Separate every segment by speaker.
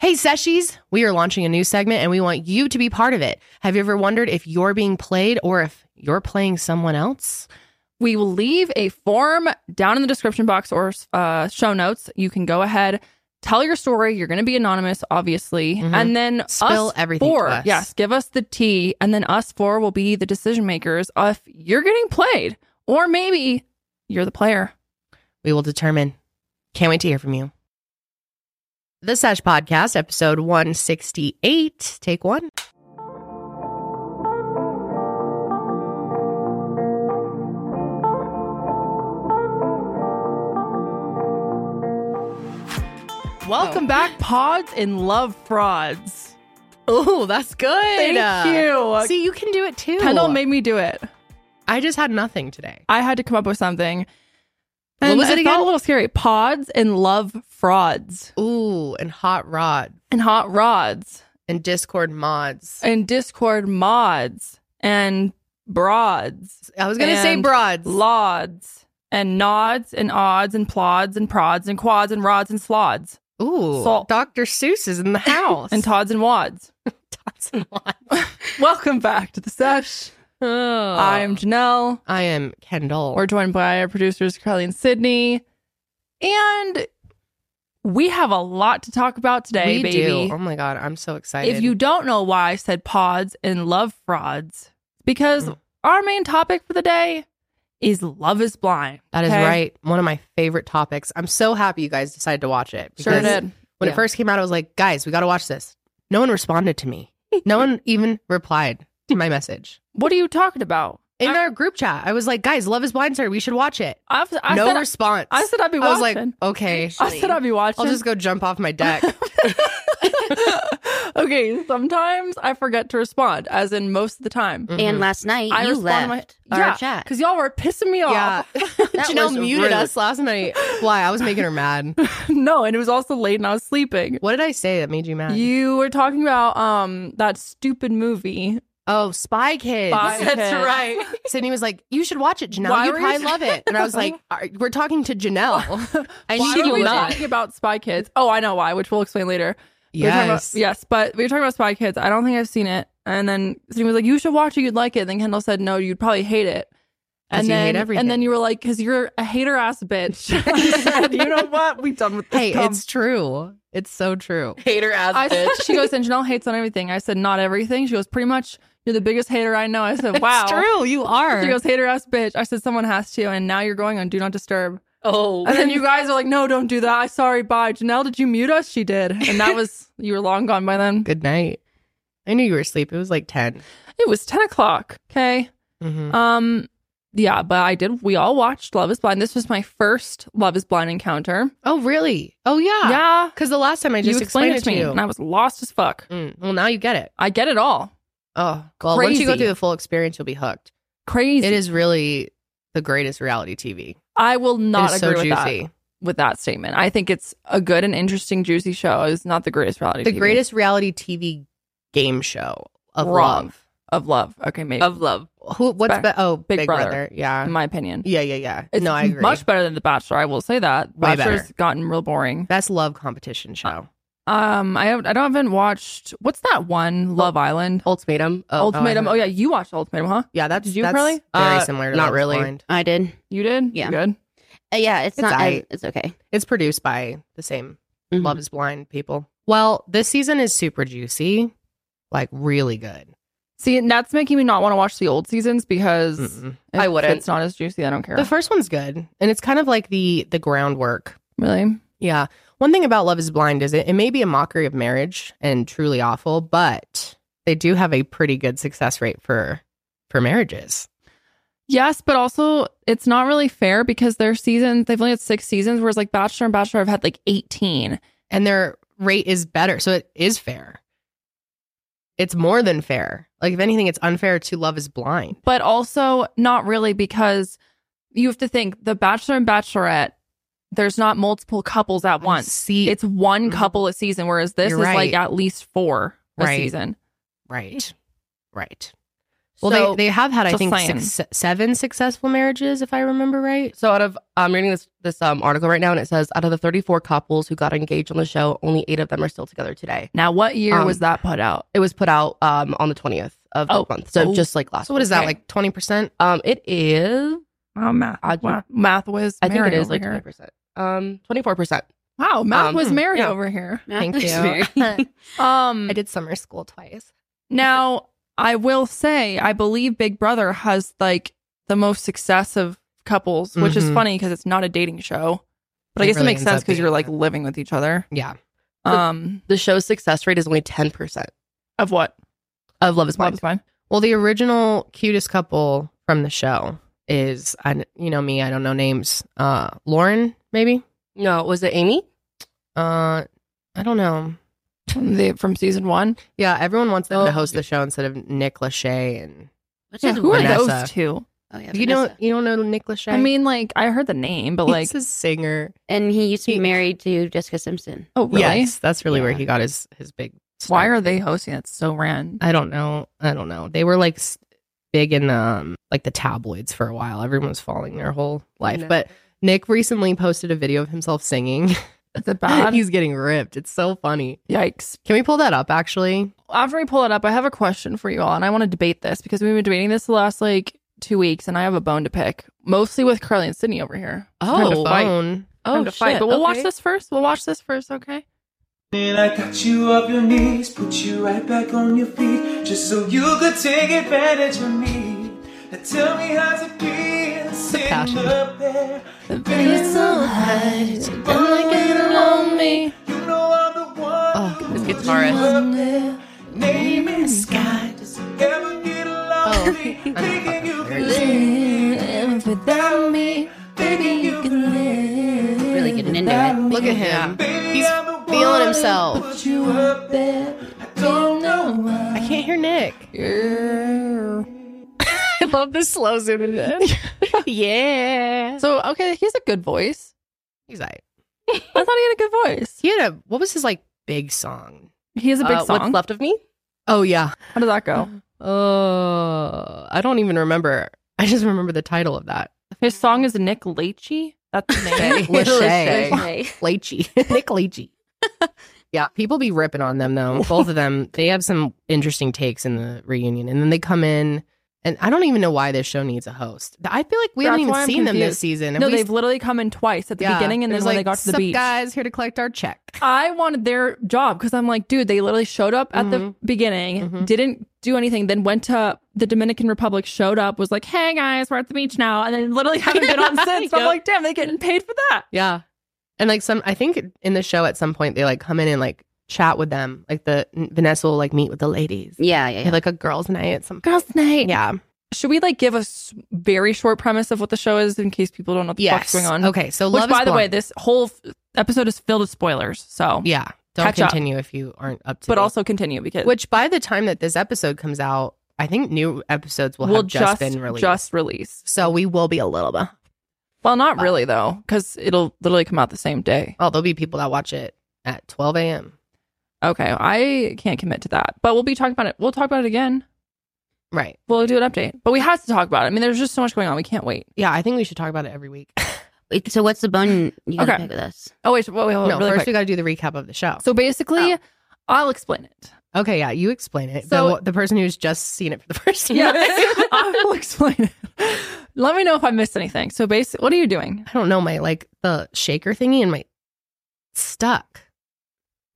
Speaker 1: Hey, Seshies, we are launching a new segment and we want you to be part of it. Have you ever wondered if you're being played or if you're playing someone else?
Speaker 2: We will leave a form down in the description box or uh, show notes. You can go ahead, tell your story. You're going to be anonymous, obviously,
Speaker 1: Mhm.
Speaker 2: and then
Speaker 1: Spill
Speaker 2: us
Speaker 1: everything to
Speaker 2: four,
Speaker 1: us.
Speaker 2: yes, give us the tea, and then us four will be the decision makers of you're getting played or maybe you're the player.
Speaker 1: We will determine. Can't wait to hear from you. The Sesh Podcast, episode 168, take one.
Speaker 2: Welcome back, pods in love frauds.
Speaker 1: Oh, that's good.
Speaker 2: Thank you.
Speaker 1: See, you can do it too.
Speaker 2: Kendall made me do it.
Speaker 1: I just had nothing today.
Speaker 2: I had to come up with something.
Speaker 1: What was it
Speaker 2: I
Speaker 1: again?
Speaker 2: Felt a little scary. Pods and love frauds
Speaker 1: Ooh, and hot rod
Speaker 2: and hot rods
Speaker 1: and Discord mods.
Speaker 2: and Discord mods and broads,
Speaker 1: I was gonna say
Speaker 2: And
Speaker 1: broads.
Speaker 2: lauds and nods and odds and plods and prods and quads and rods and slods
Speaker 1: Ooh,
Speaker 2: Salt.
Speaker 1: Dr. Seuss is in the house.
Speaker 2: and tods and wads.
Speaker 1: tots and lots.
Speaker 2: Welcome back to the sesh. I'm Janelle.
Speaker 1: I am Kendall.
Speaker 2: We're joined by our producers, Carly and Sydney. And we have a lot to talk about today,
Speaker 1: we
Speaker 2: baby.
Speaker 1: do. Oh my god, I'm so excited.
Speaker 2: If you don't know why I said pods and love frauds, because
Speaker 1: Mm.
Speaker 2: our main topic for the day is Love is Blind.
Speaker 1: that is
Speaker 2: okay?
Speaker 1: right. One of my favorite topics. I'm so happy you guys decided to watch it.
Speaker 2: Sure
Speaker 1: because
Speaker 2: did.
Speaker 1: When it
Speaker 2: Yeah.
Speaker 1: first came out, I was like, guys, we got to watch this. No one responded to me. No one even replied to my message
Speaker 2: What are you talking about?
Speaker 1: in
Speaker 2: I-
Speaker 1: our group chat. I was like, guys, Love Is Blind started. We should watch it.
Speaker 2: I've, I,
Speaker 1: no
Speaker 2: said,
Speaker 1: response.
Speaker 2: I said I'd be
Speaker 1: I was
Speaker 2: watching.
Speaker 1: like, okay,
Speaker 2: I said I'd be watching.
Speaker 1: I'll just go jump off my deck.
Speaker 2: okay, sometimes I forget to respond, as in most of the time.
Speaker 1: Mhm.
Speaker 3: And last night
Speaker 2: Mm-hmm. I
Speaker 3: you
Speaker 2: respond to
Speaker 3: left
Speaker 2: my-
Speaker 3: our
Speaker 2: Yeah,
Speaker 3: chat.
Speaker 2: Because y'all were pissing me off.
Speaker 1: yeah,
Speaker 3: That
Speaker 1: Janelle
Speaker 3: was
Speaker 1: muted
Speaker 3: rude.
Speaker 1: us last night. Why? I was making her mad.
Speaker 2: no, and it was also late and I was sleeping.
Speaker 1: What did I say that made you mad?
Speaker 2: You were talking about um that stupid movie.
Speaker 1: oh, Spy Kids.
Speaker 2: Spy That's Kids.
Speaker 1: right. Sydney was like, "You should watch it, Janelle.
Speaker 2: Why
Speaker 1: you
Speaker 2: were you-
Speaker 1: probably love it." And I was like, "All right, "We're talking to Janelle. I
Speaker 2: Why
Speaker 1: need you
Speaker 2: were we
Speaker 1: to love it."
Speaker 2: talking about Spy Kids? Oh, I know why, which we'll explain later. We were talking about-
Speaker 1: Yes.
Speaker 2: yes, but we were talking about Spy Kids. I don't think I've seen it. And then Sydney was like, "You should watch it. You'd like it." And then Kendall said, "No, you'd probably hate it."
Speaker 1: 'Cause
Speaker 2: And
Speaker 1: you hate
Speaker 2: then,
Speaker 1: everything.
Speaker 2: and then you were like, "Cause you're a hater ass bitch." I said, "You know what? We done with this."
Speaker 1: Hey,
Speaker 2: cum."
Speaker 1: it's true. It's so true.
Speaker 3: Hater ass
Speaker 2: I said, she goes, and Janelle hates on everything. I said, not everything. She goes, pretty much, you're the biggest hater I know. I said, wow.
Speaker 1: It's true. You are.
Speaker 2: She goes, hater ass bitch. I said, someone has to. And now you're going on Do Not Disturb.
Speaker 3: Oh,
Speaker 2: And then you guys are like, no, don't do that. I sorry, bye. Janelle, did you mute us? She did. And that was, you were long gone by then.
Speaker 1: Good night. I knew you were asleep. It was like 10
Speaker 2: It was 10 o'clock. Okay.
Speaker 1: Mm-hmm.
Speaker 2: Um, yeah, but I did. We all watched Love is Blind. This was my first Love is Blind encounter.
Speaker 1: Oh, really? Oh, yeah.
Speaker 2: yeah.
Speaker 1: Because the last time I just
Speaker 2: You explained it to me.
Speaker 1: you.
Speaker 2: And I was lost as fuck.
Speaker 1: Mm, well, now you get it.
Speaker 2: I get it all.
Speaker 1: Oh, well, once you go
Speaker 2: Crazy.
Speaker 1: through the full experience, you'll be hooked.
Speaker 2: Crazy.
Speaker 1: It is really the greatest reality TV.
Speaker 2: I will not
Speaker 1: it is
Speaker 2: agree
Speaker 1: so
Speaker 2: with that.
Speaker 1: juicy.
Speaker 2: with that statement. I think it's a good and interesting, juicy show. It's not the greatest reality.
Speaker 1: The
Speaker 2: TV
Speaker 1: greatest reality TV game show of
Speaker 2: Wrong.
Speaker 1: love.
Speaker 2: of love. Okay, maybe
Speaker 3: of love.
Speaker 1: Who? What's
Speaker 2: Be-
Speaker 1: be- oh Big,
Speaker 2: Big
Speaker 1: Brother.
Speaker 2: Brother.
Speaker 1: Yeah,
Speaker 2: in my opinion.
Speaker 1: yeah, yeah, yeah.
Speaker 2: It's
Speaker 1: no, I agree.
Speaker 2: much better than The Bachelor. I will say that.
Speaker 1: Way
Speaker 2: Bachelor's
Speaker 1: better.
Speaker 2: gotten real boring.
Speaker 1: Best love competition show.
Speaker 2: Um, I have, I don't haven't watched what's that one Love Island
Speaker 3: Ultimatum.
Speaker 1: Oh,
Speaker 2: Ultimatum.
Speaker 1: oh,
Speaker 2: Oh,
Speaker 1: I-
Speaker 2: yeah, you watched Ultimatum, huh?
Speaker 1: yeah, that's
Speaker 2: Did you,
Speaker 1: that's
Speaker 2: Carly?
Speaker 1: very
Speaker 3: Uh,
Speaker 1: similar. To
Speaker 3: not
Speaker 1: Love is
Speaker 3: really.
Speaker 1: Blind.
Speaker 3: I did.
Speaker 2: You did.
Speaker 3: Yeah.
Speaker 2: You good.
Speaker 3: Uh, yeah, it's,
Speaker 1: It's
Speaker 3: not.
Speaker 1: aight.
Speaker 3: I, it's okay.
Speaker 1: It's produced by the same
Speaker 3: Mhm.
Speaker 4: Mm-hmm.
Speaker 1: Love Is Blind people. Well, this season is super juicy, like really good.
Speaker 2: See, and that's making me not want to watch the old seasons because
Speaker 1: Mm-mm.
Speaker 2: if
Speaker 3: I wouldn't.
Speaker 2: It's not as juicy. I don't care.
Speaker 1: The first one's good, and it's kind of like the the groundwork.
Speaker 2: really.
Speaker 1: Yeah, one thing about Love Is Blind is it, it may be a mockery of marriage and truly awful, but they do have a pretty good success rate for for marriages.
Speaker 2: Yes, but also it's not really fair because their seasons they've only had six seasons, whereas like Bachelor and Bachelor have had like eighteen.
Speaker 1: and their rate is better. So it is fair. It's more than fair. Like if anything, it's unfair to Love Is Blind.
Speaker 2: But also not really because you have to think the Bachelor and Bachelorette, there's not multiple couples at once.
Speaker 1: see,
Speaker 2: It's one
Speaker 1: Mhm.
Speaker 2: couple a season, whereas this
Speaker 1: You're
Speaker 2: is
Speaker 1: right.
Speaker 2: like at least four a
Speaker 1: Right.
Speaker 2: season.
Speaker 1: right, right. Well,
Speaker 3: so,
Speaker 1: they, they have had, I
Speaker 2: just
Speaker 1: think,
Speaker 2: saying.
Speaker 1: six, seven successful marriages, if I remember right.
Speaker 3: so out of I'm reading this this um, article right now, and it says out of the 34 couples who got engaged on the show, only eight of them are still together today.
Speaker 2: Now, what year
Speaker 3: Um,
Speaker 2: was that put out?
Speaker 3: It was put out um, on the 20th of
Speaker 2: Oh.
Speaker 3: the month, so
Speaker 2: Oh.
Speaker 3: just like last.
Speaker 1: So what is that,
Speaker 2: Okay.
Speaker 1: like 20%?
Speaker 3: Um, it is.
Speaker 2: Wow, math.
Speaker 3: I-
Speaker 2: wow, oh, math was.
Speaker 3: I think
Speaker 2: Mary
Speaker 3: it is
Speaker 2: over
Speaker 3: like
Speaker 2: here.
Speaker 3: 20 percent. Um, 24 percent.
Speaker 2: Wow, math
Speaker 3: Um,
Speaker 2: was
Speaker 1: hmm,
Speaker 2: Mary
Speaker 3: yeah.
Speaker 2: over here.
Speaker 1: Thank
Speaker 3: Thanks,
Speaker 1: you.
Speaker 3: Mary.
Speaker 2: Um,
Speaker 1: I did summer school twice.
Speaker 2: Now, I will say, I believe Big Brother has like the most success of couples, which is
Speaker 1: Mhm.
Speaker 2: funny because it's not a dating show. But I
Speaker 1: It
Speaker 2: guess
Speaker 1: really
Speaker 2: it makes
Speaker 1: ends
Speaker 2: sense
Speaker 1: up
Speaker 2: because you're
Speaker 1: being
Speaker 2: like
Speaker 1: that.
Speaker 2: living with each other.
Speaker 1: Yeah.
Speaker 3: But-
Speaker 2: Um,
Speaker 3: The show's success rate is only 10 percent
Speaker 2: of what?
Speaker 3: of Love Is
Speaker 2: Love
Speaker 3: Blind.
Speaker 2: is Blind.
Speaker 1: Well, the original cutest couple from the show is, I, you know me, I don't know names. Uh, Lauren, maybe?
Speaker 3: No, was it Amy?
Speaker 1: Uh, I don't know.
Speaker 2: From, the, from season one.
Speaker 1: Yeah, everyone wants them
Speaker 3: Oh.
Speaker 1: to host the show instead of Nick Lachey and
Speaker 4: Which
Speaker 1: Yeah,
Speaker 4: is
Speaker 2: Who are
Speaker 4: weird.
Speaker 1: Vanessa.
Speaker 2: those two?
Speaker 4: Oh, yeah,
Speaker 1: you don't
Speaker 4: Vanessa.
Speaker 1: you don't know Nick Lachey.
Speaker 2: I mean, like, I heard the name, but like,
Speaker 1: he's a singer.
Speaker 4: And he used to be
Speaker 1: He-
Speaker 4: married to Jessica Simpson.
Speaker 2: oh, really?
Speaker 1: Yes, that's really where
Speaker 4: Yeah.
Speaker 1: he got his his big.
Speaker 2: Why
Speaker 1: start.
Speaker 2: are they hosting it so random?
Speaker 1: I don't know. I don't know. They were like s- big in um like the tabloids for a while. Everyone was following their whole life.
Speaker 3: No.
Speaker 1: But Nick recently posted a video of himself singing.
Speaker 2: Is it bad?
Speaker 1: He's getting ripped. It's so funny.
Speaker 2: Yikes.
Speaker 1: Can we pull that up actually?
Speaker 2: after we pull it up, I have a question for you all, and I want to debate this because we've been debating this the last like two weeks, and I have a bone to pick, mostly with Carly and Sydney over here.
Speaker 1: Time to
Speaker 3: Oh,
Speaker 1: phone.
Speaker 2: Time to fight, but we'll watch
Speaker 3: okay.
Speaker 2: this first. We'll watch this first, okay?
Speaker 5: And I got you up your knees, put you right back on your feet, just so you could take advantage of me. Now tell me how to feel, sitting
Speaker 1: passion.
Speaker 5: up there.
Speaker 2: The
Speaker 5: feeling's so
Speaker 2: high,
Speaker 5: don't like getting
Speaker 2: lonely.
Speaker 5: You know I'm the one.
Speaker 1: Oh,
Speaker 5: who
Speaker 1: this
Speaker 5: put
Speaker 1: guitarist.
Speaker 5: you up there. Name and sky, does it ever get lonely?
Speaker 1: I'm
Speaker 5: Thinking you
Speaker 1: fucking
Speaker 5: can live without me, thinking you can live.
Speaker 4: Really getting into it.
Speaker 1: Look at him.
Speaker 5: Baby,
Speaker 1: He's
Speaker 5: I'm the one
Speaker 1: feeling
Speaker 5: who
Speaker 1: himself.
Speaker 5: Put you up there. I don't know why.
Speaker 1: I can't hear Nick. I love the slow zoom in. yeah.
Speaker 2: So okay, he's a good voice.
Speaker 1: He's like
Speaker 2: I thought he had a good voice.
Speaker 1: he had a what was his like big song?
Speaker 2: He has a big
Speaker 3: Uh,
Speaker 2: song.
Speaker 3: What's left of me?
Speaker 1: Oh yeah.
Speaker 2: How did that go?
Speaker 1: Oh, I don't even remember. I just remember the title of that.
Speaker 2: His song is Nick Leachy. That's the name.
Speaker 1: Lachey.
Speaker 4: Okay.
Speaker 1: Leachy. Nick Leachy. yeah, people be ripping on them though. Both of them. They have some interesting takes in the reunion. And then they come in and I don't even know why this show needs a host. I feel like we
Speaker 2: That's
Speaker 1: haven't even
Speaker 2: why I'm
Speaker 1: seen them this
Speaker 2: confused.
Speaker 1: season. Have
Speaker 2: no,
Speaker 1: we-
Speaker 2: they've literally come in twice at the
Speaker 1: Yeah,
Speaker 2: beginning, and
Speaker 1: it
Speaker 2: then
Speaker 1: was
Speaker 2: when they got to the
Speaker 1: "Sup,
Speaker 2: beach,
Speaker 1: guys here to collect our check.
Speaker 2: I wanted their job because I'm like, dude, they literally showed up at the
Speaker 1: Mhm.
Speaker 2: beginning,
Speaker 1: Mhm.
Speaker 2: didn't do anything, then went to the Dominican Republic, showed up, was like, hey guys, we're at the beach now, and then literally haven't been on since. I'm
Speaker 1: Yep.
Speaker 2: like, damn, they getting paid for that.
Speaker 1: Yeah. And like some, I think in the show at some point they like come in and like chat with them. Like the Vanessa will like meet with the ladies.
Speaker 4: Yeah,
Speaker 1: They
Speaker 4: yeah,
Speaker 1: have
Speaker 4: yeah.
Speaker 1: like a girls' night at some.
Speaker 2: Girls' night.
Speaker 1: Yeah.
Speaker 2: Should we like give a s- very short premise of what the show is in case people don't know what the
Speaker 1: Yes.
Speaker 2: fuck's going on?
Speaker 1: Okay. So
Speaker 2: Which,
Speaker 1: love
Speaker 2: by
Speaker 1: is
Speaker 2: the way,
Speaker 1: Blind.
Speaker 2: this whole f- episode is filled with spoilers. So,
Speaker 1: yeah. Don't
Speaker 2: catch up.
Speaker 1: continue if you aren't up to.
Speaker 2: but
Speaker 1: it.
Speaker 2: also continue because
Speaker 1: which by the time that this episode comes out, I think new episodes will
Speaker 2: will
Speaker 1: have just, been released.
Speaker 2: Just released.
Speaker 1: so we will be a little bit.
Speaker 2: Well, not
Speaker 1: But-
Speaker 2: really though, because it'll literally come out the same day.
Speaker 1: Oh, there'll be people that watch it at 12 a.m.
Speaker 2: Okay, I can't commit to that, but we'll be talking about it. We'll talk about it again.
Speaker 1: Right.
Speaker 2: We'll do an update, but we have to talk about it. I mean, there's just so much going on. We can't wait.
Speaker 1: Yeah. I think we should talk about it every week.
Speaker 4: Wait, so what's the bone you gotta
Speaker 2: Okay.
Speaker 4: pick with us?
Speaker 2: Oh wait, wait, wait, wait
Speaker 1: no,
Speaker 2: really
Speaker 1: first
Speaker 2: quick.
Speaker 1: we got to do the recap of the show.
Speaker 2: so basically, I'll explain it.
Speaker 1: Okay, yeah, you explain it.
Speaker 2: So-
Speaker 1: the, the person who's just seen it for the first time.
Speaker 2: Yeah, I will explain it. Let me know if I missed anything. So basically, what are you doing?
Speaker 1: I don't know my like the shaker thingy and my stuck.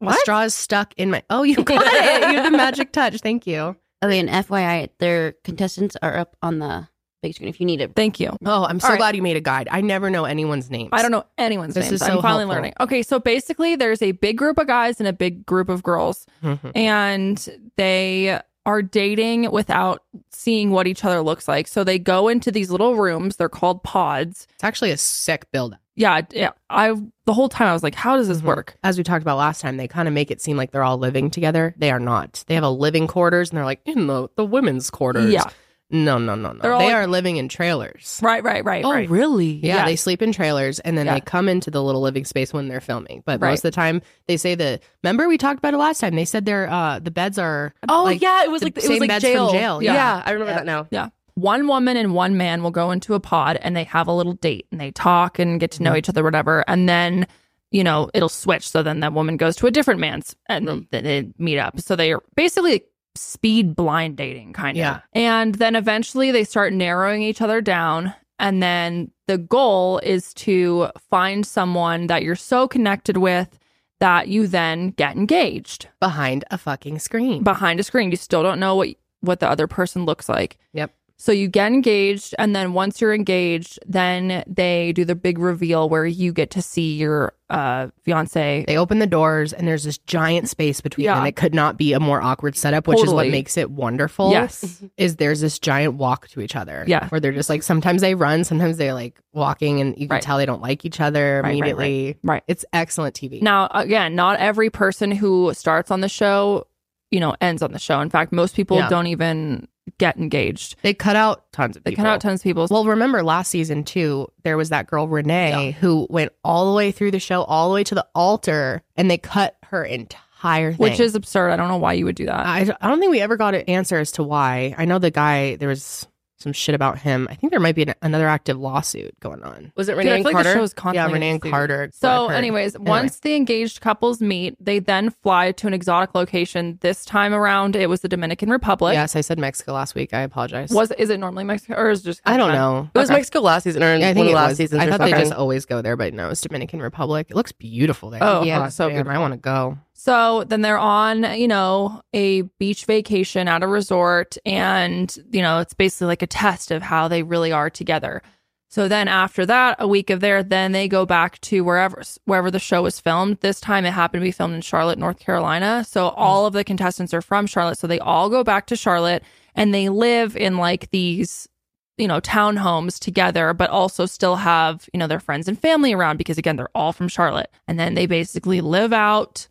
Speaker 1: The straw is stuck in my. Oh, you got it. You have the magic touch. Thank you.
Speaker 4: Okay, and FYI, their contestants are up on the big screen if you need it.
Speaker 2: Thank you.
Speaker 1: Oh, I'm so
Speaker 2: All right.
Speaker 1: glad you made a guide. I never know anyone's names.
Speaker 2: I don't know anyone's
Speaker 1: This
Speaker 2: names.
Speaker 1: is
Speaker 2: I'm
Speaker 1: so
Speaker 2: finally
Speaker 1: helpful.
Speaker 2: learning. Okay, so basically, there's a big group of guys and a big group of girls.
Speaker 1: Mhm.
Speaker 2: and they are dating without seeing what each other looks like. So they go into these little rooms. They're called pods.
Speaker 1: It's actually a sick build.
Speaker 2: Yeah, yeah. I the whole time I was like, how does this
Speaker 1: Mhm.
Speaker 2: work?
Speaker 1: As we talked about last time, they kind of make it seem like they're all living together. They are not. They have a living quarters and they're like in the, the women's quarters.
Speaker 2: Yeah.
Speaker 1: No, no, no, no.
Speaker 2: They're all
Speaker 1: they
Speaker 2: like-
Speaker 1: are living in trailers.
Speaker 2: Right, right, right,
Speaker 3: Oh,
Speaker 2: right.
Speaker 3: really?
Speaker 1: Yeah,
Speaker 2: Yeah.
Speaker 1: they sleep in trailers and then
Speaker 2: Yeah.
Speaker 1: they come into the little living space when they're filming. But
Speaker 2: Right.
Speaker 1: most of the time, they say that. Remember, we talked about it last time. They said their uh, the beds are
Speaker 3: Oh,
Speaker 1: like,
Speaker 3: yeah. It was
Speaker 1: the
Speaker 3: like it
Speaker 1: same
Speaker 3: was like
Speaker 1: beds from
Speaker 3: jail.
Speaker 1: jail,
Speaker 3: Yeah.
Speaker 2: yeah.
Speaker 3: I remember that now.
Speaker 2: One woman and one man will go into a pod and they have a little date and they talk and get to know each other, whatever. And then, you know, it'll switch. So then that woman goes to a different man's and then they meet up. So they are basically speed blind dating, kind of.
Speaker 1: Yeah.
Speaker 2: And then eventually they start narrowing each other down. And then the goal is to find someone that you're so connected with that you then get engaged
Speaker 1: behind a fucking screen.
Speaker 2: behind a screen. You still don't know what what the other person looks like.
Speaker 1: Yep.
Speaker 2: So you get engaged, and then once you're engaged, then they do the big reveal where you get to see your uh, fiance.
Speaker 1: They open the doors and there's this giant space between
Speaker 2: Yeah.
Speaker 1: them. It could not be a more awkward setup, which is what
Speaker 2: Totally.
Speaker 1: makes it wonderful.
Speaker 2: Yes.
Speaker 1: Is there's this giant walk to each other.
Speaker 2: Yeah.
Speaker 1: Where they're just like sometimes they run, sometimes they're like walking and you can
Speaker 2: Right.
Speaker 1: tell they don't like each other
Speaker 2: Right, right, right.
Speaker 1: immediately.
Speaker 2: Right.
Speaker 1: It's excellent TV.
Speaker 2: Now, again, not every person who starts on the show, you know, ends on the show. In fact, most people
Speaker 1: Yeah.
Speaker 2: don't even get engaged.
Speaker 1: They cut out tons of
Speaker 2: They
Speaker 1: people.
Speaker 2: cut out tons of people.
Speaker 1: Well, remember last season too, there was that girl Renee who went all the way through the show, all the way to the altar, and they cut her entire thing.
Speaker 2: which is absurd. I don't know why you would do that.
Speaker 1: I, I don't think we ever got an answer as to why. I know the guy there was some shit about him. I think there might be an, another active lawsuit going on.
Speaker 3: Was it
Speaker 2: Dude,
Speaker 3: Renee
Speaker 2: I
Speaker 3: and
Speaker 2: feel like the
Speaker 3: Carter?
Speaker 2: show is
Speaker 1: yeah,
Speaker 2: constantly
Speaker 1: Renee and
Speaker 2: getting sued.
Speaker 1: Carter.
Speaker 2: So,
Speaker 1: I've heard.
Speaker 2: anyways, once the engaged couples meet, they then fly to an exotic location. This time around, it was the Dominican Republic.
Speaker 1: yes, I said Mexico last week. I apologize.
Speaker 2: Was is it normally Mexico or is it just?
Speaker 1: I don't know.
Speaker 3: It was Mexico last season or in
Speaker 1: I
Speaker 3: one
Speaker 1: think
Speaker 3: of
Speaker 1: it
Speaker 3: the last
Speaker 1: was.
Speaker 3: seasons.
Speaker 1: I
Speaker 3: or
Speaker 1: thought they
Speaker 3: something.
Speaker 1: just always go there, but no, it's Dominican Republic. It looks beautiful there.
Speaker 2: Oh,
Speaker 1: yeah,
Speaker 2: it's so
Speaker 1: damn, I want to go.
Speaker 2: So then they're on, you know, a beach vacation at a resort, and you know it's basically like a test of how they really are together. So then after that, a week of there, then they go back to wherever wherever the show was filmed. This time it happened to be filmed in Charlotte, North Carolina. So all of the contestants are from Charlotte, so they all go back to Charlotte and they live in like these you know townhomes together but also still have you know their friends and family around because again they're all from charlotte and then they basically live out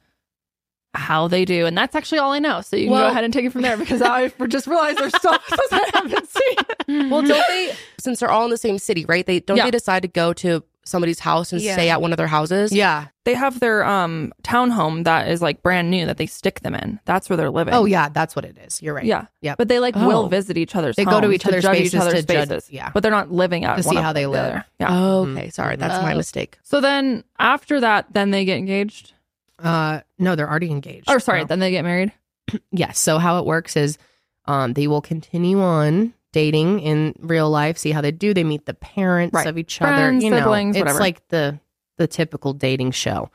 Speaker 2: how they do and that's actually all i know so you can go
Speaker 3: Well-
Speaker 2: ahead and take it from there because i just realized there's so much i haven't seen
Speaker 3: Well, don't they? Since they're all in the same city, right? They don't
Speaker 2: Yeah.
Speaker 3: they decide to go to somebody's house and
Speaker 4: Yeah.
Speaker 3: stay at one of their houses?
Speaker 1: Yeah.
Speaker 2: they have their um townhome that is like brand new that they stick them in that's where they're living
Speaker 1: Oh, yeah. That's what it is. You're right.
Speaker 2: yeah
Speaker 1: Yeah.
Speaker 2: but they like will
Speaker 3: Oh.
Speaker 2: visit each other's
Speaker 1: They go to
Speaker 2: homes
Speaker 1: each other's
Speaker 2: judge
Speaker 1: spaces
Speaker 2: each other's
Speaker 1: to judge-
Speaker 2: spaces
Speaker 1: yeah.
Speaker 2: but they're not living out
Speaker 1: To
Speaker 2: one
Speaker 1: see
Speaker 2: up
Speaker 1: how they
Speaker 2: the
Speaker 1: live.
Speaker 2: other. yeah Mm.
Speaker 3: Oh, okay. Sorry, that's my
Speaker 4: Oh.
Speaker 1: Mm-hmm.
Speaker 3: mistake.
Speaker 2: so then after that then they get engaged
Speaker 1: Uh, no, they're already engaged.
Speaker 2: or sorry
Speaker 1: Oh.
Speaker 2: then they get married
Speaker 1: Yes. So how it works is um, they will continue on dating in real life, see how they do. They meet the parents
Speaker 2: Right.
Speaker 1: of each
Speaker 2: Friends,
Speaker 1: other. You know,
Speaker 2: siblings,
Speaker 1: it's
Speaker 2: whatever.
Speaker 1: like the the typical dating show.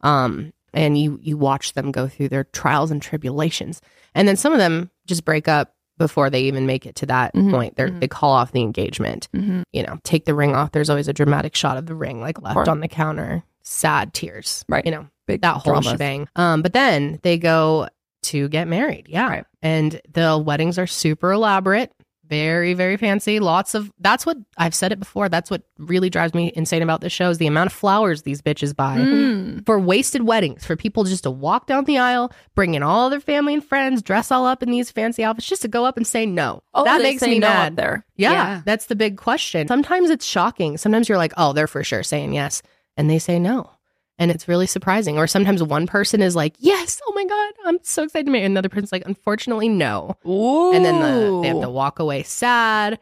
Speaker 1: Um, and you you watch them go through their trials and tribulations, and then some of them just break up before they even make it to that
Speaker 2: Mhm.
Speaker 1: point. They're,
Speaker 3: Mhm.
Speaker 1: They call off the engagement.
Speaker 2: mm-hmm.
Speaker 1: You know, take the ring off. There's always a dramatic shot of the ring like left
Speaker 2: Sure.
Speaker 1: on the counter. Sad tears.
Speaker 2: Right.
Speaker 1: You know
Speaker 2: big
Speaker 1: that whole
Speaker 2: dramas.
Speaker 1: shebang. Um, but then they go to get married. Yeah.
Speaker 2: Right.
Speaker 1: And the weddings are super elaborate, very, very fancy. Lots of that's what I've said it before. That's what really drives me insane about this show is the amount of flowers these bitches buy.
Speaker 2: Mm.
Speaker 1: For wasted weddings, for people just to walk down the aisle, bring in all their family and friends, dress all up in these fancy outfits, just to go up and say no.
Speaker 2: Oh,
Speaker 1: that
Speaker 2: they
Speaker 1: makes
Speaker 2: say
Speaker 1: me
Speaker 2: no up
Speaker 1: mad.
Speaker 2: there.
Speaker 1: Yeah,
Speaker 4: Yeah.
Speaker 1: that's the big question. Sometimes it's shocking. Sometimes you're like, oh, they're for sure saying yes. And they say no. And it's really surprising. Or sometimes one person is like, yes, oh my God, I'm so excited to meet. you." Another person's like, unfortunately, no.
Speaker 2: Ooh.
Speaker 1: And then the, they have to walk away sad.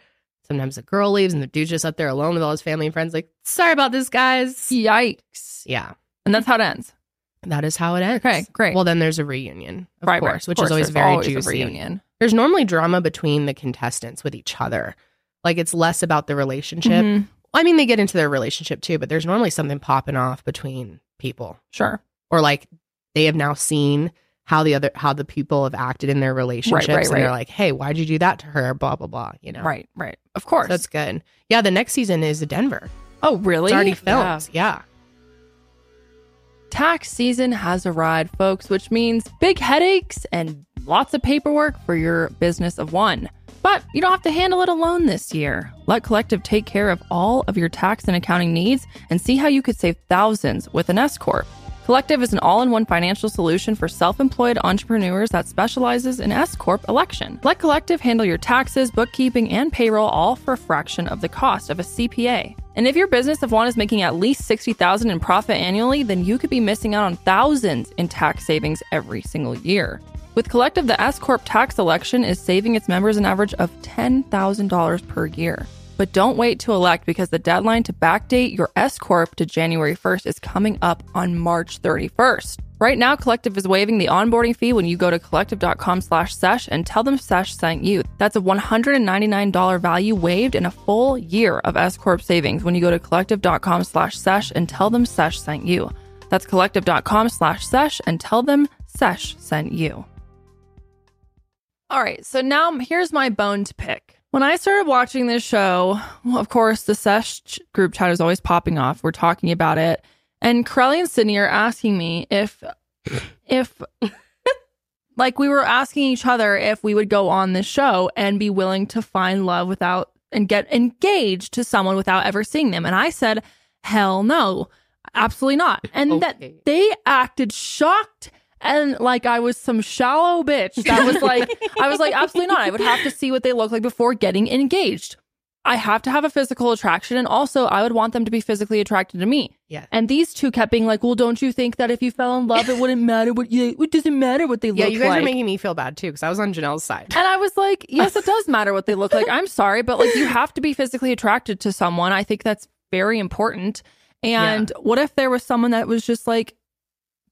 Speaker 1: Sometimes the girl leaves and the dude's just up there alone with all his family and friends, like, sorry about this, guys.
Speaker 2: yikes.
Speaker 1: Yeah,
Speaker 2: And that's how it ends.
Speaker 1: that is how it ends.
Speaker 2: Okay, great.
Speaker 1: Well, then there's a reunion, of
Speaker 2: right,
Speaker 1: course,
Speaker 2: right. Of
Speaker 1: which
Speaker 2: course,
Speaker 1: is always
Speaker 2: there's
Speaker 1: very
Speaker 2: a
Speaker 1: juicy.
Speaker 2: reunion.
Speaker 1: There's normally drama between the contestants with each other. Like it's less about the relationship
Speaker 2: Mhm.
Speaker 1: I mean, they get into their relationship too, but there's normally something popping off between people,
Speaker 2: Sure.
Speaker 1: or like they have now seen how the other how the people have acted in their relationships,
Speaker 2: right,
Speaker 1: and they're
Speaker 2: right.
Speaker 1: like, "Hey, why'd you do that to her?" Blah blah blah. You know,
Speaker 2: Right, right. Of course.
Speaker 1: So it's good. Yeah, the next season is Denver.
Speaker 2: oh, really?
Speaker 1: It's already filmed. Yeah.
Speaker 2: Tax season has arrived, folks, which means big headaches and lots of paperwork for your business of one. But you don't have to handle it alone this year. Let Collective take care of all of your tax and accounting needs and see how you could save thousands with an S Corp. Collective is an all in one financial solution for self employed entrepreneurs that specializes in S Corp election. Let Collective handle your taxes, bookkeeping, and payroll all for a fraction of the cost of a CPA. And if your business of one is making at least $60,000 in profit annually, then you could be missing out on thousands in tax savings every single year. With Collective, the S Corp tax election is saving its members an average of $10,000 per year. But don't wait to elect because the deadline to backdate your S Corp to January 1st is coming up on March 31st. Right now, Collective is waiving the onboarding fee when you go to collective.com slash sesh and tell them sesh sent you. That's a $199 value waived and a full year of S Corp savings when you go to collective.com slash sesh and tell them sesh sent you. That's collective.com slash sesh and tell them sesh sent you. All right, so now here's my bone to pick. When I started watching this show, well, of course, the Sesh ch- group chat is always popping off. We're talking about it, and Corelli and Sydney are asking me if, if, like, we were asking each other if we would go on this show and be willing to find love without and get engaged to someone without ever seeing them. And I said, hell no, absolutely not. And that
Speaker 3: Okay.
Speaker 2: they acted shocked and like I was some shallow bitch that was like I was like absolutely not. I would have to see what they look like before getting engaged. I have to have a physical attraction and also I would want them to be physically attracted to me.
Speaker 1: Yeah.
Speaker 2: And these two kept being like, "Well, don't you think that if you fell in love it wouldn't matter what you it doesn't matter what they
Speaker 1: Yeah,
Speaker 2: look
Speaker 1: you guys
Speaker 2: like."
Speaker 1: are making me feel bad too because I was on Janelle's side.
Speaker 2: and I was like, "Yes, it does matter what they look like. I'm sorry, but like you have to be physically attracted to someone. I think that's very important." And what if there was someone that was just like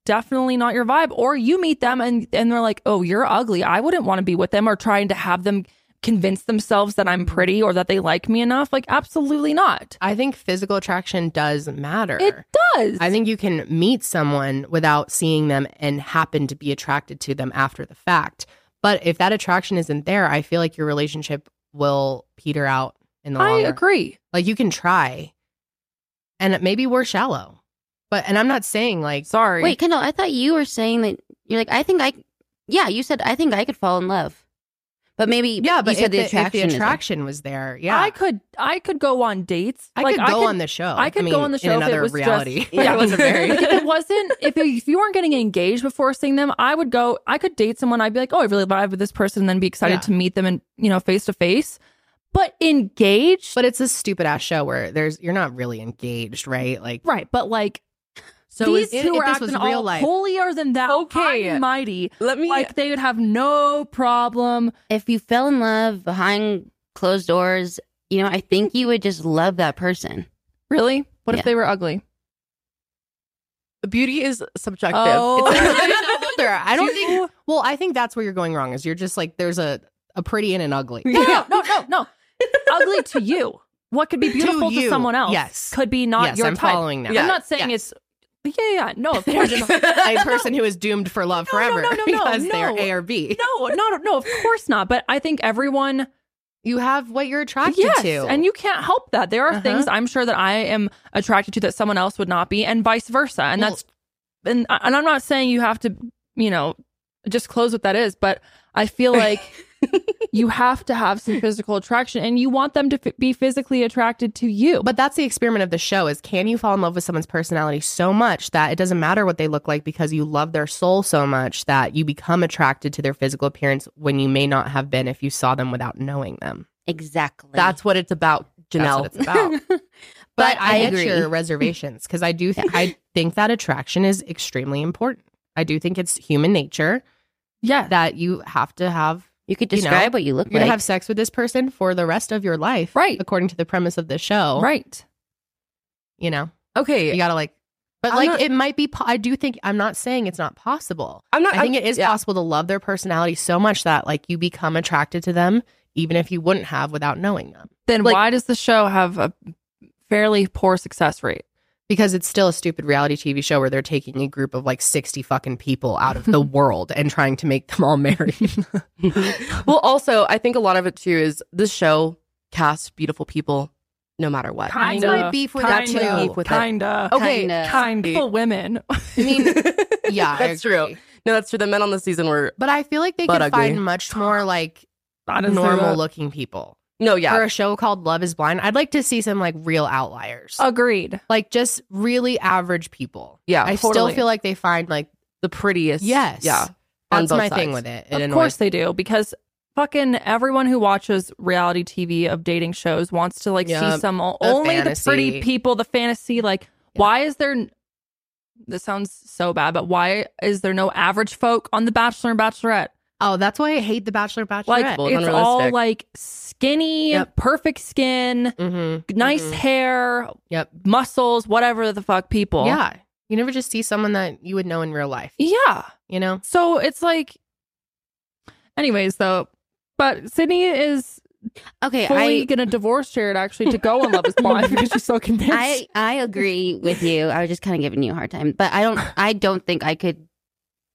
Speaker 2: definitely not your vibe or you meet them and and they're like oh you're ugly i wouldn't want to be with them or trying to have them convince themselves that i'm pretty or that they like me enough like absolutely not
Speaker 1: I think physical attraction does matter.
Speaker 2: it does
Speaker 1: I think you can meet someone without seeing them and happen to be attracted to them after the fact. But if that attraction isn't there, I feel like your relationship will peter out in the
Speaker 2: i
Speaker 1: long run.
Speaker 2: agree
Speaker 1: Like you can try, and maybe we're shallow, but and I'm not saying like
Speaker 2: sorry
Speaker 4: Wait, Kendall, I thought you were saying that you're like, I think I, yeah, you said I think I could fall in love, but maybe
Speaker 1: yeah, but
Speaker 4: you said
Speaker 1: if, the,
Speaker 4: the
Speaker 1: if the
Speaker 4: attraction. is there.
Speaker 1: attraction was there, yeah,
Speaker 2: i could i could go on dates
Speaker 1: I
Speaker 2: Like,
Speaker 1: could go on the show.
Speaker 2: I could
Speaker 1: mean,
Speaker 2: go on the show
Speaker 1: in
Speaker 2: if
Speaker 1: another
Speaker 2: it was
Speaker 1: reality.
Speaker 2: Just,
Speaker 1: where I wasn't married.
Speaker 2: if it wasn't, if, if you weren't getting engaged before seeing them, I would go. I could date someone. I'd be like, oh, I really vibe with this person, and then be excited
Speaker 1: Yeah.
Speaker 2: to meet them and you know face to face. But engaged,
Speaker 1: But it's a stupid ass show where there's you're not really engaged, right? Like
Speaker 2: right? But like
Speaker 3: So
Speaker 2: these
Speaker 3: is-
Speaker 2: two
Speaker 1: if
Speaker 2: are
Speaker 1: this was
Speaker 2: acting
Speaker 1: real
Speaker 2: all
Speaker 1: life-
Speaker 2: holier than that,
Speaker 3: Okay.
Speaker 2: high and mighty.
Speaker 3: let me
Speaker 2: Like they would have no problem.
Speaker 4: If you fell in love behind closed doors, you know, I think you would just love that person.
Speaker 2: Really? What
Speaker 4: Yeah.
Speaker 2: if they were ugly?
Speaker 3: beauty is subjective.
Speaker 2: Oh.
Speaker 3: It's like-
Speaker 1: I don't
Speaker 2: Do
Speaker 1: think
Speaker 2: you-
Speaker 1: Well, I think that's where you're going wrong. Is you're just like there's a a pretty and an ugly.
Speaker 2: No, no, no, no, no. ugly to you. What could be beautiful to,
Speaker 1: you.
Speaker 2: someone else?
Speaker 1: Yes.
Speaker 2: could be not
Speaker 1: yes,
Speaker 2: your
Speaker 1: I'm
Speaker 2: type.
Speaker 1: following now.
Speaker 2: I'm not saying it's. Yeah, yeah, yeah. no, of course, no,
Speaker 1: a person who is doomed for love
Speaker 2: No, no,
Speaker 1: forever
Speaker 2: no, no, no,
Speaker 1: because they're
Speaker 2: no.
Speaker 1: A or B.
Speaker 2: no, no, no, of course not. But I think everyone,
Speaker 1: You have what you're attracted
Speaker 2: yes,
Speaker 1: to,
Speaker 2: and you can't help that. There are
Speaker 1: Uh-huh.
Speaker 2: things I'm sure that I am attracted to that someone else would not be, and vice versa. And
Speaker 1: Well-
Speaker 2: that's, and and I'm not saying you have to, you know, just close what that is, but I feel like you have to have some physical attraction, and you want them to f- be physically attracted to you.
Speaker 1: But that's the experiment of the show is can you fall in love with someone's personality so much that it doesn't matter what they look like because you love their soul so much that you become attracted to their physical appearance when you may not have been if you saw them without knowing them.
Speaker 4: Exactly.
Speaker 3: That's what it's about,
Speaker 1: That's
Speaker 3: Janelle.
Speaker 1: what it's about.
Speaker 4: But I
Speaker 1: get
Speaker 4: agree.
Speaker 1: your reservations because I do th- I think that attraction is extremely important. I do think it's human nature
Speaker 2: yeah,
Speaker 1: that you have to have
Speaker 4: you could
Speaker 1: you know,
Speaker 4: describe what you look
Speaker 1: you're
Speaker 4: like.
Speaker 1: gonna have sex with this person for the rest of your life,
Speaker 2: Right.
Speaker 1: According to the premise of the show,
Speaker 2: right.
Speaker 1: You know,
Speaker 3: Okay,
Speaker 1: you gotta like, but
Speaker 3: I'm
Speaker 1: like
Speaker 3: not-
Speaker 1: it might be. Po- I do think I'm not saying it's not possible.
Speaker 3: I'm not.
Speaker 1: I think it is possible to love their personality so much that like you become attracted to them, even if you wouldn't have without knowing them,
Speaker 2: Then
Speaker 1: Like-
Speaker 2: why does the show have a fairly poor success rate?
Speaker 1: because it's still a stupid reality TV show where they're taking a group of like sixty fucking people out of the world and trying to make them all married.
Speaker 3: well, also, I think a lot of it too is this show casts beautiful people, no matter what.
Speaker 1: That's my beef with that
Speaker 2: kinda,
Speaker 1: too.
Speaker 3: Beef with it.
Speaker 2: Kinda.
Speaker 3: Okay,
Speaker 4: Kinda.
Speaker 2: Kind for women.
Speaker 1: I mean, yeah, I
Speaker 3: that's true.
Speaker 1: agree.
Speaker 3: No, that's true. The men on the season were
Speaker 1: But I feel like they
Speaker 3: But
Speaker 1: could
Speaker 3: ugly.
Speaker 1: find much more like
Speaker 2: I didn't say
Speaker 1: normal
Speaker 2: that.
Speaker 1: looking people.
Speaker 3: No, yeah.
Speaker 1: for a show called Love is Blind, I'd like to see some like real outliers.
Speaker 2: Agreed.
Speaker 1: like just really average people.
Speaker 3: Oh. yeah.
Speaker 1: I
Speaker 3: totally.
Speaker 1: still feel like they find like
Speaker 3: the prettiest.
Speaker 1: yes.
Speaker 3: Yeah. on
Speaker 1: That's
Speaker 3: both
Speaker 1: my
Speaker 3: sides.
Speaker 1: thing with it. It
Speaker 2: of
Speaker 1: annoys-
Speaker 2: course they do because fucking everyone who watches reality TV of dating shows wants to like
Speaker 1: Yeah,
Speaker 2: see some o-
Speaker 1: the
Speaker 2: only the
Speaker 1: fantasy.
Speaker 2: pretty people, the fantasy. Like, why is there? n- This sounds so bad, but why is there no average folk on The Bachelor and Bachelorette?
Speaker 1: Oh, that's why I hate the Bachelor Bachelorette.
Speaker 2: Like,
Speaker 3: Well,
Speaker 2: it's
Speaker 3: unrealistic.
Speaker 2: all like skinny,
Speaker 1: Yep.
Speaker 2: perfect skin,
Speaker 1: Mhm.
Speaker 2: nice
Speaker 3: Mm-hmm.
Speaker 1: Mhm.
Speaker 2: hair,
Speaker 1: Yep.
Speaker 2: muscles, whatever the fuck people.
Speaker 1: Yeah. You never just see someone that you would know in real life.
Speaker 2: yeah.
Speaker 1: You know?
Speaker 2: So it's like, anyways, though. But Sydney is
Speaker 4: Okay,
Speaker 2: fully
Speaker 4: I
Speaker 2: gonna divorce Jared actually to go on Love Is Blind because she's so convinced.
Speaker 4: I I agree with you. I was just kind of giving you a hard time, but I don't I don't think I could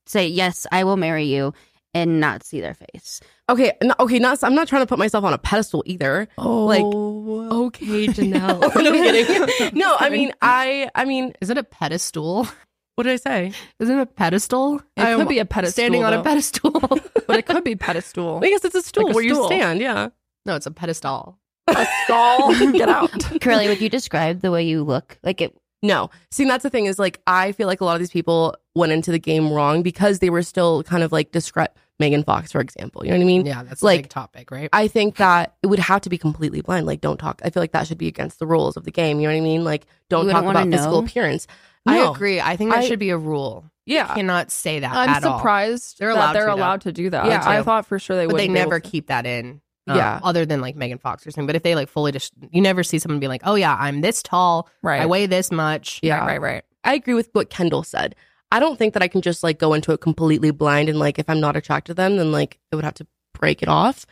Speaker 4: say yes, I will marry you and not see their face.
Speaker 3: Okay. No, okay. Not. I'm not trying to put myself on a pedestal either.
Speaker 2: oh,
Speaker 3: like,
Speaker 1: Okay,
Speaker 3: No, I'm kidding. no. I mean, I. I mean,
Speaker 1: Is it a pedestal?
Speaker 3: what did I say?
Speaker 1: Is it a pedestal?
Speaker 2: it
Speaker 1: I'm
Speaker 2: could be a pedestal,
Speaker 1: standing on a
Speaker 2: though.
Speaker 1: pedestal.
Speaker 2: but it could be pedestal.
Speaker 3: I guess it's a stool
Speaker 2: Like a
Speaker 3: where you
Speaker 2: stool.
Speaker 3: stand. Yeah.
Speaker 1: no, it's a pedestal.
Speaker 2: a stall. Get out.
Speaker 4: Curly, would you describe the way you look? Like it
Speaker 3: No. See, that's the thing is like I feel like a lot of these people went into the game wrong because they were still kind of like describe Megan Fox, for example. You know what I mean?
Speaker 1: Yeah, that's a
Speaker 3: Like-
Speaker 1: big topic, right?
Speaker 3: I think that it would have to be completely blind. Like, don't talk. I feel like that should be against the rules of the game. You know what I mean? Like, don't
Speaker 4: You
Speaker 3: talk
Speaker 4: wouldn't wanna
Speaker 3: about physical
Speaker 4: know?
Speaker 3: appearance.
Speaker 1: I
Speaker 3: No.
Speaker 1: agree. I think that
Speaker 3: I-
Speaker 1: should be a rule.
Speaker 3: Yeah.
Speaker 1: Cannot say that
Speaker 2: I'm
Speaker 1: at all.
Speaker 2: surprised
Speaker 1: They're
Speaker 2: that
Speaker 1: allowed
Speaker 2: they're
Speaker 1: to, though.
Speaker 2: allowed to do that.
Speaker 1: Yeah.
Speaker 2: I thought for sure they would.
Speaker 1: but they never keep that in. um,
Speaker 3: Yeah.
Speaker 1: Other than like Megan Fox or something. But if they like fully just, you never see someone be like, oh yeah, I'm this tall.
Speaker 2: Right.
Speaker 1: I weigh this much.
Speaker 3: Yeah.
Speaker 2: Right. Right.
Speaker 3: I agree with what Kendall said. I don't think that I can just like go into it completely blind and like if I'm not attracted to them, then like I would have to break it off.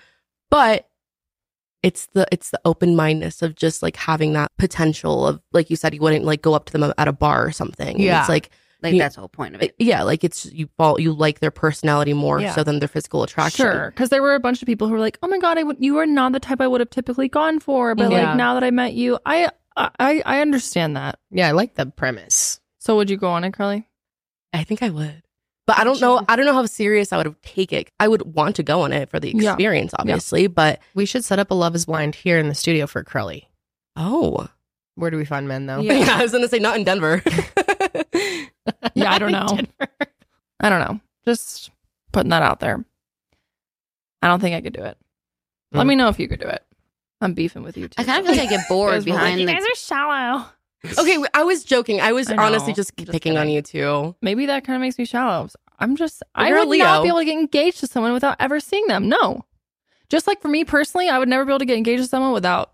Speaker 3: But it's the it's the open mindedness of just like having that potential of like you said, you wouldn't like go up to them at a bar or something. And
Speaker 1: Yeah.
Speaker 3: It's like
Speaker 4: like
Speaker 3: You-
Speaker 4: that's the whole point of
Speaker 3: it-
Speaker 4: it.
Speaker 3: yeah, like it's you fall you like their personality more
Speaker 1: Yeah.
Speaker 3: so than their physical attraction.
Speaker 2: Sure, because there were a bunch of people who were like, "Oh my god, I would, you are not the type I would have typically gone for," but
Speaker 1: Yeah.
Speaker 2: like now that I met you, I, I I understand that.
Speaker 1: Yeah, I like the premise.
Speaker 2: So would you go on it, Carly?
Speaker 3: I think I would. But I don't know I don't know how serious I would take it. I would want to go on it for the
Speaker 2: Yeah.
Speaker 3: experience, obviously. But
Speaker 1: We should set up a Love is Blind here in the studio for Curly.
Speaker 3: oh
Speaker 1: Where do we find men though?
Speaker 2: Yeah.
Speaker 3: yeah I was gonna say not in Denver.
Speaker 2: Yeah, I don't know. I don't know. Just putting that out there. I don't think I could do it. Let
Speaker 1: Mm.
Speaker 2: me know if you could do it. I'm beefing with you too.
Speaker 4: I kind of feel like I get bored
Speaker 2: Guys were like,
Speaker 4: behind
Speaker 2: "You
Speaker 4: the
Speaker 2: guys are shallow.
Speaker 3: Okay, I was joking. I was
Speaker 2: I know.
Speaker 3: honestly just,
Speaker 2: I'm just
Speaker 3: picking on
Speaker 2: kidding.
Speaker 3: you too.
Speaker 2: Maybe that kind of makes me shallow. I'm just I
Speaker 3: You're a
Speaker 2: would not
Speaker 3: Leo.
Speaker 2: be able to get engaged to someone without ever seeing them. No. Just like for me personally, I would never be able to get engaged to someone without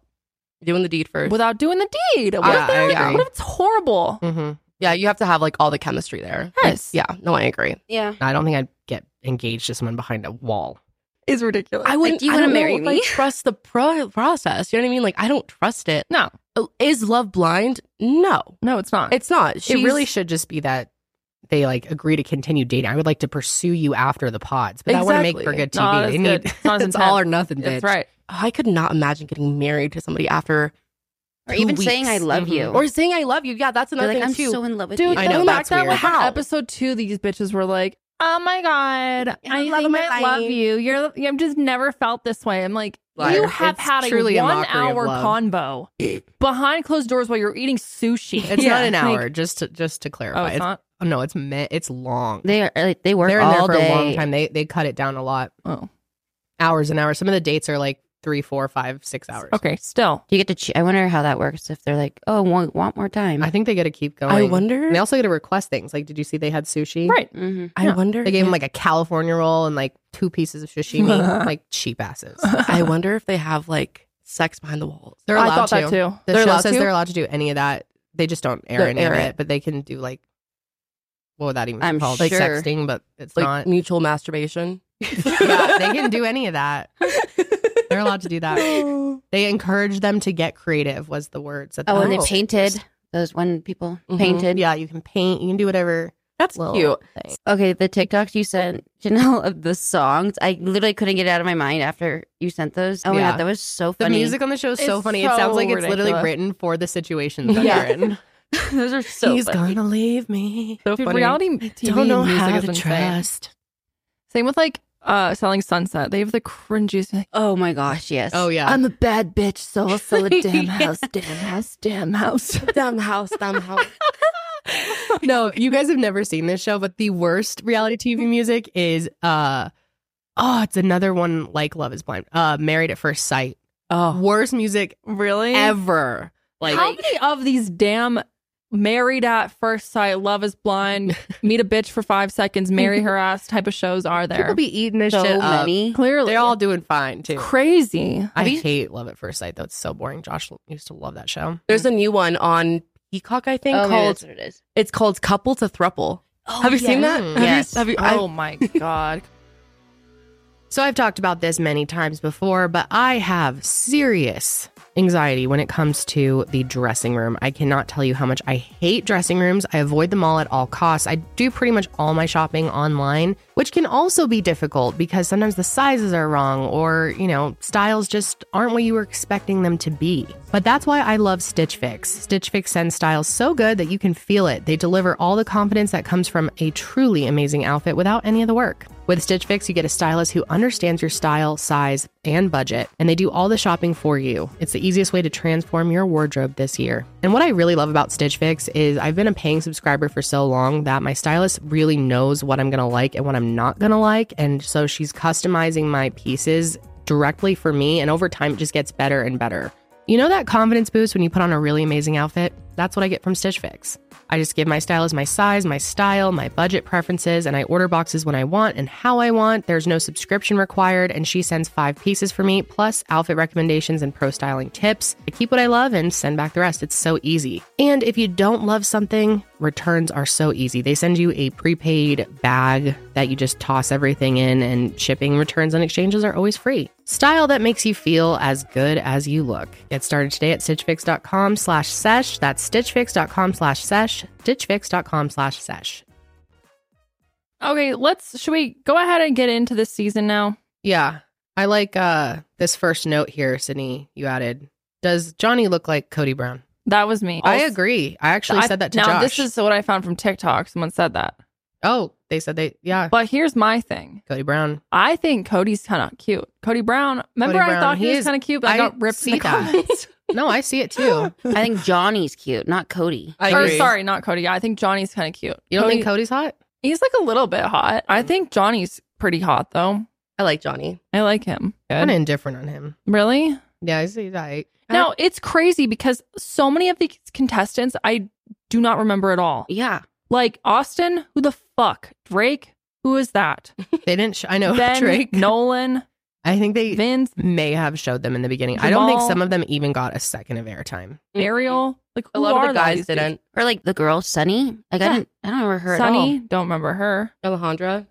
Speaker 3: Doing the deed first.
Speaker 2: without doing the deed. What
Speaker 1: Yeah,
Speaker 2: if they're
Speaker 1: I
Speaker 2: like,
Speaker 1: agree.
Speaker 2: what if it's horrible?
Speaker 1: Mhm.
Speaker 3: yeah, you have to have like all the chemistry there. Like,
Speaker 2: Yes.
Speaker 3: yeah. No, I agree.
Speaker 4: Yeah.
Speaker 1: I don't think I'd get engaged to someone behind a wall.
Speaker 2: Is ridiculous.
Speaker 3: I wouldn't.
Speaker 4: do you
Speaker 3: I
Speaker 4: wanna
Speaker 3: don't
Speaker 4: marry
Speaker 3: know if
Speaker 4: me?
Speaker 3: I trust the pro- process. You know what I mean? Like I don't trust it.
Speaker 2: No.
Speaker 3: Uh, Is love blind? No,
Speaker 2: no, it's not.
Speaker 3: it's not. She
Speaker 1: it really should just be that they like agree to continue dating. I would like to pursue you after the pods, but that wouldn't make for
Speaker 3: Exactly.
Speaker 1: good
Speaker 2: No,
Speaker 1: TV.
Speaker 2: that's
Speaker 1: they
Speaker 2: good.
Speaker 1: need
Speaker 2: It's not as
Speaker 1: it's all
Speaker 2: intense.
Speaker 1: or nothing. Bitch.
Speaker 2: That's right.
Speaker 3: I could not imagine getting married to somebody after
Speaker 4: Or
Speaker 3: two
Speaker 4: even saying I
Speaker 3: weeks. Mm-hmm.
Speaker 4: love
Speaker 1: Mhm.
Speaker 4: you.
Speaker 3: or saying I love you. Yeah, that's
Speaker 4: You're
Speaker 3: another
Speaker 4: like
Speaker 3: thing
Speaker 4: I'm
Speaker 3: too.
Speaker 4: so in love with
Speaker 2: Dude,
Speaker 4: you.
Speaker 1: I know,
Speaker 2: the
Speaker 1: that's
Speaker 2: fact that
Speaker 1: weird.
Speaker 2: was
Speaker 3: How?
Speaker 2: episode two, these bitches were like, "Oh my god,
Speaker 3: I'm
Speaker 2: I
Speaker 3: in love
Speaker 2: think
Speaker 3: with
Speaker 2: I
Speaker 3: my
Speaker 2: love
Speaker 3: life."
Speaker 2: you. You're, I've just never felt this way." I'm like,
Speaker 1: Liar.
Speaker 2: "You have
Speaker 1: It's
Speaker 2: had a
Speaker 1: truly a
Speaker 2: one
Speaker 1: mockery of
Speaker 2: hour
Speaker 1: love.
Speaker 2: convo behind closed doors while you're eating sushi.
Speaker 1: It's not an
Speaker 2: Like-
Speaker 1: hour. just to just to
Speaker 2: oh,
Speaker 1: clarify,
Speaker 2: it's
Speaker 1: it's,
Speaker 2: not.
Speaker 1: no, it's me- it's long.
Speaker 4: They are like they work
Speaker 1: They're in there
Speaker 4: all
Speaker 1: for a
Speaker 4: day.
Speaker 1: long time. They they cut it down a lot,
Speaker 2: Oh,
Speaker 1: hours and hours. Some of the dates are like three, four, five, six hours.
Speaker 2: okay. Still,
Speaker 4: Do you get to? Che- I wonder how that works. If they're like, oh, want, want more time?
Speaker 1: I think they got to keep going.
Speaker 3: I wonder.
Speaker 1: And they also get to request things. Like, did you see they had sushi?
Speaker 2: right?
Speaker 4: hmm
Speaker 3: I
Speaker 2: Yeah.
Speaker 3: wonder.
Speaker 1: They gave
Speaker 3: if-
Speaker 1: them like a California roll and like two pieces of sashimi, like cheap asses.
Speaker 3: I wonder if they have like sex behind the walls.
Speaker 1: They're
Speaker 2: I
Speaker 1: allowed
Speaker 2: thought
Speaker 1: to.
Speaker 2: that too.
Speaker 1: The
Speaker 3: They're
Speaker 1: show
Speaker 3: allowed
Speaker 1: says
Speaker 3: to?
Speaker 1: they're allowed to do any of that. They just don't air
Speaker 3: Don't
Speaker 1: any
Speaker 3: air
Speaker 1: of
Speaker 3: it.
Speaker 1: it. but they can do like what would that even
Speaker 4: I'm
Speaker 1: be called? Like
Speaker 4: sure.
Speaker 1: sexting, but it's
Speaker 3: like
Speaker 1: not.
Speaker 3: mutual masturbation.
Speaker 1: yeah, they can do any of that. They're allowed to do that.
Speaker 3: oh,
Speaker 1: They encourage them to get creative. Was the words that
Speaker 4: Oh, Mm-hmm. and
Speaker 1: the
Speaker 4: they painted those one people
Speaker 3: Mhm.
Speaker 4: painted.
Speaker 1: Yeah, you can paint. You can do whatever.
Speaker 3: that's
Speaker 1: little
Speaker 3: cute.
Speaker 1: Thing.
Speaker 4: Okay, the TikToks you sent, Janelle, of the songs, I literally couldn't get it out of my mind after you sent those. Oh my
Speaker 1: Yeah.
Speaker 4: god, that was so
Speaker 1: The
Speaker 4: funny.
Speaker 1: music on the show is so
Speaker 2: It's
Speaker 1: funny.
Speaker 2: so
Speaker 1: it sounds like it's literally
Speaker 2: ridiculous.
Speaker 1: written for the situations that
Speaker 3: Yeah.
Speaker 1: you're in.
Speaker 4: those are so
Speaker 1: He's
Speaker 4: funny.
Speaker 1: gonna leave me.
Speaker 3: So
Speaker 2: Dude,
Speaker 3: funny.
Speaker 2: reality TV
Speaker 1: Don't know
Speaker 2: music
Speaker 1: how
Speaker 2: is
Speaker 1: to
Speaker 2: insane.
Speaker 1: trust.
Speaker 2: Same with like uh selling sunset. They have the cringiest
Speaker 4: Oh my gosh, yes.
Speaker 1: Oh yeah.
Speaker 2: I'm a bad bitch, so I'll sell a damn house, damn house, damn house.
Speaker 3: Damn house, damn house.
Speaker 1: no, you guys have never seen this show, but the worst reality TV
Speaker 2: Mm-hmm.
Speaker 1: music is uh oh, it's another one like Love is Blind. Uh Married at First Sight.
Speaker 2: Oh,
Speaker 1: Worst music
Speaker 2: really?
Speaker 1: ever. Like
Speaker 2: How many of these damn married at first sight, love is blind, meet a bitch for five seconds, marry her ass type of shows are there?
Speaker 1: people be eating this
Speaker 4: so
Speaker 1: shit up.
Speaker 4: many.
Speaker 2: Clearly,
Speaker 1: They're all doing fine too.
Speaker 2: crazy.
Speaker 1: I
Speaker 2: Like,
Speaker 1: hate Love at First Sight though. It's so boring. Josh used to love that show.
Speaker 3: There's a new one on Peacock, I think,
Speaker 4: Oh, maybe
Speaker 3: called
Speaker 4: that's what it is.
Speaker 3: it's called Couple to Thruple.
Speaker 1: Oh,
Speaker 3: have you seen that? Have you-
Speaker 4: Yes.
Speaker 3: have you- I-
Speaker 2: oh my god.
Speaker 1: So I've talked about this many times before, but I have serious anxiety when it comes to the dressing room. I cannot tell you how much I hate dressing rooms. I avoid them all at all costs. I do pretty much all my shopping online, which can also be difficult because sometimes the sizes are wrong or, you know, styles just aren't what you were expecting them to be. But that's why I love Stitch Fix. Stitch Fix sends styles so good that you can feel it. They deliver all the confidence that comes from a truly amazing outfit without any of the work. With Stitch Fix, you get a stylist who understands your style, size, and budget, and they do all the shopping for you. It's the easiest way to transform your wardrobe this year. And what I really love about Stitch Fix is I've been a paying subscriber for so long that my stylist really knows what I'm gonna like and what I'm not gonna like, and so she's customizing my pieces directly for me, and over time, it just gets better and better. You know that confidence boost when you put on a really amazing outfit? That's what I get from Stitch Fix. I just give my stylist my size, my style, my budget preferences, and I order boxes when I want and how I want. There's no subscription required, and she sends five pieces for me, plus outfit recommendations and pro styling tips. I keep what I love and send back the rest. It's so easy. And if you don't love something, returns are so easy. They send you a prepaid bag that you just toss everything in, and shipping, returns, and exchanges are always free. Style that makes you feel as good as you look. Get started today at stitchfix.com slash sesh. That's stitchfix.com slash sesh, stitchfix.com slash sesh.
Speaker 2: Okay, let's should we go ahead and get into this season now?
Speaker 1: Yeah. I like uh this first note here, Sydney, you added. Does Johnny look like Cody Brown?
Speaker 2: That was me.
Speaker 1: I
Speaker 2: Also-
Speaker 1: agree. I actually
Speaker 2: I-
Speaker 1: said that to
Speaker 2: now,
Speaker 1: Josh.
Speaker 2: this is what I found from TikTok. Someone said that.
Speaker 1: oh, they said they, yeah,
Speaker 2: But here's my thing.
Speaker 1: Cody Brown.
Speaker 2: I think Cody's kind of cute. Cody Brown. Remember,
Speaker 1: Cody
Speaker 2: I
Speaker 1: Brown,
Speaker 2: thought he,
Speaker 1: he
Speaker 2: was
Speaker 1: is-
Speaker 2: kind of cute, but I,
Speaker 1: I
Speaker 2: got ripped in
Speaker 1: see
Speaker 2: the
Speaker 1: that.
Speaker 2: comments.
Speaker 1: No, I see it too.
Speaker 4: I think Johnny's cute, not Cody.
Speaker 1: I
Speaker 2: or
Speaker 1: agree.
Speaker 2: sorry, not Cody. I think Johnny's kind of cute.
Speaker 1: You don't
Speaker 2: Cody,
Speaker 1: think Cody's hot?
Speaker 2: he's like a little bit hot? I think Johnny's pretty hot though.
Speaker 3: I like Johnny.
Speaker 2: I like him.
Speaker 1: I'm indifferent on him.
Speaker 2: Really?
Speaker 1: Yeah, I see that.
Speaker 2: Now it's crazy because so many of the contestants I do not remember at all.
Speaker 4: Yeah.
Speaker 2: Like Austin, who the fuck? Drake, who is that?
Speaker 1: They didn't, sh- I know,
Speaker 2: ben,
Speaker 1: Oh, Drake.
Speaker 2: Nolan,
Speaker 1: I think they,
Speaker 2: Vince,
Speaker 1: may have showed them in the beginning. I don't think
Speaker 2: Jamal.
Speaker 1: some of them even got a second of airtime.
Speaker 2: Mm. Ariel. Like
Speaker 3: A
Speaker 2: who
Speaker 3: lot of
Speaker 2: are
Speaker 3: the guys
Speaker 2: these
Speaker 3: didn't.
Speaker 4: Or like the girl, Sunny. Like
Speaker 2: Yeah.
Speaker 4: I didn't I don't remember her
Speaker 2: people?
Speaker 4: at all.
Speaker 2: Sunny, don't remember her.
Speaker 3: Alejandra.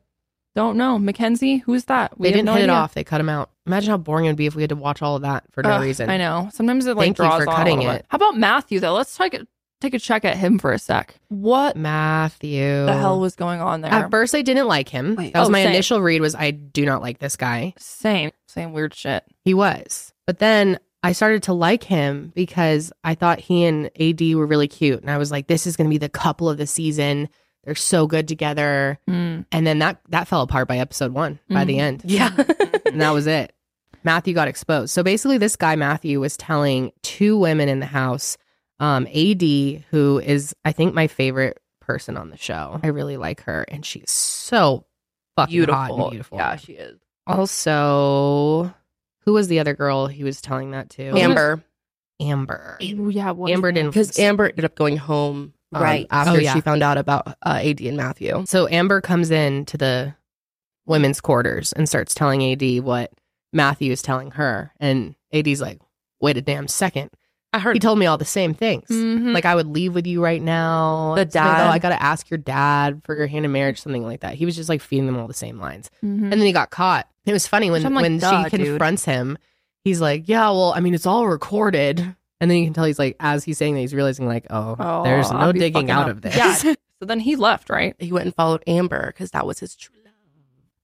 Speaker 2: Don't know. Mackenzie, who's that?
Speaker 1: They
Speaker 2: have
Speaker 1: didn't
Speaker 2: no
Speaker 1: hit it
Speaker 2: idea.
Speaker 1: off. They cut them out. Imagine how boring it would be if we had to watch all of that for no
Speaker 2: Ugh,
Speaker 1: reason.
Speaker 2: I know. Sometimes it like
Speaker 1: Thank you
Speaker 2: draws
Speaker 1: for
Speaker 2: on a
Speaker 1: cutting
Speaker 2: little bit.
Speaker 1: it.
Speaker 2: How about Matthew though? Let's take a, take a check at him for a sec. What
Speaker 1: Matthew.
Speaker 2: the hell was going on there?
Speaker 1: At first, I didn't like him.
Speaker 4: Wait.
Speaker 1: that was
Speaker 2: Oh,
Speaker 1: my
Speaker 2: same.
Speaker 1: initial read. Was I do not like this guy.
Speaker 2: same same weird shit.
Speaker 1: He was, but then I started to like him because I thought he and AD were really cute, and I was like, this is going to be the couple of the season. They're so good together.
Speaker 2: Mm.
Speaker 1: And then that that fell apart by episode one. By the end,
Speaker 3: Yeah.
Speaker 1: and that was it. Matthew got exposed. So basically, this guy Matthew was telling two women in the house, um, AD, who is I think my favorite person on the show. I really like her, and she's so fucking hot and beautiful.
Speaker 3: Yeah, she is.
Speaker 1: Also, who was the other girl he was telling that to?
Speaker 3: Amber.
Speaker 1: Amber.
Speaker 2: Ooh, yeah, what is
Speaker 1: Amber
Speaker 2: that?
Speaker 1: didn't
Speaker 3: Because Amber ended up going home um,
Speaker 4: Right.
Speaker 3: after
Speaker 1: Oh, yeah.
Speaker 3: she found out about uh, AD and Matthew.
Speaker 1: So Amber comes in to the women's quarters and starts telling AD what Matthew is telling her, and AD's like, "Wait a damn second!
Speaker 3: I heard Mm-hmm.
Speaker 1: He told me all the same things."
Speaker 2: Mhm.
Speaker 1: Like I would leave with you right now.
Speaker 3: The
Speaker 1: It's like,
Speaker 3: dad.
Speaker 1: oh, I gotta ask your dad for your hand in marriage, something like that. He was just like feeding them all the same lines,
Speaker 2: Mhm.
Speaker 1: and then he got caught. It was funny when
Speaker 2: Which I'm like,
Speaker 1: when
Speaker 2: duh,
Speaker 1: she
Speaker 2: dude.
Speaker 1: confronts him, he's like, "Yeah, well, I mean, it's all recorded." And then you can tell he's like, as he's saying that, he's realizing like, "Oh,
Speaker 2: Oh,
Speaker 1: there's
Speaker 2: I'll
Speaker 1: no
Speaker 2: be
Speaker 1: digging
Speaker 2: fucking
Speaker 1: out
Speaker 2: up.
Speaker 1: of this."
Speaker 2: Yeah. So then he left, right?
Speaker 3: he went and followed Amber because that was his true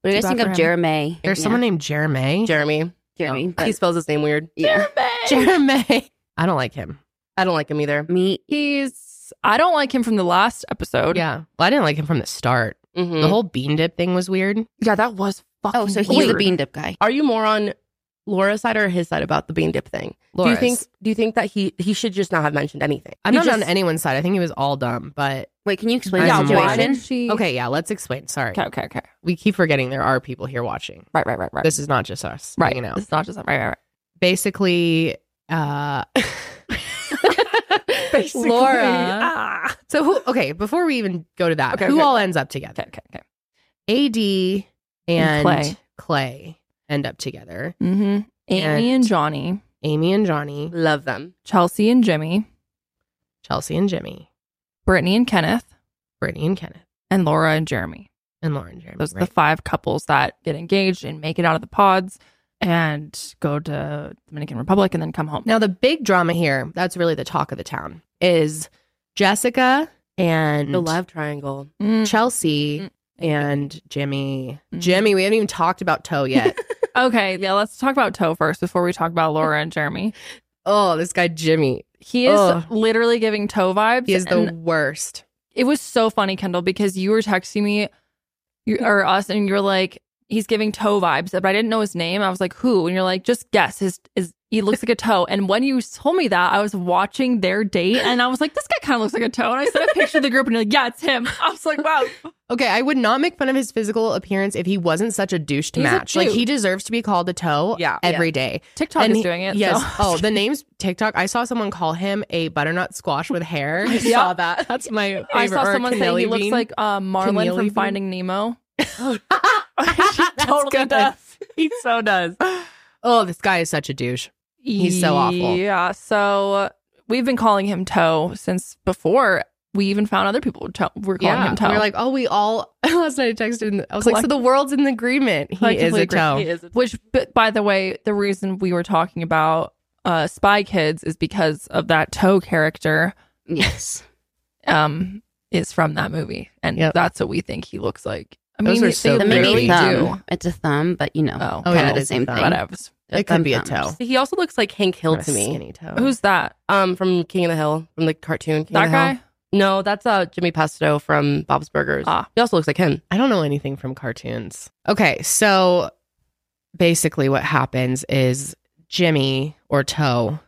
Speaker 4: What do you
Speaker 2: Too
Speaker 4: guys
Speaker 2: bad
Speaker 4: think of
Speaker 2: for
Speaker 4: Jeremy?
Speaker 1: There's
Speaker 4: Yeah.
Speaker 1: someone named Jeremy.
Speaker 3: love. Jeremy.
Speaker 4: Jeremy.
Speaker 3: He
Speaker 4: But,
Speaker 3: spells his name weird.
Speaker 4: yeah.
Speaker 1: Jeremy. I don't like him.
Speaker 3: I don't like him either.
Speaker 4: Me
Speaker 2: He's I don't like him from the last episode.
Speaker 1: Yeah. Well, I didn't like him from the start.
Speaker 3: Mhm.
Speaker 2: Mm.
Speaker 1: The whole bean dip thing was weird.
Speaker 2: Yeah, that was fucking.
Speaker 4: Oh, so he's the
Speaker 2: weird.
Speaker 4: bean dip guy.
Speaker 3: Are you more on Laura's side or his side about the bean dip thing? Do you
Speaker 1: Laura's.
Speaker 3: think do you think that he he should just not have mentioned anything?
Speaker 1: I'm
Speaker 3: He
Speaker 1: not
Speaker 3: just,
Speaker 1: on anyone's side. I think he was all dumb, but
Speaker 4: Wait, can you explain
Speaker 1: Yeah,
Speaker 4: the
Speaker 2: Yeah, why
Speaker 4: situation?
Speaker 2: did she?
Speaker 1: okay, yeah, let's explain. Sorry.
Speaker 2: okay, okay, okay.
Speaker 1: We keep forgetting there are people here watching.
Speaker 2: Right, right, right, right.
Speaker 1: This is not just us.
Speaker 2: right,
Speaker 1: You know,
Speaker 2: it's not just right, right, right.
Speaker 1: basically, uh, Laura.
Speaker 2: Ah.
Speaker 1: so who, okay, before we even go to that,
Speaker 2: Okay,
Speaker 1: who
Speaker 2: okay.
Speaker 1: all ends up together?
Speaker 2: Okay, okay, okay.
Speaker 1: AD and
Speaker 2: And Clay.
Speaker 1: Clay. end up together.
Speaker 2: Mm-hmm. Amy
Speaker 1: And-
Speaker 2: and Johnny,
Speaker 1: Amy and Johnny,
Speaker 3: Love them.
Speaker 2: Chelsea and Jimmy,
Speaker 1: Chelsea and Jimmy,
Speaker 2: Brittany and Kenneth,
Speaker 1: Brittany and Kenneth,
Speaker 2: and Laura and Jeremy.
Speaker 1: and Lauren Jeremy.
Speaker 2: Those are
Speaker 1: right?
Speaker 2: the five couples that get engaged and make it out of the pods and go to Dominican Republic and then come home.
Speaker 1: Now, the big drama here, that's really the talk of the town, is Jessica and
Speaker 3: The love triangle.
Speaker 2: Mm.
Speaker 1: Chelsea
Speaker 2: Mm.
Speaker 1: and Jimmy.
Speaker 2: Mhm.
Speaker 1: Jimmy, we haven't even talked about Toe yet.
Speaker 2: Okay, yeah, let's talk about Toe first before we talk about Laura and Jeremy.
Speaker 1: oh, this guy Jimmy.
Speaker 2: He is
Speaker 1: Ugh.
Speaker 2: literally giving Toe vibes.
Speaker 1: He is the
Speaker 2: and
Speaker 1: worst.
Speaker 2: it was so funny, Kendall, because you were texting me you, or us, and you're like, he's giving toe vibes, but I didn't know his name. I was like, who? And you're like, just guess. His is he looks like a toe. And when you told me that, I was watching their date, and I was like, this guy kind of looks like a toe. And I sent a picture to the group, and you're like, yeah, it's him. I was like, wow,
Speaker 1: Okay, I would not make fun of his physical appearance if he wasn't such a douche to
Speaker 2: He's a
Speaker 1: match. Like
Speaker 2: dude.
Speaker 1: he deserves to be called a toe
Speaker 2: Yeah.
Speaker 1: every day.
Speaker 2: TikTok
Speaker 1: And
Speaker 2: is
Speaker 1: he-
Speaker 2: doing it.
Speaker 1: Yes.
Speaker 2: so.
Speaker 1: Oh, the name's TikTok. I saw someone call him a butternut squash with hair.
Speaker 2: I saw
Speaker 1: that. That's my favorite.
Speaker 2: I saw
Speaker 1: Or a
Speaker 2: someone say
Speaker 1: canelli
Speaker 2: he looks
Speaker 1: bean.
Speaker 2: like uh, Marlin
Speaker 1: Canelli
Speaker 2: from
Speaker 1: bean? Oh,
Speaker 2: Finding Nemo.
Speaker 1: That's
Speaker 2: he totally
Speaker 1: good.
Speaker 2: does. He so does.
Speaker 1: Oh, this guy is such a douche. He's so awful.
Speaker 2: Yeah. So uh, we've been calling him Toe since before we even found other people to- were calling him Toe.
Speaker 1: We're like, oh, we all last night I texted and I was like, so
Speaker 2: Collect-
Speaker 1: the world's in agreement. He is
Speaker 2: Collectively
Speaker 1: a
Speaker 2: agree-
Speaker 1: toe.
Speaker 2: he is a toe. Which, b- by the way, the reason we were talking about uh, Spy Kids is because of that Toe character
Speaker 4: Yes.
Speaker 2: um, is from that movie, and
Speaker 1: Yep.
Speaker 2: that's what we think he looks like. I
Speaker 1: Those
Speaker 2: mean,
Speaker 1: are so
Speaker 2: they
Speaker 4: The
Speaker 1: There
Speaker 4: maybe
Speaker 1: we
Speaker 2: literally
Speaker 4: thumb.
Speaker 2: do.
Speaker 4: It's a thumb, but you know,
Speaker 2: Oh,
Speaker 1: Oh,
Speaker 4: kind
Speaker 1: yeah,
Speaker 4: of
Speaker 1: it
Speaker 4: the
Speaker 1: is a
Speaker 4: same
Speaker 1: thumb.
Speaker 4: thing.
Speaker 2: Whatevs.
Speaker 4: They're
Speaker 1: It could be a
Speaker 4: thumb
Speaker 1: toe.
Speaker 4: thumbs.
Speaker 3: He also looks like Hank Hill
Speaker 1: Kinda
Speaker 3: to me.
Speaker 1: skinny toe.
Speaker 2: Who's that?
Speaker 3: Um from King of the Hill, from the cartoon King
Speaker 2: That
Speaker 3: of the Hill.
Speaker 2: guy?
Speaker 3: No, that's uh Jimmy Pesto from Bob's Burgers.
Speaker 2: Ah.
Speaker 3: He also looks like him.
Speaker 1: I don't know anything from cartoons. Okay, so basically what happens is Jimmy or Toe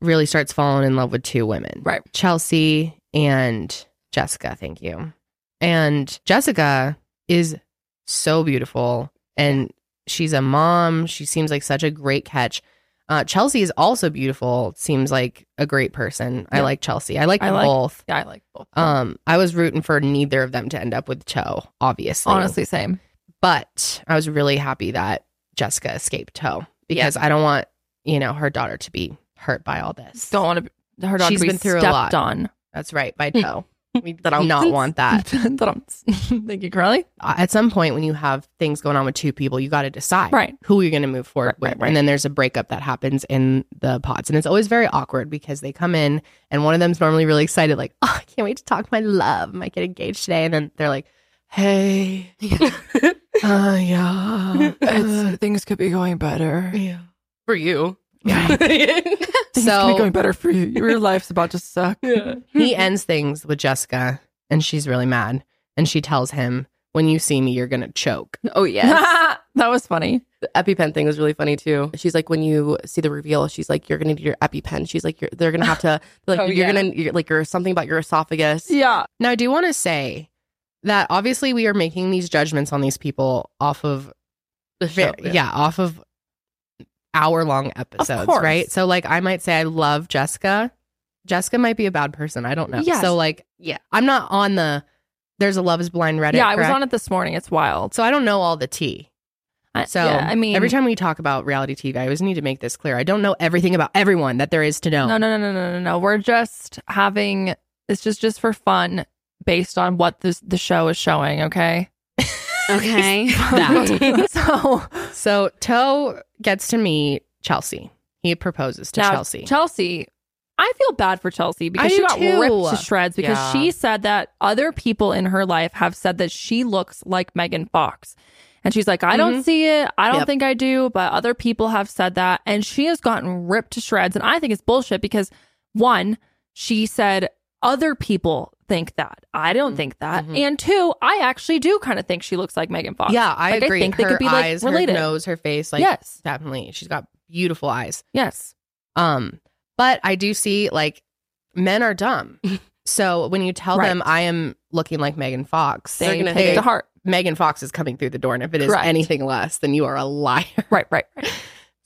Speaker 1: really starts falling in love with two women.
Speaker 2: Right.
Speaker 1: Chelsea and Jessica, thank you. And Jessica is so beautiful and she's a mom. She seems like such a great catch. Uh, Chelsea is also beautiful. Seems like a great person. I
Speaker 2: Yeah.
Speaker 1: like Chelsea. I like
Speaker 2: I
Speaker 1: them
Speaker 2: like-
Speaker 1: both.
Speaker 2: Yeah, I like both.
Speaker 1: Um, I was rooting for neither of them to end up with Cho, obviously.
Speaker 2: Honestly, same.
Speaker 1: But I was really happy that Jessica escaped Toe because I don't want, you know, her daughter to be hurt by all this.
Speaker 2: Don't want to. Her daughter
Speaker 1: She's
Speaker 2: be
Speaker 1: been through a
Speaker 2: stepped
Speaker 1: lot.
Speaker 2: on.
Speaker 1: That's right, by Toe. We do
Speaker 3: That I'll-
Speaker 1: not want that.
Speaker 2: Thank you, Carly.
Speaker 1: At some point when you have things going on with two people, you got to decide
Speaker 2: Right.
Speaker 1: who you're going to move forward
Speaker 2: Right,
Speaker 1: with.
Speaker 2: right, right.
Speaker 1: And then there's a breakup that happens in the pods. And it's always very awkward because they come in and one of them's normally really excited, like, oh, I can't wait to talk to my love. I might get engaged today. And then they're like, hey, uh, yeah. uh,
Speaker 2: things could be going better.
Speaker 1: yeah.
Speaker 3: For you.
Speaker 1: So
Speaker 2: better for you. Your life's about to suck.
Speaker 1: he
Speaker 2: Hmm.
Speaker 1: ends things with Jessica and she's really mad. And she tells him, when you see me, you're going to choke.
Speaker 3: oh yeah.
Speaker 2: that was funny.
Speaker 3: The EpiPen thing was really funny too. She's like, when you see the reveal, she's like, you're gonna need your EpiPen. She's like, you're, they're gonna have to, like,
Speaker 2: Oh,
Speaker 3: you're
Speaker 2: yeah.
Speaker 3: gonna, you're, like, or something about your esophagus.
Speaker 2: Yeah.
Speaker 1: Now, I do want to say that obviously we are making these judgments on these people off of
Speaker 3: The
Speaker 1: Ve- yeah. off of hour long episodes,
Speaker 2: course.
Speaker 1: right? So like I might say I love Jessica. Jessica might be a bad person. I don't know.
Speaker 2: Yes.
Speaker 1: So like
Speaker 4: Yeah.
Speaker 1: I'm not on the there's a Love is Blind Reddit.
Speaker 2: yeah, I was
Speaker 1: correct?
Speaker 2: on it this morning. It's wild.
Speaker 1: So I don't know all the tea.
Speaker 2: I-
Speaker 1: So
Speaker 2: yeah, I mean,
Speaker 1: every time we talk about reality TV, I always need to make this clear. I don't know everything about everyone that there is to know.
Speaker 2: No, no, no, no, no, no, no. We're just having this just just for fun based on what this the show is showing. Okay.
Speaker 4: Okay.
Speaker 1: That.
Speaker 2: so
Speaker 1: So Toe gets to meet Chelsea. He proposes to
Speaker 2: Now,
Speaker 1: Chelsea.
Speaker 2: Chelsea. I feel bad for Chelsea because
Speaker 1: I
Speaker 2: she
Speaker 1: do
Speaker 2: got
Speaker 1: too.
Speaker 2: ripped to shreds because
Speaker 3: Yeah.
Speaker 2: she said that other people in her life have said that she looks like Megan Fox. And she's like, I don't see it. I don't
Speaker 1: Mm-hmm. Yep.
Speaker 2: think I do, but other people have said that. And she has gotten ripped to shreds. And I think it's bullshit because one, she said other people think that. I don't
Speaker 1: Mm-hmm.
Speaker 2: think that.
Speaker 3: Mhm.
Speaker 2: And two, I actually do kind of think she looks like Megan Fox.
Speaker 1: Yeah, I
Speaker 2: Like, I
Speaker 1: agree.
Speaker 2: think
Speaker 1: her
Speaker 2: they could be, like,
Speaker 1: eyes,
Speaker 2: related.
Speaker 1: her nose, her face, like
Speaker 2: yes.
Speaker 1: definitely. She's got beautiful eyes.
Speaker 2: Yes.
Speaker 1: Um, but I do see like men are dumb. So when you tell them I am looking like Megan Fox,
Speaker 3: They're
Speaker 2: They
Speaker 3: gonna
Speaker 2: take it
Speaker 1: think-
Speaker 2: to heart.
Speaker 1: Megan Fox is coming through the door, and if it is
Speaker 2: Correct.
Speaker 1: anything less, then you are a liar.
Speaker 2: Right, right, right.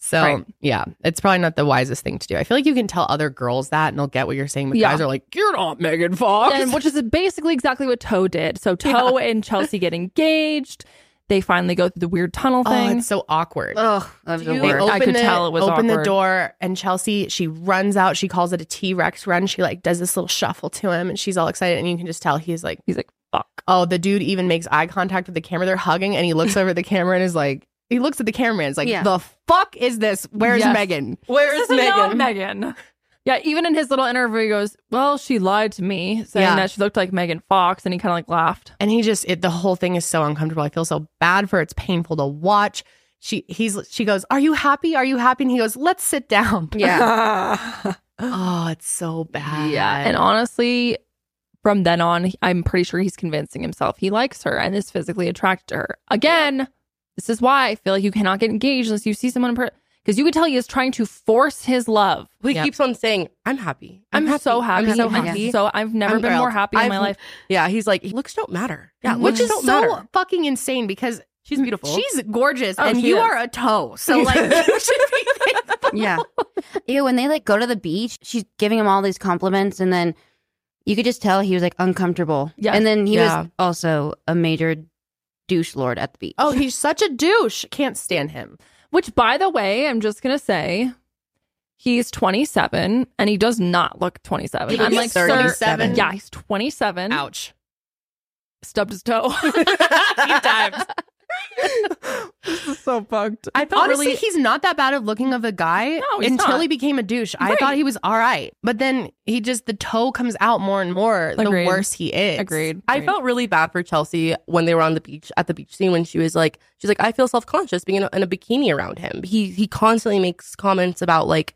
Speaker 1: So
Speaker 2: Right.
Speaker 1: yeah, it's probably not the wisest thing to do. I feel like you can tell other girls that, and they'll get what you're saying. But
Speaker 2: Yeah.
Speaker 1: guys are like, "You're not Megan Fox."
Speaker 2: And, which is basically exactly what Toe did. So Toe and Chelsea get engaged. They finally go through the weird tunnel
Speaker 1: oh,
Speaker 2: thing.
Speaker 1: it's so awkward.
Speaker 4: Oh, I've
Speaker 1: They
Speaker 4: the
Speaker 2: You-
Speaker 4: worst.
Speaker 1: open
Speaker 2: I could
Speaker 1: the,
Speaker 2: tell it was
Speaker 1: open the
Speaker 2: awkward.
Speaker 1: door, and Chelsea she runs out. She calls it a T Rex run. She like does this little shuffle to him, and she's all excited. And you can just tell he's like,
Speaker 2: He's like, fuck.
Speaker 1: "Oh, the dude even makes eye contact with the camera. They're hugging, and he looks over at the camera and is like, he looks at the camera and is like,
Speaker 4: Yeah.
Speaker 1: the fuck is this? Where's
Speaker 2: Yes.
Speaker 1: Megan?
Speaker 2: This
Speaker 3: Where's
Speaker 2: is not Megan. Yeah, even in his little interview, he goes, Well, she lied to me, saying
Speaker 1: Yeah.
Speaker 2: that she looked like Megan Fox. And he kind of like laughed.
Speaker 1: and he just it, the whole thing is so uncomfortable. I feel so bad for her. It's painful to watch. She he's she goes, "Are you happy? Are you happy?" And he goes, "Let's sit down."
Speaker 4: Yeah.
Speaker 1: Oh, it's so bad.
Speaker 2: yeah. And honestly, from then on, I'm pretty sure he's convincing himself he likes her and is physically attracted to her. Again, this is why I feel like you cannot get engaged unless you see someone in person. Because you could tell he is trying to force his love.
Speaker 3: He
Speaker 1: Yep.
Speaker 3: keeps on saying, "I'm happy.
Speaker 2: I'm, so happy.
Speaker 3: I'm so
Speaker 2: I'm
Speaker 3: happy."
Speaker 2: so I've never
Speaker 3: I'm
Speaker 2: been
Speaker 3: thrilled.
Speaker 2: more happy in my
Speaker 3: I've-
Speaker 2: life.
Speaker 3: Yeah, he's like, looks don't matter. Yeah,
Speaker 2: Mhm.
Speaker 1: which
Speaker 3: looks
Speaker 1: is
Speaker 3: don't
Speaker 1: so
Speaker 3: matter.
Speaker 1: fucking insane because
Speaker 3: She's beautiful.
Speaker 1: she's gorgeous
Speaker 2: Oh,
Speaker 1: and
Speaker 2: she
Speaker 1: you
Speaker 2: is.
Speaker 1: are a toe. So like you should be thankful.
Speaker 4: yeah. Ew, when they like go to the beach, she's giving him all these compliments and then you could just tell he was like uncomfortable.
Speaker 2: Yeah.
Speaker 4: And then he
Speaker 3: Yeah.
Speaker 4: was also a major douche lord at the beach.
Speaker 1: Oh, he's such a douche. Can't stand him.
Speaker 2: Which, by the way, I'm just gonna say, he's 27 and he does not look 27.
Speaker 1: He
Speaker 2: I'm
Speaker 1: looks
Speaker 2: like, sir,
Speaker 1: 37.
Speaker 2: yeah, he's 27.
Speaker 1: Ouch.
Speaker 2: Stubbed his toe.
Speaker 1: times.
Speaker 2: this is so bugged. I felt
Speaker 1: Honestly,
Speaker 2: really.
Speaker 1: he's not that bad of looking of a guy
Speaker 2: No, he's
Speaker 1: until
Speaker 2: not.
Speaker 1: he became a douche. I
Speaker 2: Right.
Speaker 1: thought he was all right, but then he just the toe comes out more and more the
Speaker 2: Agreed.
Speaker 1: worse he is.
Speaker 2: agreed.
Speaker 3: I
Speaker 2: Agreed.
Speaker 3: felt really bad for Chelsea when they were on the beach at the beach scene when she was like, she's like, I feel self conscious being in a, in a bikini around him. He he constantly makes comments about like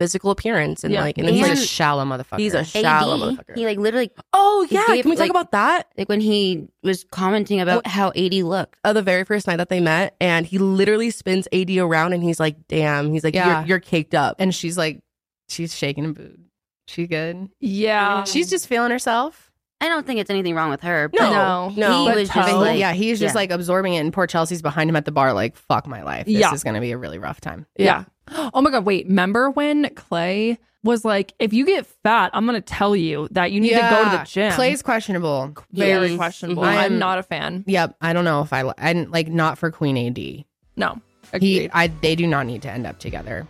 Speaker 3: physical appearance and
Speaker 2: Yeah.
Speaker 3: like, and
Speaker 1: And
Speaker 3: it's
Speaker 1: he's
Speaker 3: like,
Speaker 1: a shallow motherfucker.
Speaker 3: he's a
Speaker 4: AD,
Speaker 3: shallow motherfucker.
Speaker 4: he like literally
Speaker 3: oh
Speaker 4: he
Speaker 3: yeah,
Speaker 4: gave,
Speaker 3: can we talk
Speaker 4: like-
Speaker 3: about that?
Speaker 4: like when he was commenting about how AD looked.
Speaker 3: Uh, the very first night that they met, and he literally spins AD around, and he's like, "Damn," he's like,
Speaker 1: Yeah.
Speaker 3: "You're, you're caked up."
Speaker 1: and she's like, she's shaking a boot. She
Speaker 2: Mm.
Speaker 1: good.
Speaker 2: yeah.
Speaker 1: She's just feeling herself.
Speaker 4: I don't think it's anything wrong with her.
Speaker 3: No,
Speaker 4: but
Speaker 2: no,
Speaker 3: no,
Speaker 4: he
Speaker 2: but
Speaker 4: was
Speaker 2: Toe-
Speaker 4: just
Speaker 1: And he-
Speaker 4: like,
Speaker 1: yeah, he's just
Speaker 4: yeah.
Speaker 1: like absorbing it, and poor Chelsea's behind him at the bar, like, fuck my life. This
Speaker 2: Yeah.
Speaker 1: is gonna be a really rough time.
Speaker 2: Yeah. Oh my God. Wait. Remember when Clay was like, if you get fat, I'm going to tell you that you need to go to the gym?
Speaker 1: Clay's questionable.
Speaker 2: very
Speaker 3: Yes.
Speaker 2: questionable.
Speaker 1: Mhm.
Speaker 2: I'm
Speaker 1: I'm-
Speaker 2: not a fan.
Speaker 1: Yep. I don't know if I, li- I didn't- like not for Queen AD.
Speaker 2: No.
Speaker 1: He,
Speaker 2: Agreed.
Speaker 1: I, they do not need to end up together.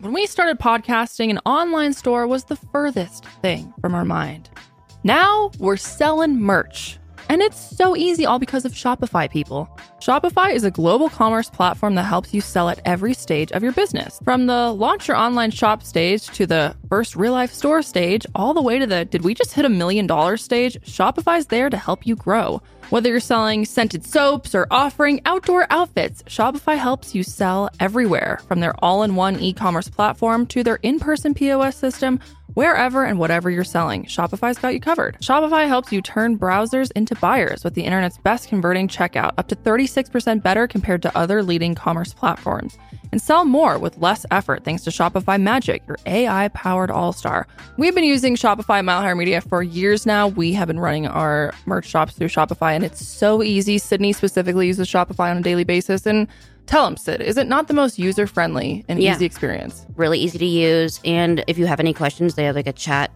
Speaker 2: When we started podcasting, an online store was the furthest thing from our mind. Now we're selling merch. And it's so easy, all because of Shopify people. Shopify is a global commerce platform that helps you sell at every stage of your business. From the launch your online shop stage to the first real life store stage, all the way to the did we just hit a million dollar stage, Shopify's there to help you grow. Whether you're selling scented soaps or offering outdoor outfits, Shopify helps you sell everywhere from their all in one e commerce platform to their in person POS system. Wherever and whatever you're selling, Shopify's got you covered. Shopify helps you turn browsers into buyers with the internet's best converting checkout, up to 36% better compared to other leading commerce platforms. And sell more with less effort thanks to Shopify Magic, your AI powered all star. We've been using Shopify at Mile High Media for years now. We have been running our merch shops through Shopify, and it's so easy. Sydney specifically uses Shopify on a daily basis. And tell them, Sid, is it not the most user friendly and
Speaker 4: Yeah.
Speaker 2: easy experience?
Speaker 4: really easy to use. And if you have any questions, they have like a chat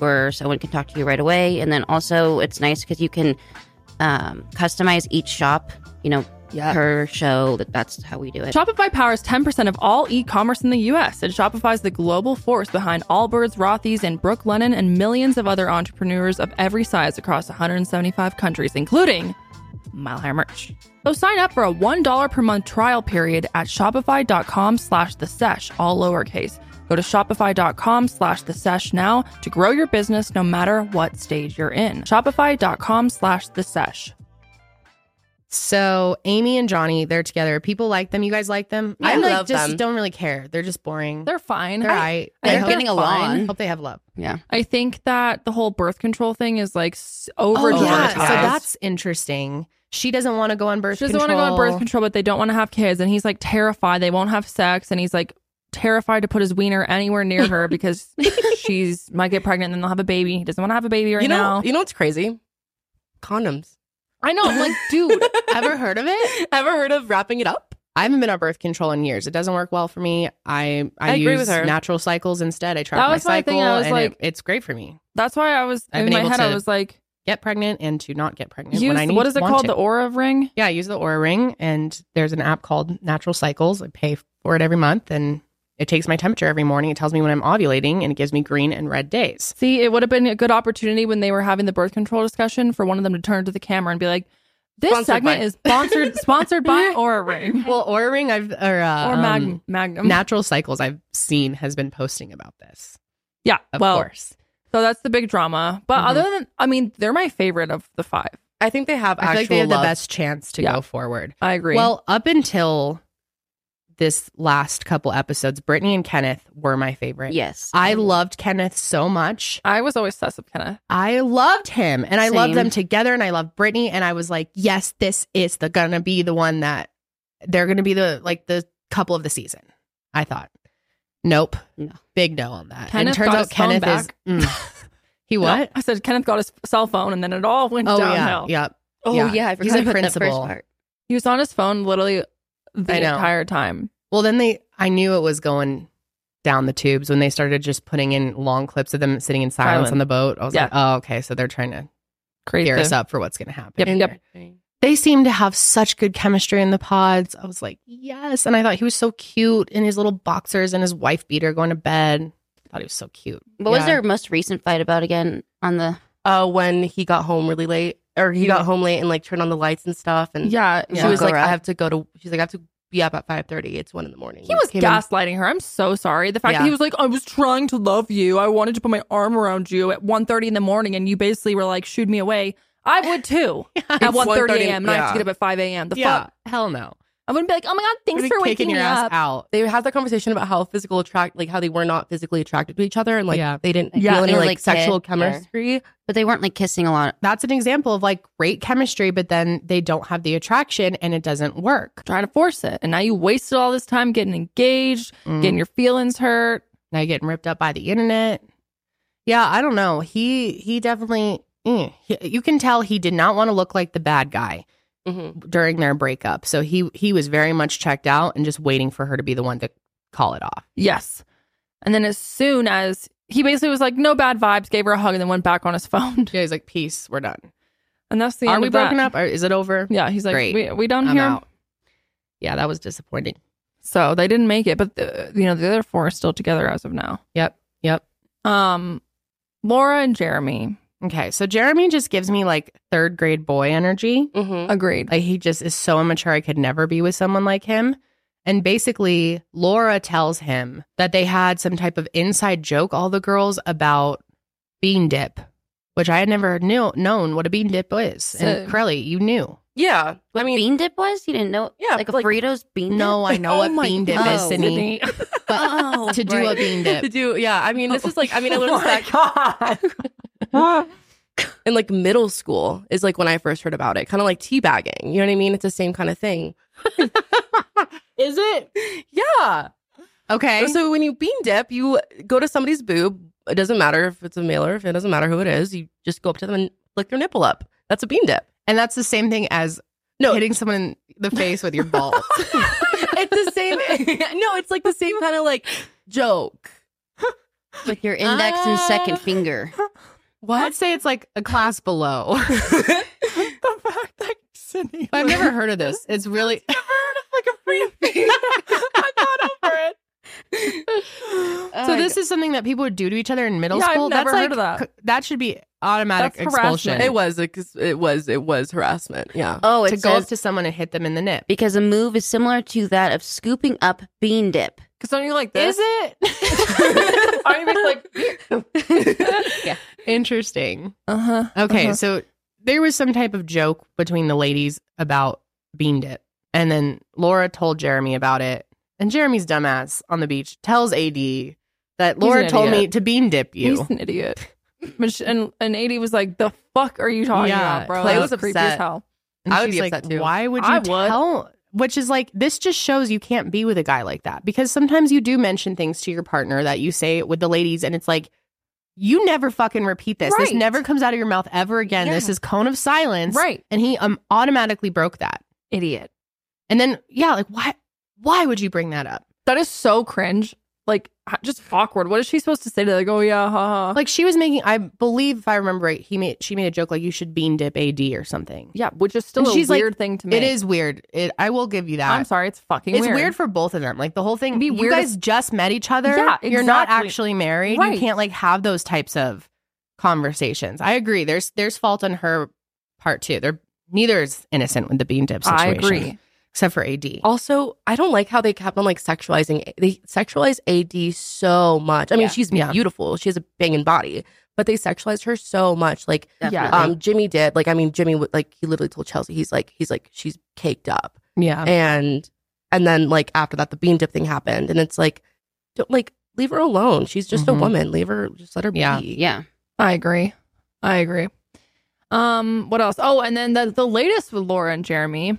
Speaker 4: where someone can talk to you right away. And then also, it's nice because you can um, customize each shop, you know, per show. That That's how we do it.
Speaker 2: Shopify powers 10% of all e-commerce in the US, and Shopify's the global force behind Allbirds, Rothy's, and Brooke Lennon, and millions of other entrepreneurs of every size across 175 countries, including Mile High Merch. So sign up for a $1 per month trial period at shopify.com slash the sesh, all lowercase. Go to shopify.com slash the sesh now to grow your business no matter what stage you're in. Shopify.com slash the sesh.
Speaker 1: So Amy and Johnny, they're together. People like them. You guys like them.
Speaker 3: Yeah,
Speaker 1: I
Speaker 3: I
Speaker 1: like
Speaker 3: love
Speaker 1: just
Speaker 3: them.
Speaker 1: don't really care. They're just boring.
Speaker 2: They're fine.
Speaker 1: They're all
Speaker 2: I,
Speaker 1: right.
Speaker 4: They're
Speaker 1: I hope-
Speaker 4: getting along.
Speaker 1: Hope they have love.
Speaker 2: I think that the whole birth control thing is like s- over
Speaker 1: Oh, yeah.
Speaker 2: dramatized.
Speaker 1: So that's interesting. She doesn't want to go on birth
Speaker 2: she doesn't
Speaker 1: control.
Speaker 2: want to go on birth control, but they don't want to have kids, and he's like terrified they won't have sex, and he's like terrified to put his wiener anywhere near her because she's might get pregnant, and then they'll have a baby. He doesn't want to have a baby right
Speaker 3: you know,
Speaker 2: now.
Speaker 3: you know what's crazy? Condoms.
Speaker 1: I know. I'm like, dude, ever heard of it?
Speaker 3: Ever heard of wrapping it up?
Speaker 1: I haven't been on birth control in years. It doesn't work well for me. I I,
Speaker 3: I agree
Speaker 1: use
Speaker 3: with her.
Speaker 1: natural cycles instead. I track
Speaker 2: That
Speaker 1: my
Speaker 2: was my
Speaker 1: cycle,
Speaker 2: thing. I was
Speaker 1: and
Speaker 2: like-
Speaker 1: it- it's great for me.
Speaker 2: That's why I was
Speaker 1: I've
Speaker 2: in
Speaker 1: been
Speaker 2: my
Speaker 1: able
Speaker 2: head. I
Speaker 1: to
Speaker 2: was like,
Speaker 1: Get pregnant and to not get pregnant
Speaker 2: use
Speaker 1: when I need.
Speaker 2: what is it
Speaker 1: want
Speaker 2: called?
Speaker 1: to.
Speaker 2: The aura ring.
Speaker 1: Yeah, I use the Aura Ring, and there's an app called Natural Cycles. I pay for it every month, and it takes my temperature every morning. It tells me when I'm ovulating, and it gives me green and red days.
Speaker 2: See, it would have been a good opportunity when they were having the birth control discussion for one of them to turn to the camera and be like, "This
Speaker 3: Sponsored
Speaker 2: segment
Speaker 3: by-
Speaker 2: is sponsored sponsored by Aura Ring
Speaker 1: Well, Aura Ring, I've or, uh,
Speaker 2: or
Speaker 1: um,
Speaker 2: Magnum." Magnum.
Speaker 1: Natural Cycles, I've seen has been posting about this.
Speaker 2: yeah,
Speaker 1: Of
Speaker 2: well,
Speaker 1: course,
Speaker 2: so that's the big drama. But
Speaker 1: Mhm.
Speaker 2: other than, I mean, they're my favorite of the five.
Speaker 3: I think they have
Speaker 1: I feel
Speaker 3: actual
Speaker 1: like they have
Speaker 3: love.
Speaker 1: the best chance to
Speaker 2: Yeah.
Speaker 1: go forward.
Speaker 2: I agree.
Speaker 1: Well, up until this last couple episodes, Brittany and Kenneth were my favorite.
Speaker 4: Yes.
Speaker 1: I loved Kenneth so much.
Speaker 2: I was always obsessive, kind of.
Speaker 1: I loved him and I loved
Speaker 4: Same.
Speaker 1: them together and I loved Brittany and I was like, yes, this is the gonna be the one that they're gonna be the like the couple of the season. I thought. Nope.
Speaker 4: No.
Speaker 1: Big no on that. and
Speaker 2: Kenneth
Speaker 1: it turns
Speaker 2: got
Speaker 1: out
Speaker 2: his phone
Speaker 1: Kenneth is mm. He what?
Speaker 2: I said Kenneth got his cell phone, and then it all went
Speaker 1: Oh yeah.
Speaker 2: downhill.
Speaker 1: Yeah.
Speaker 4: Oh
Speaker 1: Yeah.
Speaker 4: yeah, I forgot
Speaker 1: He's a
Speaker 4: about that first
Speaker 1: principal.
Speaker 4: part.
Speaker 2: He was on his phone literally the
Speaker 1: I know.
Speaker 2: entire time.
Speaker 1: Well, then they, I knew it was going down the tubes when they started just putting in long clips of them sitting in silence
Speaker 2: Silence.
Speaker 1: on the boat. I was
Speaker 2: Yeah.
Speaker 1: like, oh, okay. So they're trying to
Speaker 2: Crazy.
Speaker 1: gear us up for what's going to happen.
Speaker 2: Yep.
Speaker 3: Interesting.
Speaker 1: They seem to have such good chemistry in the pods. I was like, yes. And I thought he was so cute in his little boxers and his wife beater going to bed. I thought he was so cute.
Speaker 4: What
Speaker 1: Yeah.
Speaker 4: was their most recent fight about again on the
Speaker 3: Uh, when he got home really late, or he got home late and like turned on the lights and stuff, and
Speaker 2: Yeah,
Speaker 3: she
Speaker 4: Yeah.
Speaker 3: was like,
Speaker 4: Girl.
Speaker 3: "I have to go to." She's like, "I have to be up at five thirty. It's one in the morning."
Speaker 2: He was
Speaker 3: Came in-
Speaker 2: gaslighting her. I'm so sorry. The fact that
Speaker 1: Yeah.
Speaker 2: he was like, I was trying to love you. I wanted to put my arm around you at 1.30 in the morning and you basically were like, shoot me away. I would too at 1.30
Speaker 3: 1:30
Speaker 2: a.m. and I have to
Speaker 3: yeah.
Speaker 2: get up at 5 a.m. The
Speaker 1: Yeah.
Speaker 2: fuck?
Speaker 1: Hell no.
Speaker 2: I wouldn't be like, oh my God, thanks
Speaker 1: Really
Speaker 2: for
Speaker 1: kicking
Speaker 2: waking
Speaker 1: your
Speaker 2: me
Speaker 1: ass
Speaker 2: up.
Speaker 1: out.
Speaker 3: They had that conversation about how physical attract, like how they were not physically attracted to each other, and like
Speaker 1: Yeah.
Speaker 3: they didn't
Speaker 2: Yeah,
Speaker 3: feel
Speaker 4: they
Speaker 3: any
Speaker 4: were,
Speaker 3: like,
Speaker 4: like,
Speaker 3: sexual
Speaker 4: hit or-
Speaker 3: chemistry.
Speaker 4: but they weren't like kissing a lot.
Speaker 1: That's an example of like great chemistry, but then they don't have the attraction and it doesn't work.
Speaker 2: Try to force it. And now you wasted all this time getting engaged,
Speaker 1: Mm.
Speaker 2: getting your feelings hurt.
Speaker 1: now you're getting ripped up by the internet yeah i don't know he he definitely mm. He- you can tell he did not want to look like the bad guy
Speaker 3: Mhm.
Speaker 1: during their breakup so he he was very much checked out and just waiting for her to be the one to call it off
Speaker 2: Yes. And then as soon as he basically was like, no bad vibes, gave her a hug and then went back on his phone.
Speaker 1: yeah he's like peace we're done
Speaker 2: And that's the
Speaker 1: are
Speaker 2: end
Speaker 1: we
Speaker 2: of that.
Speaker 1: broken up or is it over
Speaker 2: Yeah, he's like,
Speaker 1: Great.
Speaker 2: we, we done
Speaker 1: i'm
Speaker 2: here.
Speaker 1: out yeah that was disappointing
Speaker 2: So they didn't make it, but the, you know the other four are still together as of now.
Speaker 1: yep yep
Speaker 2: Um, Laura and Jeremy
Speaker 1: okay so jeremy just gives me like third grade boy energy
Speaker 3: Mhm.
Speaker 2: agreed.
Speaker 1: Like he just is so immature. I could never be with someone like him. And basically, Laura tells him that they had some type of inside joke, all the girls, about bean dip, which I had never knew known what a bean dip is. and
Speaker 2: So-
Speaker 1: Crelly, you knew.
Speaker 3: Yeah, I
Speaker 4: What
Speaker 3: mean,
Speaker 4: bean dip was? You didn't know?
Speaker 3: Yeah,
Speaker 4: like a
Speaker 3: like-
Speaker 4: Fritos bean
Speaker 1: No,
Speaker 4: dip.
Speaker 1: I know what bean dip
Speaker 4: God.
Speaker 1: is, Sydney. But
Speaker 4: Oh,
Speaker 1: to do a
Speaker 4: right.
Speaker 1: bean
Speaker 3: to
Speaker 1: dip,
Speaker 3: do yeah. I mean, this is like I mean, I learned that
Speaker 2: God.
Speaker 3: in like middle school is like when I first heard about it. Kind of like teabagging. You know what I mean? It's the same kind of thing.
Speaker 1: is it?
Speaker 3: Yeah.
Speaker 1: Okay.
Speaker 3: So when you bean dip, you go to somebody's boob. It doesn't matter if it's a male or if it doesn't matter who it is. You just go up to them and lick their nipple up. That's a bean dip.
Speaker 1: And that's the same thing as
Speaker 3: No,
Speaker 1: hitting someone in the face with your balls.
Speaker 3: it's the same. no, it's like the same kind of like joke.
Speaker 4: with your index and second
Speaker 2: Ah.
Speaker 4: finger.
Speaker 1: I'd say it's like a class below.
Speaker 2: the fact that Sydney,
Speaker 1: I've never heard of this. It's really.
Speaker 2: never heard of like a free. I'm not over it.
Speaker 4: Oh,
Speaker 1: So
Speaker 4: my
Speaker 1: this is something that people would do to each other in middle
Speaker 2: Yeah, I've
Speaker 1: school.
Speaker 2: never
Speaker 1: That's
Speaker 2: heard
Speaker 1: like,
Speaker 2: of that.
Speaker 1: c- That should be automatic
Speaker 2: That's
Speaker 1: expulsion.
Speaker 2: harassment.
Speaker 3: It was. It, it was. It was harassment. Yeah.
Speaker 4: Oh,
Speaker 1: to
Speaker 4: it
Speaker 1: go up
Speaker 4: says
Speaker 1: to someone and hit them in the nip.
Speaker 4: because a move is similar to that of scooping up bean dip.
Speaker 2: Because don't you like this?
Speaker 1: it?
Speaker 2: Aren't you basically like?
Speaker 1: Interesting.
Speaker 2: uh huh.
Speaker 1: Okay,
Speaker 2: Uh-huh.
Speaker 1: so there was some type of joke between the ladies about beaned it. And then Laura told Jeremy about it. And Jeremy's dumbass on the beach tells AD that Laura
Speaker 2: an
Speaker 1: told me
Speaker 2: idiot.
Speaker 1: to bean dip you.
Speaker 2: He's an idiot. Mich- and and AD was like, "The fuck are you talking
Speaker 1: Yeah,
Speaker 2: about, bro?"
Speaker 1: Clay was
Speaker 2: That creepy
Speaker 3: upset.
Speaker 2: as hell.
Speaker 1: And
Speaker 3: I would
Speaker 1: she's
Speaker 3: be
Speaker 1: like,
Speaker 3: upset, too.
Speaker 1: Why would you
Speaker 2: I would.
Speaker 1: tell? Which is like this just shows you can't be with a guy like that because sometimes you do mention things to your partner that you say with the ladies, and it's like you never fucking repeat this. This
Speaker 2: Right.
Speaker 1: never comes out of your mouth ever again. This
Speaker 4: Yeah.
Speaker 1: is cone of silence,
Speaker 2: Right,
Speaker 1: And he um automatically broke that.
Speaker 2: idiot.
Speaker 1: And then yeah, like why? Why would you bring that up?
Speaker 2: That is so cringe. Like, h- just awkward. What is she supposed to say to like, oh yeah, ha ha?
Speaker 1: Like she was making, I believe if I remember right, he made she made a joke like you should bean dip AD or something.
Speaker 2: yeah, which is still
Speaker 1: And
Speaker 2: a
Speaker 1: she's like,
Speaker 2: weird thing to me.
Speaker 1: It is weird. It I will give you that.
Speaker 2: I'm sorry, it's fucking.
Speaker 1: it's weird. for both of them. Like the whole thing.
Speaker 2: It'd be
Speaker 1: you
Speaker 2: weird
Speaker 1: guys just met each other.
Speaker 2: Yeah,
Speaker 1: You're not
Speaker 2: exactly.
Speaker 1: actually married. You
Speaker 2: Right.
Speaker 1: can't like have those types of conversations. I agree. There's there's fault on her part too. They're neither is innocent with the bean dip situation.
Speaker 2: I agree.
Speaker 1: Except for AD.
Speaker 3: Also, I don't like how they kept on like sexualizing. They sexualize AD so much. I mean,
Speaker 4: Yeah.
Speaker 3: she's
Speaker 1: Yeah.
Speaker 3: beautiful. She has a banging body, but they sexualized her so much. Like,
Speaker 4: Definitely.
Speaker 3: um, Jimmy did. Like, I mean, Jimmy would like he literally told Chelsea he's like he's like she's caked up,
Speaker 1: yeah.
Speaker 3: and and then like after that the bean dip thing happened, and it's like don't like leave her alone. She's just
Speaker 1: Mhm.
Speaker 3: a woman. Leave her. Just let her
Speaker 1: Yeah.
Speaker 3: be.
Speaker 4: yeah.
Speaker 2: I agree. I agree. Um, what else? Oh, and then the the latest with Laura and Jeremy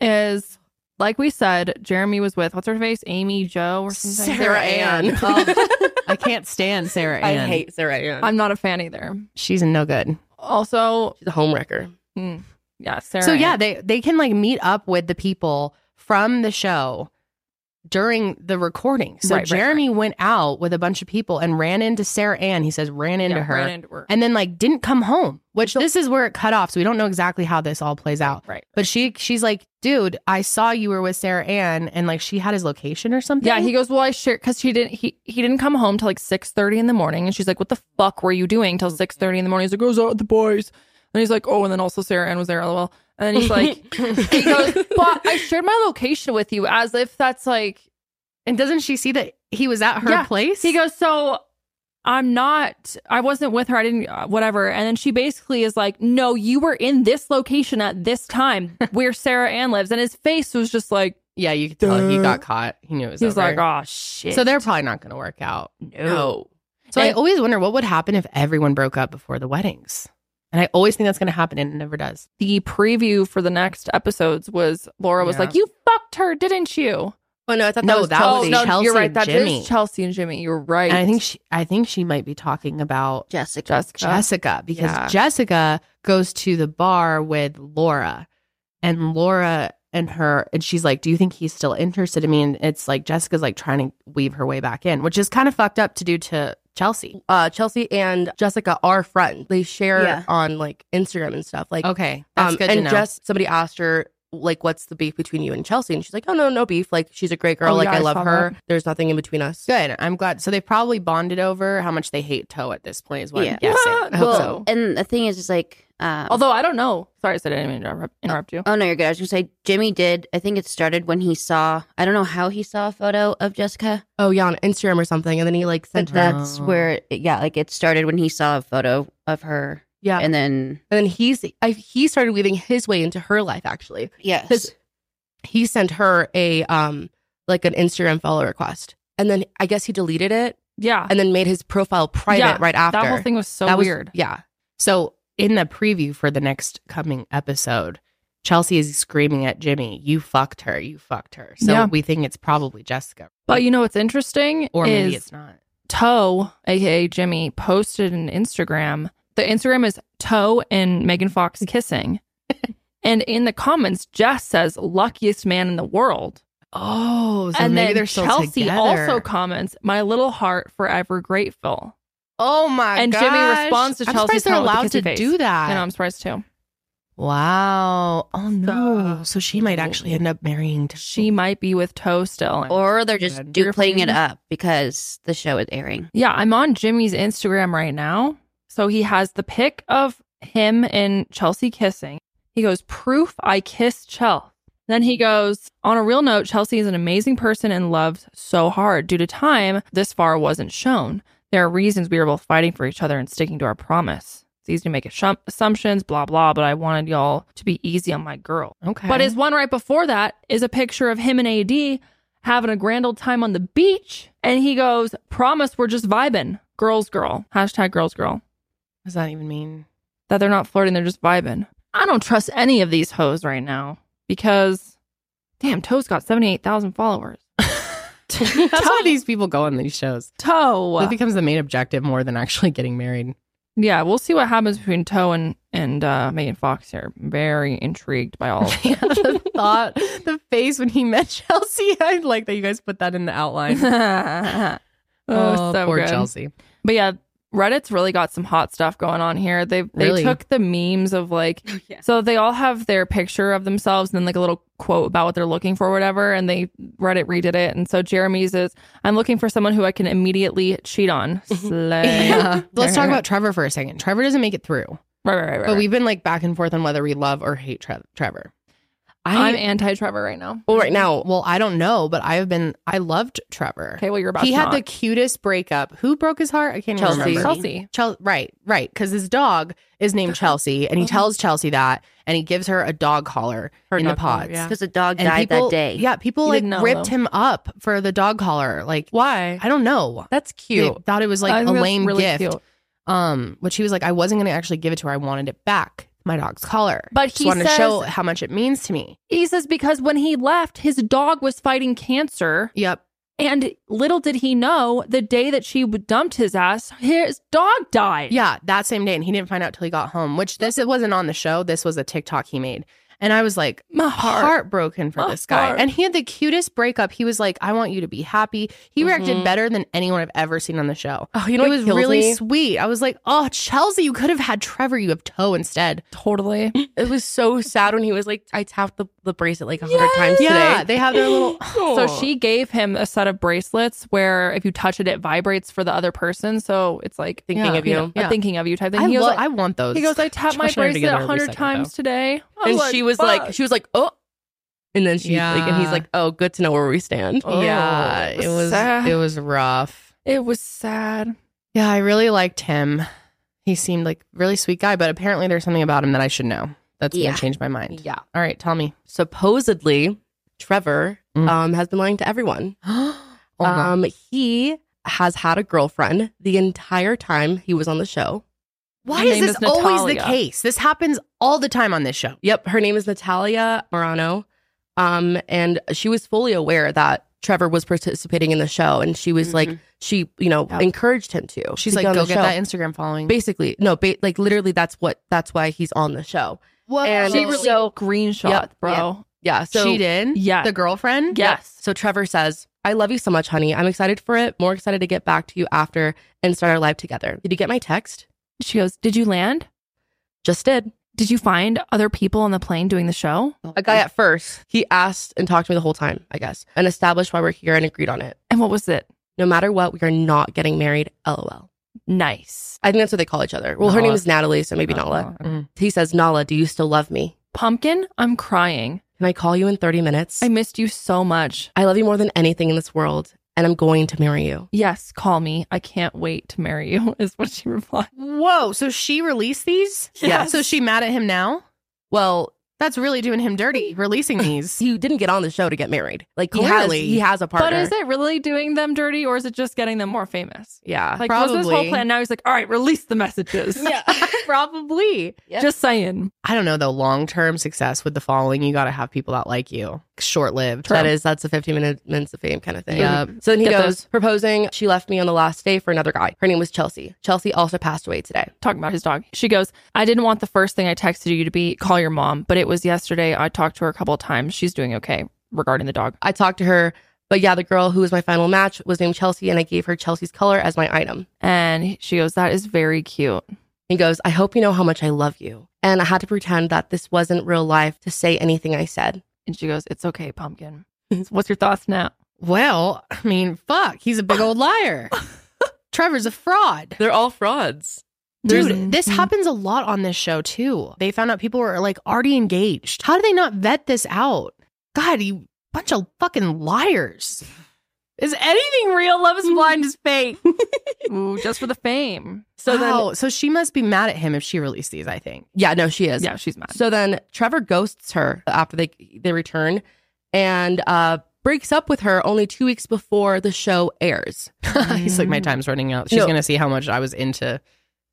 Speaker 2: is like we said, Jeremy was with what's her face, Amy Joe or something.
Speaker 3: Sarah Ann.
Speaker 6: Oh. I can't stand Sarah
Speaker 3: I
Speaker 6: Ann.
Speaker 3: hate Sarah Ann.
Speaker 2: I'm not a fan either.
Speaker 1: She's a no good.
Speaker 2: Also,
Speaker 3: She's a homewrecker.
Speaker 2: mm, yeah, Sarah.
Speaker 1: So yeah,
Speaker 2: Ann.
Speaker 1: they they can like meet up with the people from the show during the recording. So
Speaker 2: Right, right,
Speaker 1: Jeremy went out with a bunch of people and ran into Sarah Ann. He says ran into
Speaker 2: Yeah,
Speaker 1: her
Speaker 2: ran into her.
Speaker 1: and then like didn't come home. Which this is where it cut off. So we don't know exactly how this all plays out.
Speaker 2: right.
Speaker 1: But she she's like, dude, I saw you were with Sarah Ann, and like she had his location or something.
Speaker 2: Yeah, he goes, "Well, I share cuz he didn't he he didn't come home till like 6:30 in the morning." And she's like, "What the fuck were you doing till 6:30 in the morning?" He's like, "I was out with the boys." And he's like, "Oh, and then also Sarah Ann was there, lol." And then he's like, he goes, "But I shared my location with you as if that's like
Speaker 1: and doesn't she see that he was at her
Speaker 2: Yeah.
Speaker 1: place?
Speaker 2: He goes, so I'm not, I wasn't with her. I didn't, uh, whatever. And then she basically is like, no, you were in this location at this time where Sarah Ann lives. And his face was just like,
Speaker 1: yeah, you could tell he got caught. He knew it was.
Speaker 2: he's
Speaker 1: over.
Speaker 2: like, oh shit.
Speaker 1: so they're probably not going to work out.
Speaker 3: No.
Speaker 1: So I
Speaker 2: And-
Speaker 1: always wonder what would happen if everyone broke up before the weddings. And I always think that's going to happen and it never does.
Speaker 2: the preview for the next episodes was Laura was
Speaker 1: Yeah.
Speaker 2: like, you fucked her, didn't you?
Speaker 3: Oh no, I thought
Speaker 1: No,
Speaker 3: that
Speaker 1: that
Speaker 3: was
Speaker 1: was
Speaker 3: Chelsea.
Speaker 1: Chelsea
Speaker 2: you're right.
Speaker 1: and
Speaker 2: That is
Speaker 1: Jimmy.
Speaker 2: Chelsea and Jimmy. You're right.
Speaker 1: And I think she I think she might be talking about
Speaker 4: Jessica.
Speaker 2: Jessica.
Speaker 1: Jessica because
Speaker 2: yeah.
Speaker 1: Jessica goes to the bar with Laura and Laura and her and she's like, "Do you think he's still interested in me?" And it's like Jessica's like trying to weave her way back in, which is kind of fucked up to do to Chelsea.
Speaker 3: uh, Chelsea and Jessica are friends. They share
Speaker 4: Yeah.
Speaker 3: on like Instagram and stuff. Like,
Speaker 1: Okay, that's
Speaker 3: um,
Speaker 1: good
Speaker 3: and
Speaker 1: to know.
Speaker 3: just somebody asked her like, "What's the beef between you and Chelsea?" And she's like, "Oh no, no beef. Like, she's a great girl.
Speaker 2: Oh,
Speaker 3: like,
Speaker 2: yeah,
Speaker 3: I
Speaker 2: I
Speaker 3: love
Speaker 2: saw
Speaker 3: her. There's nothing in between us."
Speaker 1: good. I'm glad. So they probably bonded over how much they hate Toe at this point. Is what
Speaker 4: Yeah.
Speaker 1: I'm guessing.
Speaker 2: I hope
Speaker 4: well,
Speaker 2: so. Oh.
Speaker 4: and the thing is, is like, um,
Speaker 2: Although I don't know. Sorry, I said I didn't mean to interrupt- interrupt you.
Speaker 4: Oh no, you're good. I was gonna say Jimmy did. I think it started when he saw. I don't know how he saw a photo of Jessica,
Speaker 3: Oh yeah, on Instagram or something. And then he like
Speaker 4: but
Speaker 3: sent her, and
Speaker 4: that's where. It, yeah, like it started when he saw a photo of her.
Speaker 3: Yeah.
Speaker 4: and then
Speaker 3: then he's I, he started weaving his way into her life. Actually,
Speaker 4: yes,
Speaker 3: His- he sent her a um like an Instagram follow request, and then I guess he deleted it
Speaker 2: Yeah.
Speaker 3: and then made his profile private
Speaker 2: Yeah,
Speaker 3: right after.
Speaker 2: That whole thing was so
Speaker 3: That was-
Speaker 2: weird.
Speaker 3: Yeah,
Speaker 1: So in the preview for the next coming episode, Chelsea is screaming at Jimmy, "You fucked her! You fucked her!" So
Speaker 2: Yeah.
Speaker 1: we think it's probably Jessica,
Speaker 2: But you know what's interesting
Speaker 1: or
Speaker 2: is
Speaker 1: maybe it's not.
Speaker 2: Toe, aka Jimmy, posted an Instagram. The Instagram is Toe and Megan Fox kissing. and in the comments, Jess says luckiest man in the world.
Speaker 1: Oh, so
Speaker 2: and
Speaker 1: maybe
Speaker 2: then
Speaker 1: they're still
Speaker 2: Chelsea
Speaker 1: together.
Speaker 2: also comments, "My little heart forever grateful."
Speaker 1: Oh my!
Speaker 2: And Jimmy
Speaker 1: gosh.
Speaker 2: responds to
Speaker 1: I'm
Speaker 2: Chelsea's
Speaker 1: surprised they're
Speaker 2: tone with a
Speaker 1: allowed to
Speaker 2: kissy face.
Speaker 1: do that.
Speaker 2: And I'm surprised too.
Speaker 1: wow! Oh no! So she might actually end up marrying. To-
Speaker 2: She might be with Toe still.
Speaker 4: or they're just
Speaker 1: Good.
Speaker 4: do playing it
Speaker 1: Beautiful.
Speaker 4: up because the show is airing.
Speaker 2: Yeah, I'm on Jimmy's Instagram right now. So he has the pic of him and Chelsea kissing. He goes, Proof I kissed Chel. Then he goes, On a real note, Chelsea is an amazing person and loves so hard. Due to time, this far wasn't shown. There are reasons we were both fighting for each other and sticking to our promise. It's easy to make assum- assumptions, blah, blah, but I wanted y'all to be easy on my girl.
Speaker 1: Okay.
Speaker 2: But his one right before that is a picture of him and AD having a grand old time on the beach. And he goes, Promise we're just vibing. Girls, girl. Hashtag girls, girl.
Speaker 1: What does that even mean?
Speaker 2: That they're not flirting, they're just vibing. I don't trust any of these hoes right now because, damn, Toe's got 78,000 followers.
Speaker 1: That's why these people go on these shows.
Speaker 2: Toe.
Speaker 1: That becomes the main objective more than actually getting married.
Speaker 2: yeah, we'll see what happens between Toe and, and uh, Megan Fox here. Very intrigued by all of
Speaker 1: Yeah, the thought, the face when he met Chelsea. I like that you guys put that in the outline.
Speaker 2: it.
Speaker 1: oh, poor
Speaker 2: good.
Speaker 1: Chelsea.
Speaker 2: But yeah, Reddit's really got some hot stuff going on here. They they
Speaker 1: Really? Oh,
Speaker 2: took the memes of like
Speaker 4: yeah.
Speaker 2: so they all have their picture of themselves and then like a little quote about what they're looking for, or whatever, and they Reddit redid it. And so Jeremy's is I'm looking for someone who I can immediately cheat on. Slay.
Speaker 1: Yeah. Let's talk about Trevor for a second. Trevor doesn't make it through,
Speaker 2: right, right, right. right.
Speaker 1: but we've been like back and forth on whether we love or hate Tre- Trevor.
Speaker 2: I'm
Speaker 3: I
Speaker 2: anti Trevor right now.
Speaker 3: well, right now.
Speaker 1: Well, I don't know, but I have been. I loved Trevor.
Speaker 2: Okay, well you're about
Speaker 1: he
Speaker 2: to
Speaker 1: had
Speaker 2: not.
Speaker 1: the cutest breakup. Who broke his heart? I can't even
Speaker 4: Chelsea.
Speaker 1: remember.
Speaker 2: Chelsea.
Speaker 1: Chel- right, right. Because his dog is named Chelsea, and he tells Chelsea that, and he gives her a dog collar
Speaker 3: Her
Speaker 1: in the
Speaker 3: dog collar,
Speaker 1: pods.
Speaker 3: yeah.
Speaker 4: Because the dog
Speaker 1: And
Speaker 4: died
Speaker 1: people-
Speaker 4: that day.
Speaker 1: Yeah, people
Speaker 2: You
Speaker 1: like
Speaker 2: didn't know,
Speaker 1: ripped
Speaker 2: though.
Speaker 1: him up for the dog collar. Like,
Speaker 3: Why?
Speaker 1: I don't know.
Speaker 3: That's
Speaker 1: They
Speaker 3: cute.
Speaker 1: thought it was
Speaker 2: I
Speaker 1: like a
Speaker 2: think that's
Speaker 1: lame
Speaker 2: really
Speaker 1: gift.
Speaker 2: cute.
Speaker 1: Um, which he was like, I wasn't going to actually give it to her. I wanted it back. My dog's collar.
Speaker 2: But
Speaker 1: Just
Speaker 2: he
Speaker 1: wanted
Speaker 2: says-
Speaker 1: to show how much it means to me.
Speaker 2: He says because when he left, his dog was fighting cancer.
Speaker 1: Yep.
Speaker 2: And little did he know, the day that she dumped his ass, his dog died.
Speaker 1: Yeah, that same day, and he didn't find out till he got home. Which this it wasn't on the show. This was a TikTok he made, and I was like
Speaker 2: My heart.
Speaker 1: heartbroken for
Speaker 2: My
Speaker 1: this guy.
Speaker 2: heart.
Speaker 1: And he had the cutest breakup. He was like, "I want you to be happy." He reacted
Speaker 2: Mm-hmm.
Speaker 3: Mhm.
Speaker 1: better than anyone I've ever seen on the show.
Speaker 3: Oh, you know
Speaker 1: it
Speaker 3: what
Speaker 1: was
Speaker 3: kills
Speaker 1: really
Speaker 3: me?
Speaker 1: sweet. I was like, "Oh, Chelsea, you could have had Trevor. You have Toe instead."
Speaker 2: Totally.
Speaker 3: It was so sad when he was like, I tapped the, the bracelet like a hundred times
Speaker 1: Yeah,
Speaker 3: today.
Speaker 1: they have their little.
Speaker 2: So she gave him a set of bracelets where if you touch it, it vibrates for the other person. So it's like
Speaker 3: Thinking
Speaker 1: Yeah.
Speaker 3: of you.
Speaker 2: know, a
Speaker 1: Yeah.
Speaker 2: thinking of you type thing.
Speaker 1: I,
Speaker 2: he,
Speaker 1: lo-
Speaker 2: goes,
Speaker 1: I
Speaker 2: like,
Speaker 1: want those.
Speaker 2: he goes, I tapped my
Speaker 1: Josh and I are
Speaker 2: bracelet
Speaker 1: together
Speaker 2: a
Speaker 1: every
Speaker 2: hundred
Speaker 1: second,
Speaker 2: times
Speaker 1: though.
Speaker 2: today. I
Speaker 3: and
Speaker 2: like,
Speaker 3: she was
Speaker 2: "Fuck."
Speaker 3: like, she was like, oh, and then she like, and he's
Speaker 1: Yeah.
Speaker 3: like, oh, good to know where we stand.
Speaker 2: Oh,
Speaker 1: yeah,
Speaker 2: it was
Speaker 1: it was
Speaker 2: sad.
Speaker 1: it was rough.
Speaker 2: it was sad.
Speaker 1: Yeah, I really liked him. He seemed like a really sweet guy, but apparently there's something about him that I should know. That's
Speaker 4: Yeah.
Speaker 1: gonna change my mind.
Speaker 3: Yeah.
Speaker 1: All right, tell me.
Speaker 3: Supposedly, Trevor
Speaker 1: Mm.
Speaker 3: um has been lying to everyone.
Speaker 1: oh, no.
Speaker 3: um, he has had a girlfriend the entire time he was on the show.
Speaker 1: Why
Speaker 2: her
Speaker 1: is
Speaker 2: name
Speaker 1: this
Speaker 2: is
Speaker 1: always the
Speaker 2: Natalia.
Speaker 1: case? This happens all the time on this show.
Speaker 3: Yep, her name is Natalia Morano. Um, and she was fully aware that Trevor was participating in the show, and she was like, she, you know,
Speaker 2: Mm-hmm. Yep.
Speaker 3: encouraged him to.
Speaker 1: She's
Speaker 3: to
Speaker 1: like,
Speaker 3: get on
Speaker 1: go
Speaker 3: the
Speaker 1: get
Speaker 3: show."
Speaker 1: that Instagram following.
Speaker 3: Basically, no, ba- like literally, that's what that's why he's on the show.
Speaker 1: Whoa.
Speaker 3: and
Speaker 2: She released
Speaker 3: so-
Speaker 2: screenshot,
Speaker 3: Yep,
Speaker 2: bro.
Speaker 3: Yeah, so
Speaker 1: she did?
Speaker 2: Yeah.
Speaker 1: The girlfriend?
Speaker 2: Yes.
Speaker 3: So Trevor says, I love you so much, honey. I'm excited for it. More excited to get back to you after and start our life together. Did you get my text?
Speaker 2: She goes, Did you land?
Speaker 3: Just did.
Speaker 2: Did you find other people on the plane doing the show?
Speaker 3: A guy at first, he asked and talked to me the whole time, I guess, and established why we're here and agreed on it.
Speaker 2: And what was it?
Speaker 3: No matter what, we are not getting married. LOL.
Speaker 2: Nice.
Speaker 3: I think that's what they call each other. Well, her
Speaker 2: Nala.
Speaker 3: name is Natalie, so maybe Nala. He says, Nala, do you still love me?
Speaker 2: Pumpkin, I'm crying.
Speaker 3: Can I call you in 30 minutes?
Speaker 2: I missed you so much.
Speaker 3: I love you more than anything in this world, and I'm going to marry you.
Speaker 2: Yes, call me. I can't wait to marry you, is what she replied.
Speaker 1: Whoa. So she released these?
Speaker 3: Yes.
Speaker 1: So she mad at him now?
Speaker 3: Well,
Speaker 1: That's really doing him dirty, releasing these.
Speaker 3: he didn't get on the show to get married. Like, he, has,
Speaker 1: Clearly.
Speaker 3: he has a partner.
Speaker 2: But is it really doing them dirty or is it just getting them more famous?
Speaker 3: Yeah.
Speaker 2: Like, was this whole
Speaker 1: Probably.
Speaker 2: plan? Now he's like, all right, release the messages.
Speaker 1: Probably.
Speaker 4: Yeah.
Speaker 2: Just saying.
Speaker 1: I don't know though, long term success with the following, you gotta have people that like you. Short lived.
Speaker 3: That is, that's a 15 minute minutes of fame kind of thing.
Speaker 1: Yep.
Speaker 3: So then he
Speaker 2: Get
Speaker 3: goes,
Speaker 2: those.
Speaker 3: proposing, she left me on the last day for another guy. Her name was Chelsea. Chelsea also passed away today.
Speaker 2: Talking about his dog. She goes, I didn't want the first thing I texted you to be call your mom, but it was yesterday. I talked to her a couple of times. She's doing okay regarding the dog.
Speaker 3: I talked to her, but yeah, the girl who was my final match was named Chelsea, and I gave her Chelsea's color as my item.
Speaker 2: And she goes, That is very cute.
Speaker 3: He goes, I hope you know how much I love you. And I had to pretend that this wasn't real life to say anything I said.
Speaker 2: And she goes, It's okay, pumpkin. What's your thoughts now?
Speaker 1: Well, I mean, fuck, he's a big old liar. Trevor's a fraud.
Speaker 3: They're all frauds.
Speaker 1: Dude, mm. this
Speaker 2: There's-
Speaker 1: happens a lot on this show too. They found out people were like already engaged. How do they not vet this out? God, you bunch of fucking liars. Is anything real? Love is blind is fake.
Speaker 2: Ooh, just for the fame.
Speaker 1: So
Speaker 3: So then,
Speaker 1: so she must be mad at him if she released these. I think.
Speaker 3: yeah, no, she is.
Speaker 2: Yeah, she's mad.
Speaker 3: So then Trevor ghosts her after they they return and uh breaks up with her only 2 weeks before the show airs.
Speaker 1: He's like, my time's running out. She's
Speaker 3: No.
Speaker 1: gonna see how much I was into.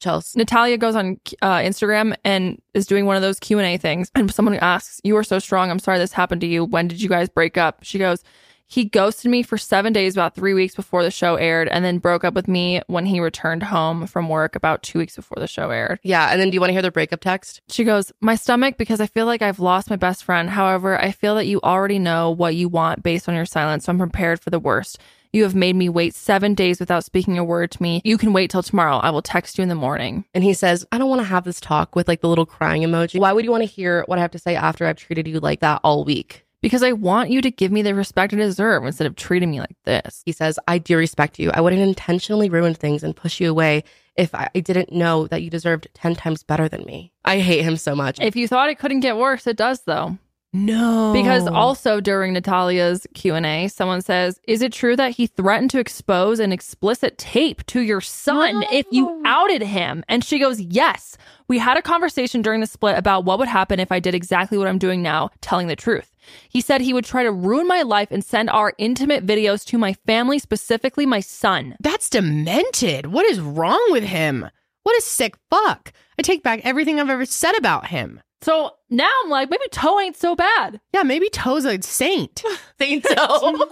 Speaker 3: Chelsea.
Speaker 2: Natalia goes on uh, Instagram and is doing one of those Q and A things, and someone asks, "You are so strong. I'm sorry this happened to you. When did you guys break up?" She goes, "He ghosted me for seven days, about three weeks before the show aired, and then broke up with me when he returned home from work about two weeks before the show aired."
Speaker 3: Yeah, and then do you want to hear their breakup text?
Speaker 2: She goes, My stomach, because I feel like I've lost my best friend. However, I feel that you already know what you want based on your silence, so I'm prepared for the worst. You have made me wait seven days without speaking a word to me. You can wait till tomorrow. I will text you in the morning.
Speaker 3: And he says, "I don't want to have this talk with like the little crying emoji. Why would you want to hear what I have to say after I've treated you like that all week?"
Speaker 2: Because I want you to give me the respect I deserve instead of treating me like this.
Speaker 3: He says, "I do respect you. I wouldn't intentionally ruin things and push you away if I I didn't know that you deserved 10 times better than me." I hate him so much.
Speaker 2: If you thought it couldn't get worse, it does though.
Speaker 1: No,
Speaker 2: Because also during Natalia's Q&A, someone says, "Is it true that he threatened to expose an explicit tape to your son if you outed him?" And she goes, "Yes. We had a conversation during the split about what would happen if I did exactly what I'm doing now, telling the truth. He said he would try to ruin my life and send our intimate videos to my family, specifically my son."
Speaker 1: that's demented. What is wrong with him? What a sick fuck. I take back everything I've ever said about him.
Speaker 2: So now I'm like, maybe Toe ain't so bad.
Speaker 1: Yeah, maybe Toe's a saint.
Speaker 3: think so.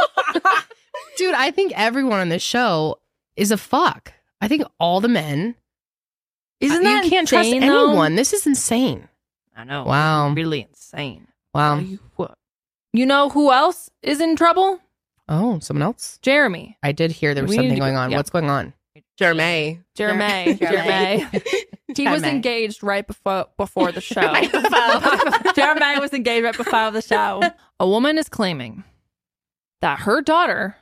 Speaker 1: Dude, I think everyone on this show is a fuck. I think all the men.
Speaker 2: Isn't that
Speaker 1: you can't trust
Speaker 2: insane, though?
Speaker 1: anyone? This is insane.
Speaker 2: I know.
Speaker 1: Wow.
Speaker 2: Really insane.
Speaker 1: Wow.
Speaker 2: You know who else is in trouble?
Speaker 1: Oh, someone else?
Speaker 2: Jeremy.
Speaker 1: I did hear there was
Speaker 2: We need
Speaker 1: something
Speaker 2: to go-
Speaker 1: going on.
Speaker 2: yeah.
Speaker 1: What's going on?
Speaker 3: Jermaine.
Speaker 2: Jermaine.
Speaker 3: Jermaine.
Speaker 2: Jermaine. He was
Speaker 1: Jermaine.
Speaker 2: engaged right before before the show.
Speaker 3: Right before.
Speaker 2: Jermaine was engaged right before the show. A woman is claiming that her daughter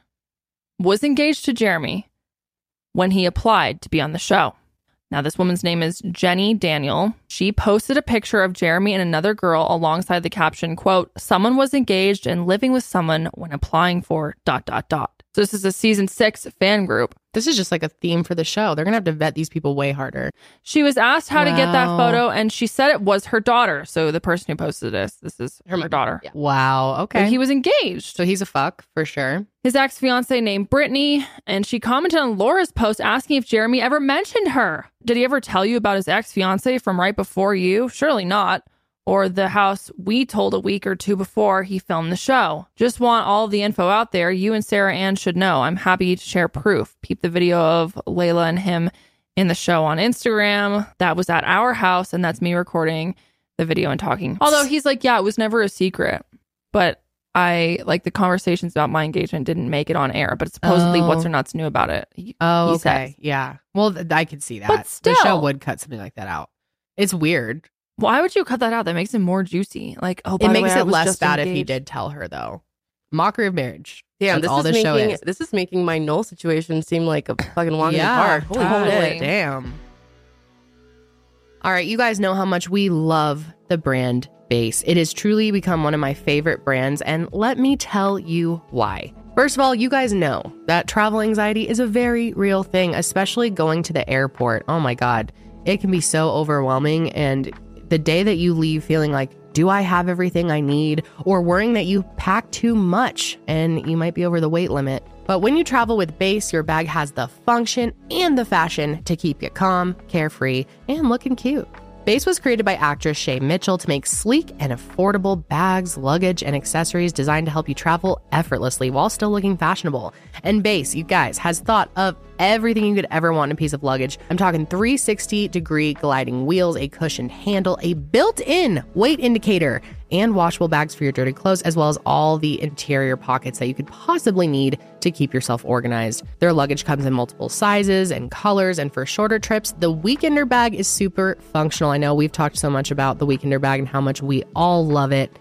Speaker 2: was engaged to Jeremy when he applied to be on the show. Now, this woman's name is Jenny Daniel. She posted a picture of Jeremy and another girl alongside the caption, quote, someone was engaged and living with someone when applying for dot dot dot. So this is a season six fan group.
Speaker 1: This is just like a theme for the show. They're going to have to vet these people way harder.
Speaker 2: She was asked how to get that
Speaker 1: Wow.
Speaker 2: photo, and she said it was her daughter. So the person who posted this, this is her,
Speaker 3: mother,
Speaker 2: daughter.
Speaker 3: yeah.
Speaker 1: Wow.
Speaker 2: So
Speaker 1: Okay.
Speaker 2: he was engaged.
Speaker 1: so he's a fuck for sure.
Speaker 2: His ex fiance named Brittany, and she commented on Laura's post asking if Jeremy ever mentioned her. Did he ever tell you about his ex fiance from right before you? Surely not. Or the house we told a week or two before he filmed the show. Just want all the info out there. You and Sarah Ann should know. I'm happy to share proof. Peep the video of Layla and him in the show on Instagram. That was at our house, and that's me recording the video and talking. Although he's like, yeah, it was never a secret, but I like the conversations about my engagement didn't make it on air. But supposedly,
Speaker 1: Oh.
Speaker 2: what's her nuts knew about it. He-
Speaker 1: Oh,
Speaker 2: He
Speaker 1: okay.
Speaker 2: says.
Speaker 1: Yeah. Well, th- I could see that. the show
Speaker 2: still.
Speaker 1: would cut something like that out. It's weird.
Speaker 2: Why would you cut that out? That makes it more juicy. Like, oh, by
Speaker 1: it
Speaker 2: the
Speaker 1: makes
Speaker 2: way, I
Speaker 1: it
Speaker 2: was
Speaker 1: less
Speaker 2: just
Speaker 1: bad if he
Speaker 2: engaged.
Speaker 1: did tell her, though. Mockery of marriage.
Speaker 3: Damn,
Speaker 1: That's
Speaker 3: this
Speaker 1: all
Speaker 3: is
Speaker 1: this
Speaker 3: making
Speaker 1: show is.
Speaker 3: this is making my Noel situation seem like a fucking walk in the park. Holy
Speaker 2: totally.
Speaker 3: shit.
Speaker 1: Damn. All right, you guys know how much we love the brand base. It has truly become one of my favorite brands, and let me tell you why. First of all, you guys know that travel anxiety is a very real thing, especially going to the airport. Oh my God, it can be so overwhelming. And the day that you leave feeling like, do I have everything I need? Or worrying that you pack too much and you might be over the weight limit. But when you travel with Base, your bag has the function and the fashion to keep you calm, carefree, and looking cute. Base was created by actress Shay Mitchell to make sleek and affordable bags, luggage, and accessories designed to help you travel effortlessly while still looking fashionable. And Base, you guys, has thought of everything you could ever want in a piece of luggage. I'm talking 360 degree gliding wheels, a cushioned handle, a built in weight indicator, and washable bags for your dirty clothes, as well as all the interior pockets that you could possibly need to keep yourself organized. Their luggage comes in multiple sizes and colors, and for shorter trips, the Weekender bag is super functional. I know we've talked so much about the Weekender bag and how much we all love it.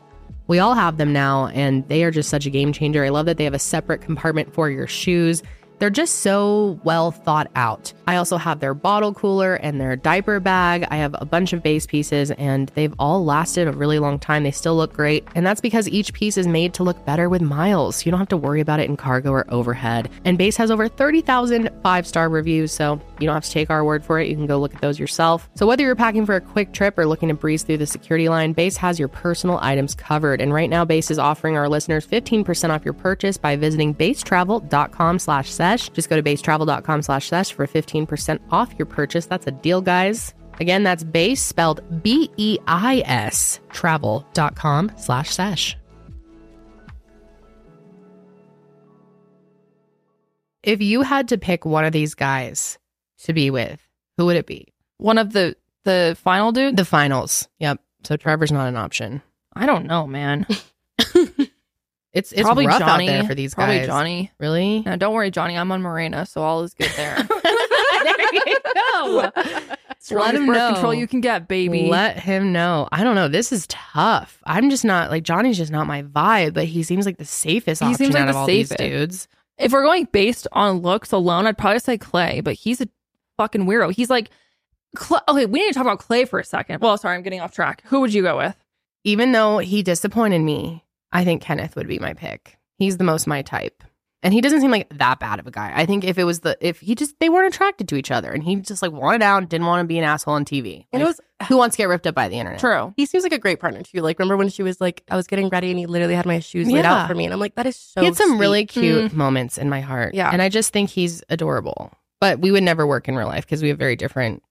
Speaker 1: We all have them now, and they are just such a game changer. I love that they have a separate compartment for your shoes They're just so well thought out. I also have their bottle cooler and their diaper bag. I have a bunch of base pieces and they've all lasted a really long time. They still look great. And that's because each piece is made to look better with miles. You don't have to worry about it in cargo or overhead. And Base has over 30,000 five star reviews, so you don't have to take our word for it. You can go look at those yourself. So whether you're packing for a quick trip or looking to breeze through the security line, Base has your personal items covered. And right now, Base is offering our listeners 15% off your purchase by visiting basetravel.com slash sesh. Just go to basetravel.com slash sesh for 15% off your purchase. That's a deal, guys. Again, that's base spelled B E I S travel.com slash sesh. If you had to pick one of these guys to be with, who would it be?
Speaker 2: One of the the final dude.
Speaker 1: The finals. Yep. So Trevor's not an option.
Speaker 2: I don't know, man.
Speaker 1: It's it's probably rough out there for these
Speaker 2: probably
Speaker 1: guys.
Speaker 2: Johnny.
Speaker 1: Really?
Speaker 2: No, don't worry, Johnny. I'm on Morena, so all is good there.
Speaker 1: there you go.
Speaker 2: It's the strongest
Speaker 1: him
Speaker 2: birth
Speaker 1: know.
Speaker 2: control you can get, baby.
Speaker 1: Let him know. I don't know. This is tough. I'm just not like Johnny's just not my vibe, but he seems like the safest
Speaker 2: He
Speaker 1: option
Speaker 2: seems like
Speaker 1: out
Speaker 2: the
Speaker 1: of all
Speaker 2: safest.
Speaker 1: these dudes.
Speaker 2: if we're going based on looks alone, I'd probably say Clay, but he's a fucking weirdo. He's like, Cl- okay, we need to talk about Clay for a second. Well, sorry, I'm getting off track. Who would you go with?
Speaker 1: Even though he disappointed me, I think Kenneth would be my pick. He's the most my type. And he doesn't seem like that bad of a guy. I think if it was the if he just they weren't attracted to each other and he just like wanted out, didn't want to be an asshole on TV.
Speaker 3: And it
Speaker 1: Like,
Speaker 3: was
Speaker 1: who wants to get ripped up by the internet?
Speaker 2: True.
Speaker 3: he seems like a great partner too. Like remember when she was like, I was getting ready and he literally had my shoes laid
Speaker 1: Yeah.
Speaker 3: out for me, and I'm like, that is so.
Speaker 1: he had some
Speaker 3: sweet.
Speaker 1: really cute moments in my heart.
Speaker 3: Yeah.
Speaker 1: And I just think he's adorable. But we would never work in real life because we have very different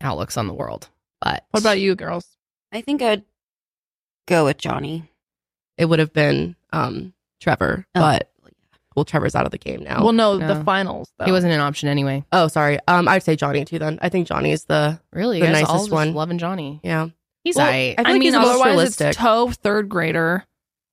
Speaker 1: outlooks on the world. But
Speaker 2: What about you, girls?
Speaker 4: I think I would go with Johnny.
Speaker 3: It would have been um Trevor,
Speaker 4: Oh.
Speaker 3: but well, Trevor's out of the game now.
Speaker 2: Well, no, the
Speaker 1: No.
Speaker 2: finals. Though.
Speaker 1: He wasn't an option anyway.
Speaker 3: oh, sorry. Um, I'd say Johnny too. Then I think Johnny is the
Speaker 1: Really?
Speaker 3: The
Speaker 1: you guys
Speaker 3: nicest
Speaker 1: all just
Speaker 3: one.
Speaker 1: Loving Johnny.
Speaker 3: yeah.
Speaker 1: He's
Speaker 3: Well,
Speaker 1: aight.
Speaker 3: I feel
Speaker 2: I,
Speaker 3: like
Speaker 2: mean,
Speaker 3: he's the most
Speaker 2: otherwise
Speaker 3: realistic.
Speaker 2: it's toe third grader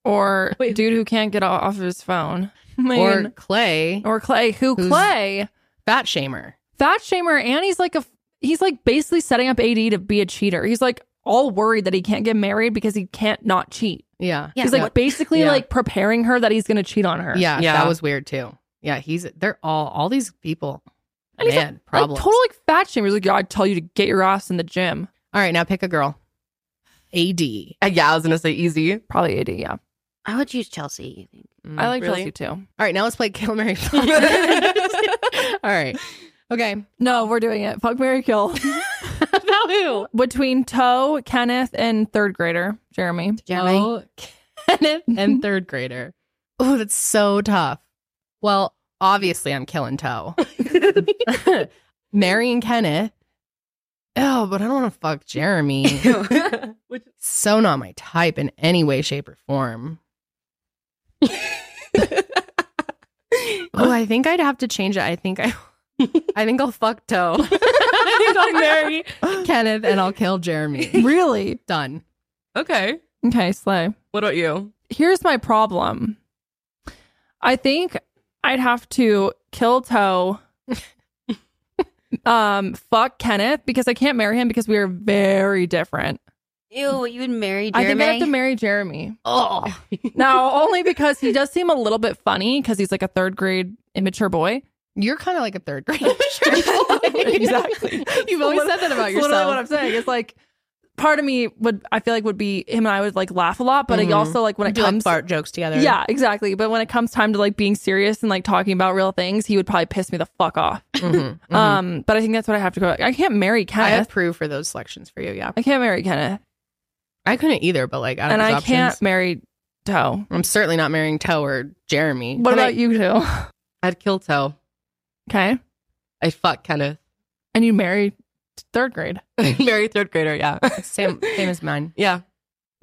Speaker 2: or
Speaker 3: Wait.
Speaker 2: dude who can't get o- off of his phone. I
Speaker 1: or
Speaker 2: mean,
Speaker 1: Clay,
Speaker 2: or Clay, who
Speaker 1: Who's-
Speaker 2: Clay
Speaker 1: fat shamer.
Speaker 2: fat shamer, and he's like a he's like basically setting up AD to be a cheater. He's like all worried that he can't get married because he can't not cheat.
Speaker 1: Yeah.
Speaker 4: Yeah,
Speaker 2: he's like
Speaker 4: what-
Speaker 2: basically
Speaker 1: Yeah.
Speaker 2: like preparing her that he's going to cheat on her.
Speaker 1: yeah.
Speaker 3: Yeah.
Speaker 1: That was weird too. Yeah. He's, they're all, all these people.
Speaker 2: And he's, like,
Speaker 1: Man,
Speaker 2: Like,
Speaker 1: problems.
Speaker 2: total like fat shame. He's like, "Yeah, I tell you to get your ass in the gym.
Speaker 1: All right. Now pick a girl. AD.
Speaker 3: Uh, Yeah, I was gonna say easy.
Speaker 2: Probably AD, yeah.
Speaker 4: I would choose Chelsea. I think.
Speaker 1: Mm.
Speaker 2: I like
Speaker 3: Really?
Speaker 2: Chelsea too.
Speaker 1: all right. Now let's play Kill Mary. Fuck. all right. Okay.
Speaker 2: No, we're doing it. Fuck Mary Kill.
Speaker 1: About who?
Speaker 2: Between Toe, Kenneth, and third grader, Jeremy.
Speaker 4: Jeremy.
Speaker 1: Oh, Kenneth
Speaker 2: Mm-hmm.
Speaker 1: and third grader. Oh, that's so tough. Well, obviously, I'm killing Toe. Marrying Kenneth. Oh, but I don't want to fuck Jeremy. so not my type in any way, shape, or form. Oh, I think I'd have to change it. I think I, I think I'll fuck Toe. I think I'll marry Kenneth and I'll kill Jeremy.
Speaker 2: really?
Speaker 1: Done.
Speaker 3: okay.
Speaker 2: Okay, Slay.
Speaker 3: What about you?
Speaker 2: Here's my problem. I think I'd have to kill Toe, um, fuck Kenneth because I can't marry him because we are very different.
Speaker 4: Ew, you would marry
Speaker 2: I
Speaker 4: Jeremy.
Speaker 2: think I have to marry Jeremy.
Speaker 4: oh,
Speaker 2: No, only because he does seem a little bit funny because he's like a third grade immature boy.
Speaker 1: You're kind of like a third grader. exactly. You've always said that about
Speaker 2: It's Literally what
Speaker 1: yourself.
Speaker 2: I'm saying. It's like part of me would I feel like would be him and I would like laugh a lot, but
Speaker 1: Mhm.
Speaker 2: I also like when it
Speaker 1: Do like
Speaker 2: comes
Speaker 1: fart jokes together.
Speaker 2: Yeah, exactly. But when it comes time to like being serious and like talking about real things, he would probably piss me the fuck off.
Speaker 1: Mhm, mhm.
Speaker 2: Um, but I think that's what I have to go. I can't marry
Speaker 1: I
Speaker 2: Kenneth.
Speaker 1: approve for those selections for you. Yeah,
Speaker 2: I can't marry Kenneth,
Speaker 1: I couldn't either, but like, out of
Speaker 2: and
Speaker 1: those
Speaker 2: I
Speaker 1: options,
Speaker 2: can't marry Toe.
Speaker 1: I'm certainly not marrying Toe or Jeremy.
Speaker 2: What
Speaker 1: And
Speaker 2: about
Speaker 1: I-
Speaker 2: you two?
Speaker 3: I'd kill Toe.
Speaker 2: Okay,
Speaker 3: I'd fuck Kenneth.
Speaker 2: and you marry third grade.
Speaker 3: Marry third grader. Yeah.
Speaker 1: Same, same as mine.
Speaker 3: yeah.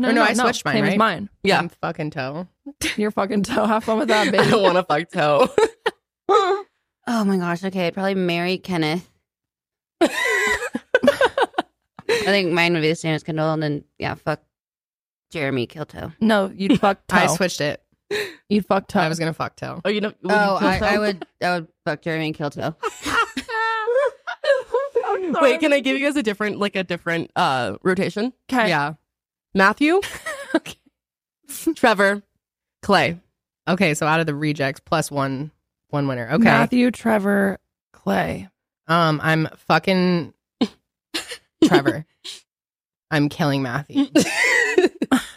Speaker 1: Or no, I switched mine,
Speaker 2: Same as
Speaker 1: right?
Speaker 2: mine.
Speaker 3: Yeah.
Speaker 1: I'm fucking Toe.
Speaker 2: You're fucking toe. Have fun with that,
Speaker 3: I
Speaker 2: baby.
Speaker 3: don't want to fuck Toe.
Speaker 4: oh my gosh. Okay, I'd probably marry Kenneth. I think mine would be the same as Kendall, and then yeah, fuck Jeremy Kilto.
Speaker 2: no, you'd fuck toe.
Speaker 1: I switched it.
Speaker 2: You'd fuck toe.
Speaker 1: I was gonna fuck Toe.
Speaker 3: oh, you know. would you
Speaker 4: Oh,
Speaker 3: kill
Speaker 4: I,
Speaker 3: Toe?
Speaker 4: I would. I would fuck Jeremy Kilto.
Speaker 3: Wait, can I give you guys a different, like a different uh rotation?
Speaker 2: Okay.
Speaker 1: Yeah.
Speaker 3: Matthew, Trevor, Clay.
Speaker 1: Okay, so out of the rejects, plus one one winner. Okay.
Speaker 2: Matthew Trevor Clay.
Speaker 1: Um, I'm fucking Trevor. I'm killing Matthew,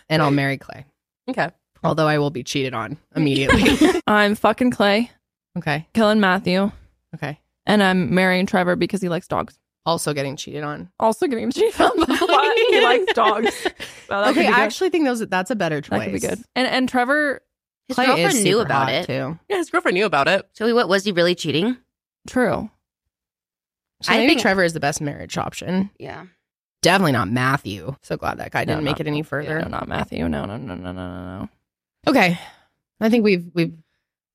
Speaker 1: and I'll marry Clay.
Speaker 3: Okay.
Speaker 1: Although I will be cheated on immediately.
Speaker 2: I'm fucking Clay,
Speaker 1: okay.
Speaker 2: killing Matthew,
Speaker 1: Okay.
Speaker 2: and I'm marrying Trevor because he likes dogs.
Speaker 1: Also getting cheated on.
Speaker 2: Also giving him cheated on, but he likes dogs. Well, that could
Speaker 1: okay,
Speaker 2: be
Speaker 1: I
Speaker 2: good.
Speaker 1: actually think those that's a better choice.
Speaker 2: that could be good. And and Trevor,
Speaker 4: His
Speaker 1: Clay
Speaker 4: girlfriend
Speaker 1: is
Speaker 4: knew
Speaker 1: super
Speaker 4: about
Speaker 1: hot,
Speaker 4: it.
Speaker 1: too.
Speaker 3: Yeah, his girlfriend knew about it.
Speaker 4: So he, what was he really cheating?
Speaker 2: true.
Speaker 1: So
Speaker 4: I
Speaker 1: maybe
Speaker 4: think-
Speaker 1: Trevor is the best marriage option.
Speaker 4: Yeah.
Speaker 1: Definitely not Matthew. So glad that guy
Speaker 2: No,
Speaker 1: didn't make
Speaker 2: not-
Speaker 1: it any further.
Speaker 2: No, not Matthew. No, no, no, no, no, no, no.
Speaker 1: Okay. I think we've we've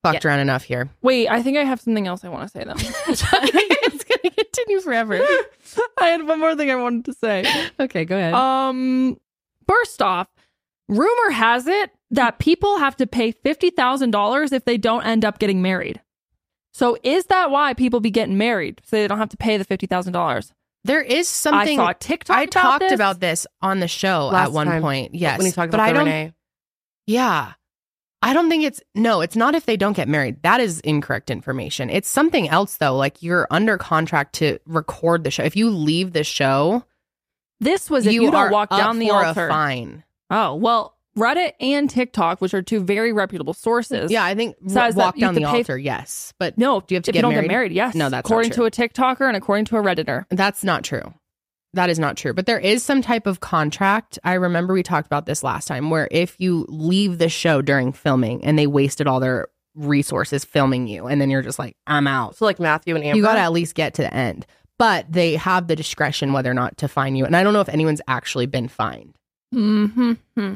Speaker 1: fucked around enough here.
Speaker 2: Wait, I think I have something else I want to say though.
Speaker 1: it's gonna continue forever.
Speaker 2: I had one more thing I wanted to say.
Speaker 1: Okay, go ahead.
Speaker 2: Um, first off, rumor has it that people have to pay fifty thousand dollars if they don't end up getting married. So is that why people be getting married so they don't have to pay the fifty thousand dollars?
Speaker 1: there is
Speaker 2: I
Speaker 1: something
Speaker 2: saw TikTok.
Speaker 1: I
Speaker 2: about
Speaker 1: talked
Speaker 2: this.
Speaker 1: about this on the show
Speaker 3: Last
Speaker 1: at one
Speaker 3: time.
Speaker 1: point. Yes,
Speaker 3: When he talked
Speaker 1: but
Speaker 3: about
Speaker 1: I
Speaker 3: the
Speaker 1: don't.
Speaker 3: Renee.
Speaker 1: Yeah, I don't think it's no. It's not if they don't get married. That is incorrect information. It's something else though. Like you're under contract to record the show. If you leave the show,
Speaker 2: this. Was if you,
Speaker 1: are
Speaker 2: don't walk
Speaker 1: up
Speaker 2: down the
Speaker 1: for
Speaker 2: altar?
Speaker 1: A fine.
Speaker 2: Oh well, Reddit and TikTok, which are two very reputable sources.
Speaker 1: Yeah, I think
Speaker 2: Says that
Speaker 1: walk
Speaker 2: you
Speaker 1: down
Speaker 2: have
Speaker 1: the
Speaker 2: to pay-
Speaker 1: altar. Yes, but
Speaker 2: No,
Speaker 1: Do you have to
Speaker 2: if
Speaker 1: get
Speaker 2: you don't
Speaker 1: married?
Speaker 2: get married? Yes.
Speaker 1: No, that's not
Speaker 2: according
Speaker 1: true.
Speaker 2: to a TikToker and according to a redditor.
Speaker 1: That's not true. That is not true. But there is some type of contract. I remember we talked about this last time where if you leave the show during filming and they wasted all their resources filming you and then you're just like, I'm out.
Speaker 3: So like Matthew and Amber.
Speaker 1: You got to at least get to the end. But they have the discretion whether or not to fine you. And I don't know if anyone's actually been fined.
Speaker 2: Mm-hmm.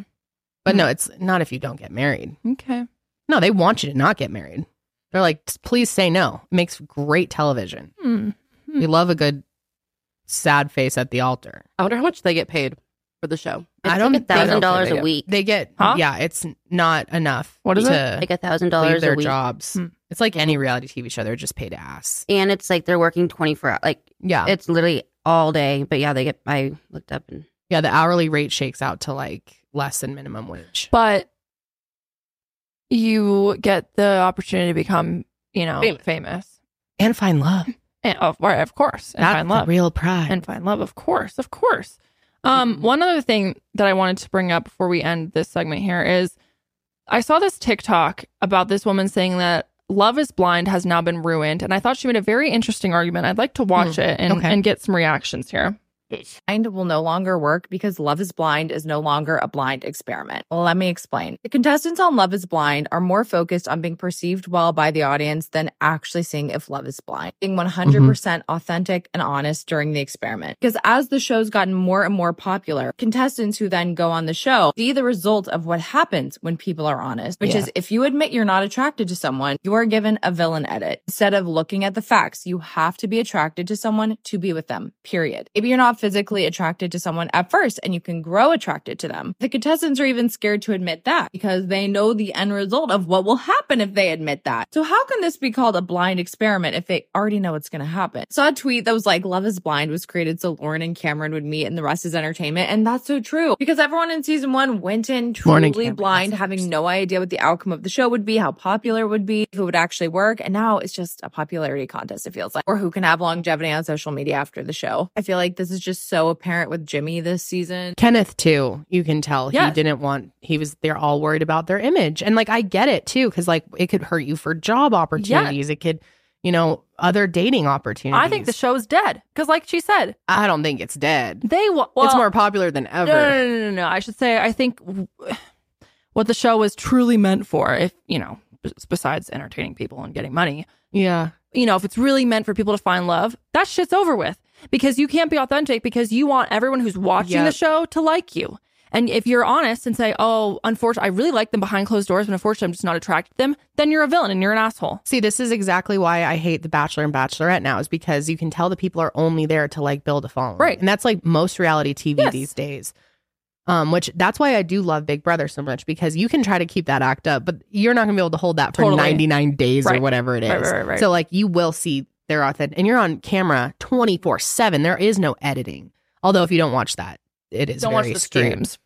Speaker 1: But no, it's not if you don't get married.
Speaker 2: Okay.
Speaker 1: No, they want you to not get married. They're like, please say no. It makes great television.
Speaker 2: Hmm.
Speaker 1: We love a good sad face at the altar.
Speaker 3: I wonder how much they get paid for the show.
Speaker 1: I
Speaker 4: It's
Speaker 1: don't
Speaker 4: like a
Speaker 1: think I
Speaker 4: thousand
Speaker 1: don't
Speaker 4: dollars
Speaker 2: think they
Speaker 4: a week.
Speaker 1: they get
Speaker 2: Huh?
Speaker 1: yeah it's not enough
Speaker 2: What is it?
Speaker 1: to
Speaker 4: like a thousand
Speaker 1: leave
Speaker 4: dollars a
Speaker 1: their
Speaker 4: week.
Speaker 1: jobs
Speaker 2: Hmm.
Speaker 1: it's like any reality tv show they're just paid ass
Speaker 4: And it's like they're working 24 hours. Like
Speaker 1: yeah
Speaker 4: it's literally all day. But yeah, they get, I looked up and
Speaker 1: yeah the hourly rate shakes out to like less than minimum wage
Speaker 2: But you get the opportunity to become, you know,
Speaker 3: Famous.
Speaker 2: famous.
Speaker 1: and find love
Speaker 2: And, of, right, of course. And
Speaker 1: that's
Speaker 2: find
Speaker 1: the
Speaker 2: love.
Speaker 1: real pride
Speaker 2: and find love, of course. Of course. Um, one other thing that I wanted to bring up before we end this segment here is I saw this TikTok about this woman saying that Love is Blind has now been ruined. And I thought she made a very interesting argument. I'd like to watch it and,
Speaker 1: Okay.
Speaker 2: and get some reactions here.
Speaker 7: Blind will no longer work because Love is Blind is no longer a blind experiment. Let me explain. The contestants on Love is Blind are more focused on being perceived well by the audience than actually seeing if Love is Blind,
Speaker 1: Mm-hmm.
Speaker 7: being 100% percent authentic and honest during the experiment. Because as the show's gotten more and more popular, contestants who then go on the show see the result of what happens when people are honest, which
Speaker 1: Yeah.
Speaker 7: is if you admit you're not attracted to someone, you are given a villain edit. Instead of looking at the facts, you have to be attracted to someone to be with them, period. Maybe you're not physically attracted to someone at first and you can grow attracted to them. The contestants are even scared to admit that because they know the end result of what will happen if they admit that. So how can this be called a blind experiment if they already know what's going to happen? Saw a tweet that was like, Love is Blind was created so Lauren and Cameron would meet and the rest is entertainment. And that's so true because everyone in season one went in
Speaker 1: Lauren and
Speaker 7: truly
Speaker 1: Cameron,
Speaker 7: blind,
Speaker 1: that's
Speaker 7: having no idea what the outcome of the show would be, how popular it would be, if it would actually work. And now it's just a popularity contest, it feels like, or who can have longevity on social media after the show. I feel like this is just so apparent with Jimmy this season.
Speaker 1: Kenneth too, you can tell he
Speaker 2: Yes.
Speaker 1: didn't want he was they're all worried about their image. And like I get it too cuz like it could hurt you for job opportunities. It could, you know, other dating opportunities.
Speaker 2: I think the show is dead because, like she said,
Speaker 1: I don't think it's dead.
Speaker 2: they wa- well,
Speaker 1: it's more popular than ever.
Speaker 2: No, no, no, no, no. I should say I think w- what the show was truly meant for, if you know, b- besides entertaining people and getting money,
Speaker 1: Yeah.
Speaker 2: you know, if it's really meant for people to find love, that shit's over with because you can't be authentic because you want everyone who's watching the
Speaker 1: Yep.
Speaker 2: show to like you. And if you're honest and say, "Oh, unfortunately, I really like them behind closed doors, but unfortunately, I'm just not attracted to them," then you're a villain and you're an asshole.
Speaker 1: See, this is exactly why I hate The Bachelor and Bachelorette now, is because you can tell the people are only there to like build a following.
Speaker 2: Right.
Speaker 1: And that's like most reality TV
Speaker 2: Yes.
Speaker 1: these days. Um, which that's why I do love Big Brother so much because you can try to keep that act up, but you're not gonna be able to hold that for
Speaker 2: Totally.
Speaker 1: 99 days or
Speaker 2: Right.
Speaker 1: whatever it is.
Speaker 2: Right, right, right, right.
Speaker 1: So like you will see their authentic and you're on camera 24/7. There is no editing. Although if you don't watch that, it is
Speaker 2: Don't watch
Speaker 1: very
Speaker 2: the
Speaker 1: skewed.
Speaker 2: streams.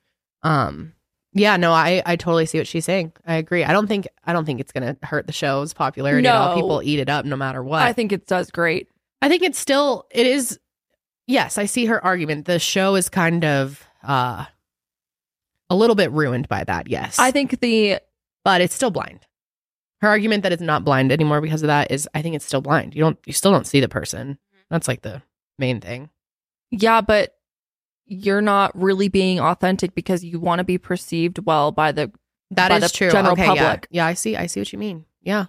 Speaker 1: Um Yeah, no, I, I totally see what she's saying. I agree. I don't think I don't think it's gonna hurt the show's popularity at all.
Speaker 2: No.
Speaker 1: People eat it up no matter what.
Speaker 2: I think it does great.
Speaker 1: I think it's still it is yes, I see her argument. The show is kind of uh a little bit ruined by that, yes.
Speaker 2: I think the
Speaker 1: but it's still blind. Her argument that it's not blind anymore because of that is I think it's still blind. You don't you still don't see the person. That's like the main thing.
Speaker 2: yeah, but you're not really being authentic because you want to be perceived well by the
Speaker 1: That
Speaker 2: By
Speaker 1: is
Speaker 2: the
Speaker 1: true.
Speaker 2: general
Speaker 1: okay,
Speaker 2: public.
Speaker 1: Yeah. yeah, I see I see what you mean. Yeah.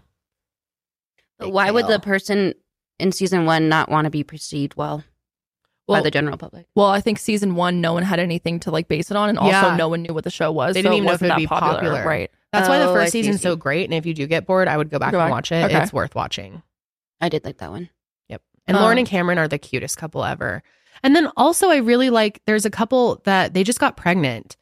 Speaker 4: But why would the
Speaker 1: Deal.
Speaker 4: person in season one not want to be perceived well,
Speaker 2: Well-
Speaker 4: by the general public?
Speaker 2: well, I think season one, no one had anything to like base it on, and also
Speaker 1: Yeah.
Speaker 2: no one knew what the show was.
Speaker 1: They
Speaker 2: so
Speaker 1: didn't even
Speaker 2: it
Speaker 1: know if
Speaker 2: wasn't
Speaker 1: it'd
Speaker 2: that
Speaker 1: be
Speaker 2: popular,
Speaker 1: popular.
Speaker 2: right?
Speaker 1: That's why the
Speaker 4: Oh, I
Speaker 1: first
Speaker 4: see, I
Speaker 1: season's so
Speaker 4: see.
Speaker 1: great. And if you do get bored, I would go back
Speaker 2: Go
Speaker 1: and
Speaker 2: back.
Speaker 1: watch it.
Speaker 2: Okay.
Speaker 1: It's worth watching.
Speaker 4: I did like that one.
Speaker 1: And Lauren
Speaker 2: Um,
Speaker 1: and Cameron are the cutest couple ever. And then also I really like there's a couple that they just got pregnant.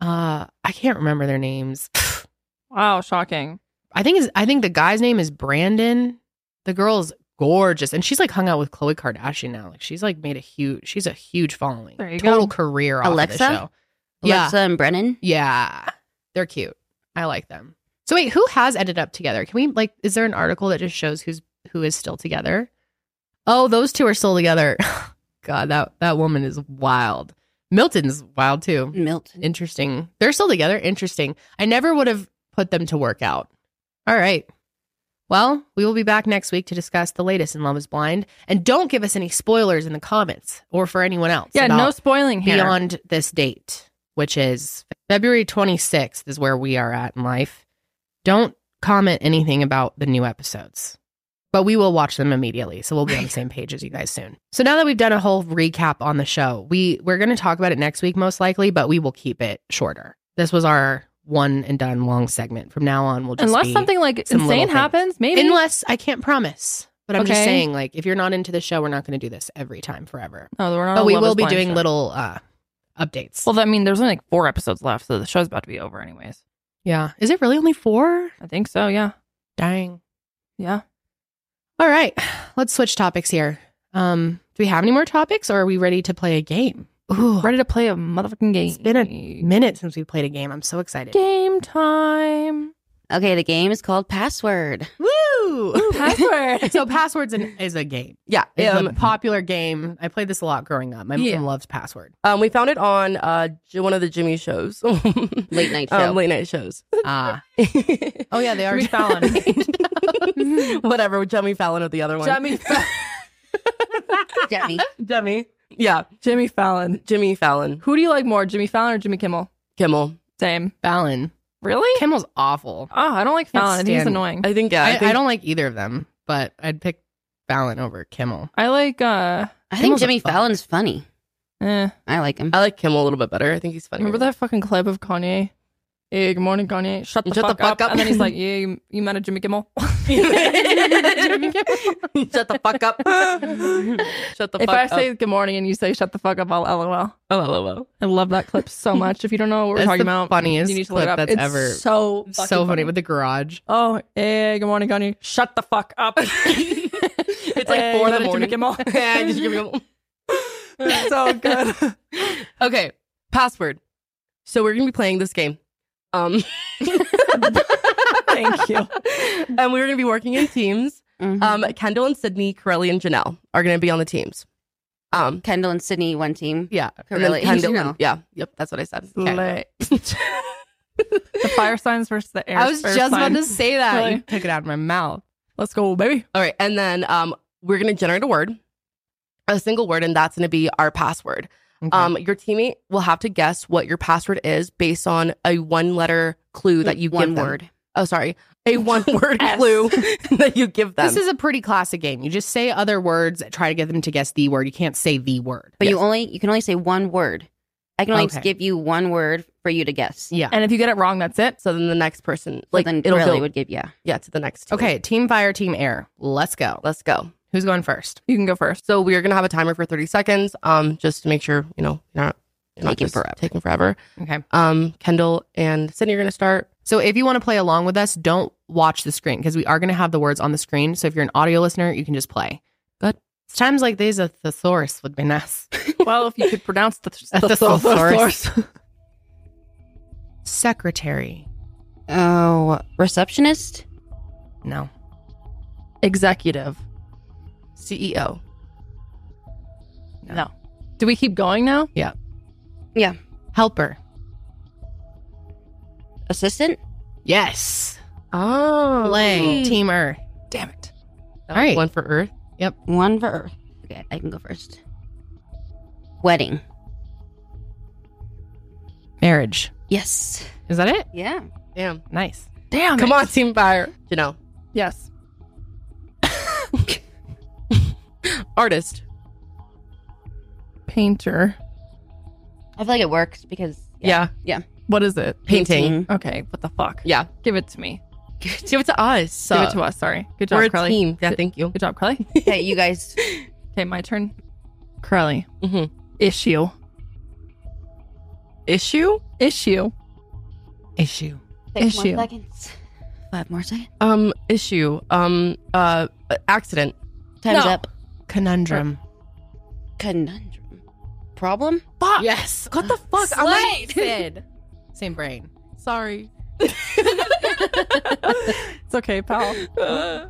Speaker 1: Uh I can't remember their names.
Speaker 2: Wow, shocking.
Speaker 1: I think is I think the guy's name is Brandon. The girl's gorgeous. And she's like hung out with Khloe Kardashian now. Like she's like made a huge she's a huge following.
Speaker 2: There you
Speaker 1: Total
Speaker 2: go.
Speaker 1: career off
Speaker 4: Alexa?
Speaker 1: of the show. Yeah.
Speaker 4: Alexa and Brennan.
Speaker 1: Yeah. They're cute. I like them. So wait, who has ended up together? Can we like is there an article that just shows who's who is still together? Oh, those two are still together. God, that that woman is wild. Milton's wild too.
Speaker 4: Milton.
Speaker 1: Interesting. They're still together. Interesting. I never would have put them to work out. All right. Well, we will be back next week to discuss the latest in Love is Blind. And don't give us any spoilers in the comments or for anyone else.
Speaker 2: Yeah,
Speaker 1: about-
Speaker 2: no spoiling here.
Speaker 1: beyond this date, which is February 26th, is where we are at in life. Don't comment anything about the new episodes, but we will watch them immediately. So we'll be on the same page as you guys soon. So now that we've done a whole recap on the show, we we're going to talk about it next week most likely, but we will keep it shorter. This was our one and done long segment. From now on, we'll just
Speaker 2: Unless
Speaker 1: be-
Speaker 2: something like
Speaker 1: some little
Speaker 2: insane
Speaker 1: things.
Speaker 2: happens, maybe.
Speaker 1: Unless I can't promise, but I'm just
Speaker 2: Okay.
Speaker 1: saying, like, if you're not into the show, we're not going to do this every time forever.
Speaker 2: no, Oh, we're not
Speaker 1: But
Speaker 2: a
Speaker 1: we
Speaker 2: Love
Speaker 1: will
Speaker 2: is
Speaker 1: be
Speaker 2: Blind
Speaker 1: doing
Speaker 2: show.
Speaker 1: little uh, updates.
Speaker 2: Well, I mean, there's only like four episodes left, so the show's about to be over, anyways.
Speaker 1: Yeah. Is it really only four?
Speaker 2: I think so. Yeah,
Speaker 1: Dang.
Speaker 2: yeah.
Speaker 1: All right. Let's switch topics here. Um, do we have any more topics or are we ready to play a game? Ooh,
Speaker 2: Ready to play a motherfucking game.
Speaker 1: It's been a minute since we played a game. I'm so excited.
Speaker 2: game time.
Speaker 4: Okay, the game is called Password.
Speaker 1: Woo!
Speaker 2: Password.
Speaker 1: so passwords an, is a game.
Speaker 3: Yeah.
Speaker 1: It's a
Speaker 3: Um,
Speaker 1: popular game. I played this a lot growing up. My
Speaker 2: Yeah.
Speaker 1: mom loves password.
Speaker 3: um, we found it on uh, J- one of the Jimmy shows.
Speaker 4: Late night show.
Speaker 3: Um, late night shows.
Speaker 1: Ah. oh yeah, they are
Speaker 2: Jimmy Fallon.
Speaker 3: Whatever, Jimmy Fallon or the other one.
Speaker 2: Jimmy Fallon.
Speaker 4: Jemmy.
Speaker 3: Jimmy. Yeah, Jimmy Fallon. Jimmy Fallon.
Speaker 2: Who do you like more, Jimmy Fallon or Jimmy Kimmel?
Speaker 3: Kimmel.
Speaker 2: Same.
Speaker 1: Fallon.
Speaker 2: Really?
Speaker 1: Kimmel's awful.
Speaker 2: Oh, I don't like Fallon. I think he's
Speaker 1: stand-
Speaker 2: annoying.
Speaker 3: I think. Yeah, I,
Speaker 1: I,
Speaker 3: think
Speaker 1: I don't like either of them, but I'd pick Fallon over Kimmel.
Speaker 2: I like uh
Speaker 4: I think
Speaker 1: Kimmel's a
Speaker 4: Jimmy
Speaker 1: fuck.
Speaker 4: Fallon's funny.
Speaker 2: eh.
Speaker 4: I like him.
Speaker 3: I like Kimmel a little bit better. I think he's funny.
Speaker 2: remember that fucking clip of Kanye? Hey, good morning, Kanye. Shut the,
Speaker 3: Shut the
Speaker 2: fuck, up.
Speaker 3: fuck up.
Speaker 2: And then he's like, Yeah, you, you met a Jimmy Kimmel.
Speaker 1: Jimmy
Speaker 3: Shut the fuck up. Shut the
Speaker 2: if
Speaker 3: fuck
Speaker 2: I
Speaker 3: up.
Speaker 2: say good morning and you say shut the fuck up, I'll LOL.
Speaker 3: oh, lol.
Speaker 2: I love that clip so much. If you don't know what we're
Speaker 1: That's
Speaker 2: talking
Speaker 1: the
Speaker 2: about,
Speaker 1: funniest
Speaker 2: you need to look
Speaker 1: clip
Speaker 2: it up.
Speaker 1: that's
Speaker 2: it's
Speaker 1: ever-
Speaker 2: so
Speaker 1: so
Speaker 2: fucking
Speaker 1: funny, with the garage.
Speaker 2: Oh, hey, good morning, Kanye. Shut the fuck up.
Speaker 3: It's like
Speaker 2: Hey,
Speaker 3: four in the
Speaker 2: you met a Jimmy
Speaker 3: morning.
Speaker 2: Kimmel.
Speaker 3: Yeah, just give me
Speaker 2: It's so good.
Speaker 3: a- okay, password. So we're gonna be playing this game. Um,
Speaker 2: Thank you. Mm-hmm.
Speaker 3: and we're gonna be working in teams.
Speaker 4: Mhm.
Speaker 3: Um, Kendall and Sydney, Corelli and Janelle are gonna be on the teams. Um,
Speaker 4: Kendall and Sydney, one team.
Speaker 3: yeah, and then
Speaker 4: Corelli and
Speaker 3: Kendall.
Speaker 4: Janelle.
Speaker 3: yeah, yep, that's what I said.
Speaker 2: Lit. the fire signs versus the air.
Speaker 1: I was
Speaker 2: fire
Speaker 1: just about
Speaker 2: signs.
Speaker 1: to say that.
Speaker 2: Really?
Speaker 1: You took it out of my mouth.
Speaker 2: Let's go, baby.
Speaker 3: All right, and then um, we're gonna generate a word, a single word, and that's gonna be our password. Um, your teammate will have to guess what your password is based on a one-letter clue that you
Speaker 4: one
Speaker 3: give them.
Speaker 4: word.
Speaker 3: Oh, sorry, a one-word
Speaker 2: S.
Speaker 3: clue that you give them.
Speaker 1: this is a pretty classic game. You just say other words, try to get them to guess the word. You can't say the word.
Speaker 4: But you only you can only say one word. I can only
Speaker 1: Okay.
Speaker 4: give you one word for you to guess.
Speaker 1: Yeah.
Speaker 2: And if you get it wrong, that's it.
Speaker 3: so then the next person,
Speaker 4: Like
Speaker 3: like
Speaker 4: then
Speaker 3: it'll
Speaker 4: really
Speaker 3: go,
Speaker 4: would give yeah.
Speaker 3: yeah, to the next. Team.
Speaker 1: Okay, team fire, team air. Let's go.
Speaker 3: let's go.
Speaker 1: Who's going first?
Speaker 2: You can go first.
Speaker 3: So we are gonna have a timer for thirty seconds, um, just to make sure you know you're not you're not
Speaker 4: Taking
Speaker 3: just
Speaker 4: forever.
Speaker 3: taking forever.
Speaker 1: Okay.
Speaker 3: Um, Kendall and Sydney are gonna start.
Speaker 1: So if you want to play along with us, don't watch the screen because we are going to have the words on the screen. So if you're an audio listener, you can just play.
Speaker 3: Good.
Speaker 1: It's times like these, a thesaurus would be nice.
Speaker 2: well, if you could pronounce the,
Speaker 1: A
Speaker 2: the
Speaker 1: thesaurus.
Speaker 2: thesaurus.
Speaker 1: Secretary.
Speaker 4: Oh, receptionist?
Speaker 1: No.
Speaker 2: Executive. E
Speaker 3: CEO.
Speaker 1: No.
Speaker 2: No. Do we keep going now?
Speaker 1: Helper.
Speaker 4: Assistant?
Speaker 1: Yes.
Speaker 3: Oh.
Speaker 1: Lang. Teamer.
Speaker 2: Damn it.
Speaker 1: All right.
Speaker 3: One for Earth.
Speaker 4: One for Earth. Okay, I can go first. Wedding.
Speaker 1: Marriage.
Speaker 4: Yes.
Speaker 1: Is that it?
Speaker 4: Yeah.
Speaker 3: Damn.
Speaker 1: Nice.
Speaker 2: Damn
Speaker 3: Come
Speaker 2: it.
Speaker 3: on, Team Fire. Janelle.
Speaker 2: Yes.
Speaker 3: Artist.
Speaker 2: Painter.
Speaker 4: I feel like it works because
Speaker 3: Yeah.
Speaker 2: What is it?
Speaker 3: Painting.
Speaker 2: Okay. What the fuck?
Speaker 3: Yeah.
Speaker 2: Give it to me.
Speaker 3: Give it to us.
Speaker 2: Give it to us. Sorry. Good
Speaker 3: We're
Speaker 2: job,
Speaker 3: a
Speaker 2: Carly.
Speaker 3: team. Yeah, thank you.
Speaker 2: Good job, Carly.
Speaker 4: Okay, you guys.
Speaker 2: Okay, my turn. Carly.
Speaker 3: Mhm.
Speaker 2: Issue.
Speaker 3: Issue?
Speaker 2: Issue.
Speaker 1: Issue.
Speaker 4: Six
Speaker 2: Issue.
Speaker 4: more seconds. Five more seconds.
Speaker 3: Um, issue. Um, uh, accident.
Speaker 4: Time's
Speaker 2: No.
Speaker 4: up.
Speaker 1: Conundrum.
Speaker 4: Conundrum. Problem?
Speaker 2: Fuck.
Speaker 1: Yes.
Speaker 3: What the fuck? I'm like,
Speaker 1: Same brain.
Speaker 3: sorry.
Speaker 2: It's okay, pal. It's all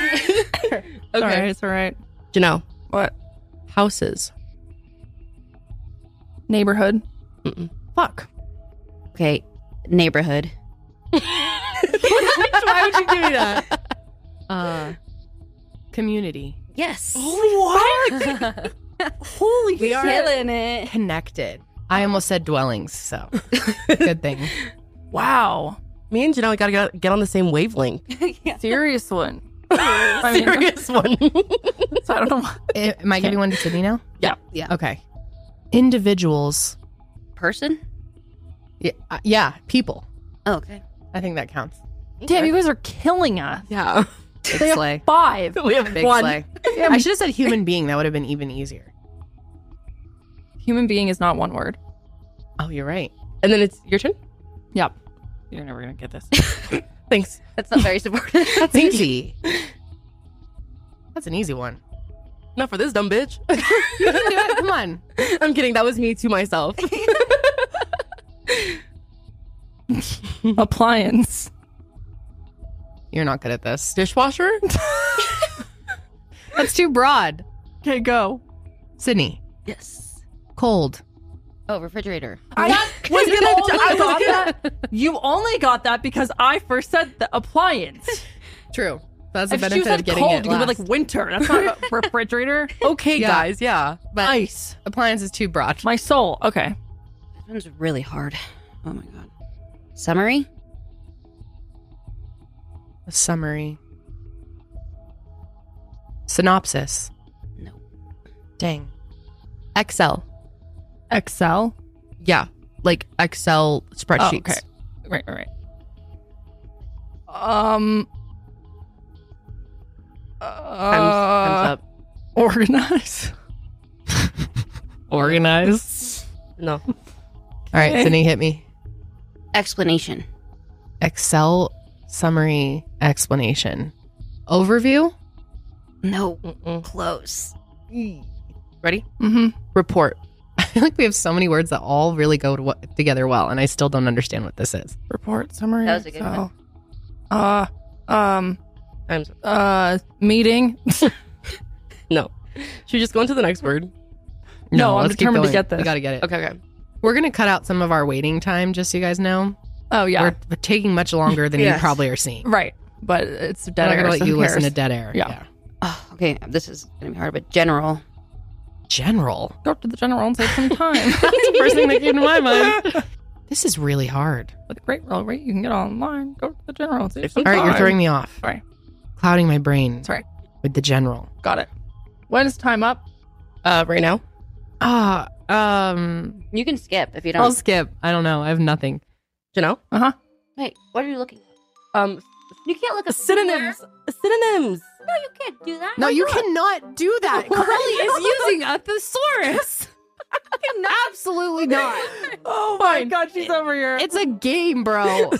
Speaker 2: right.
Speaker 3: okay.
Speaker 2: It's all right.
Speaker 3: Janelle.
Speaker 2: What?
Speaker 3: Houses.
Speaker 2: Neighborhood.
Speaker 3: Mm-mm.
Speaker 2: Fuck.
Speaker 4: Okay. Neighborhood.
Speaker 3: Why would you give me that?
Speaker 1: Uh, community.
Speaker 4: Yes.
Speaker 1: What? Holy we are
Speaker 4: Killing it.
Speaker 1: connected. I almost said dwellings, so good thing.
Speaker 2: Wow.
Speaker 3: Me and Janelle gotta get, get on the same wavelength.
Speaker 2: Serious one. I mean,
Speaker 3: Serious one.
Speaker 2: so I don't know. why-
Speaker 1: I- Eh, Am I giving one to Sydney now?
Speaker 2: Yeah.
Speaker 4: Yeah.
Speaker 1: Okay. Individuals.
Speaker 4: Person?
Speaker 1: Yeah, uh, yeah, people.
Speaker 4: Oh, okay.
Speaker 1: I think that counts.
Speaker 2: Damn, you guys are killing us.
Speaker 3: yeah.
Speaker 1: Big sleigh.
Speaker 2: Five.
Speaker 3: We have
Speaker 1: Big
Speaker 3: one.
Speaker 1: sleigh. I should have said human being. That would have been even easier.
Speaker 2: Human being is not one word.
Speaker 1: Oh, you're right.
Speaker 3: And then it's your turn.
Speaker 2: Yep. You're never gonna get this.
Speaker 3: Thanks.
Speaker 4: That's not very supportive.
Speaker 1: That's easy. That's an easy one.
Speaker 3: Not for this dumb bitch.
Speaker 1: You can do it. Come on.
Speaker 3: I'm kidding. That was me to myself.
Speaker 2: Appliance.
Speaker 1: You're not good at this.
Speaker 3: Dishwasher?
Speaker 1: That's too broad.
Speaker 2: Okay, go.
Speaker 1: Sydney,
Speaker 4: yes.
Speaker 1: cold.
Speaker 4: Oh, refrigerator.
Speaker 2: I was
Speaker 3: gonna- I was
Speaker 2: that. You only got that because I first said the appliance.
Speaker 1: True. That's the
Speaker 2: if
Speaker 1: benefit
Speaker 2: she
Speaker 1: of
Speaker 2: said
Speaker 1: getting
Speaker 2: cold,
Speaker 1: it.
Speaker 2: you would be
Speaker 1: Last.
Speaker 2: like winter. That's not a refrigerator.
Speaker 3: Okay,
Speaker 1: Yeah.
Speaker 3: guys. Yeah.
Speaker 1: but
Speaker 2: Ice.
Speaker 1: appliance is too broad.
Speaker 2: My soul. Okay.
Speaker 4: This one's really hard. Oh my god. Summary?
Speaker 1: A summary. Synopsis.
Speaker 4: No.
Speaker 1: Dang.
Speaker 3: Excel.
Speaker 2: Excel.
Speaker 3: Yeah. Like Excel spreadsheets.
Speaker 2: Oh, okay. Right, right, right. Um.
Speaker 3: Time's,
Speaker 2: uh,
Speaker 3: time's up.
Speaker 2: Organize. organize.
Speaker 3: No.
Speaker 1: All right, Sydney, hit me.
Speaker 4: Explanation.
Speaker 1: Excel summary explanation. Overview.
Speaker 4: No.
Speaker 3: Mm-mm.
Speaker 4: Close.
Speaker 3: Ready?
Speaker 2: Mm-hmm.
Speaker 3: Report.
Speaker 1: I feel like we have so many words that all really go to, together well, and I still don't understand what this is.
Speaker 2: Report summary.
Speaker 4: That was a good
Speaker 2: Excel. Uh. Um.
Speaker 3: Time's up.
Speaker 2: Uh. Meeting.
Speaker 3: No. Should we just go into the next word?
Speaker 2: No, I'm
Speaker 1: let's keep
Speaker 2: determined to
Speaker 1: going.
Speaker 2: get this.
Speaker 1: We gotta get it.
Speaker 3: Okay, okay.
Speaker 1: We're gonna cut out some of our waiting time, just so you guys know.
Speaker 2: Oh yeah.
Speaker 1: We're, we're taking much longer than you
Speaker 4: Yes.
Speaker 1: probably are seeing.
Speaker 2: right. But it's
Speaker 1: We're
Speaker 2: dead
Speaker 1: not
Speaker 2: air.
Speaker 1: gonna
Speaker 2: so
Speaker 1: let you
Speaker 2: who
Speaker 1: listen to
Speaker 2: cares?
Speaker 1: dead air.
Speaker 2: Yeah.
Speaker 4: Oh, okay. This is gonna be hard, but general.
Speaker 1: General.
Speaker 2: Go up to the general and save some time.
Speaker 1: That's the first thing that came to my mind. This is really hard.
Speaker 2: With a great roll rate, you can get online. Go to the general and save
Speaker 3: Save
Speaker 2: some
Speaker 3: some
Speaker 1: All
Speaker 2: time.
Speaker 1: right, you're throwing me off.
Speaker 2: Sorry.
Speaker 1: Clouding my brain.
Speaker 2: Sorry.
Speaker 1: With the general.
Speaker 2: Got it. When is time up?
Speaker 3: Uh, right now?
Speaker 1: Ah, um,
Speaker 4: You can skip if you don't.
Speaker 1: I'll skip. I don't know. I have nothing.
Speaker 3: Janelle?
Speaker 4: Wait, what are you looking at?
Speaker 3: Um,
Speaker 4: You can't look at
Speaker 3: synonyms. Synonyms.
Speaker 4: No, you can't do that.
Speaker 1: No, you cannot do that.
Speaker 2: is using a
Speaker 1: thesaurus. Absolutely not.
Speaker 2: Oh my god, she's over here.
Speaker 1: It's a game, bro.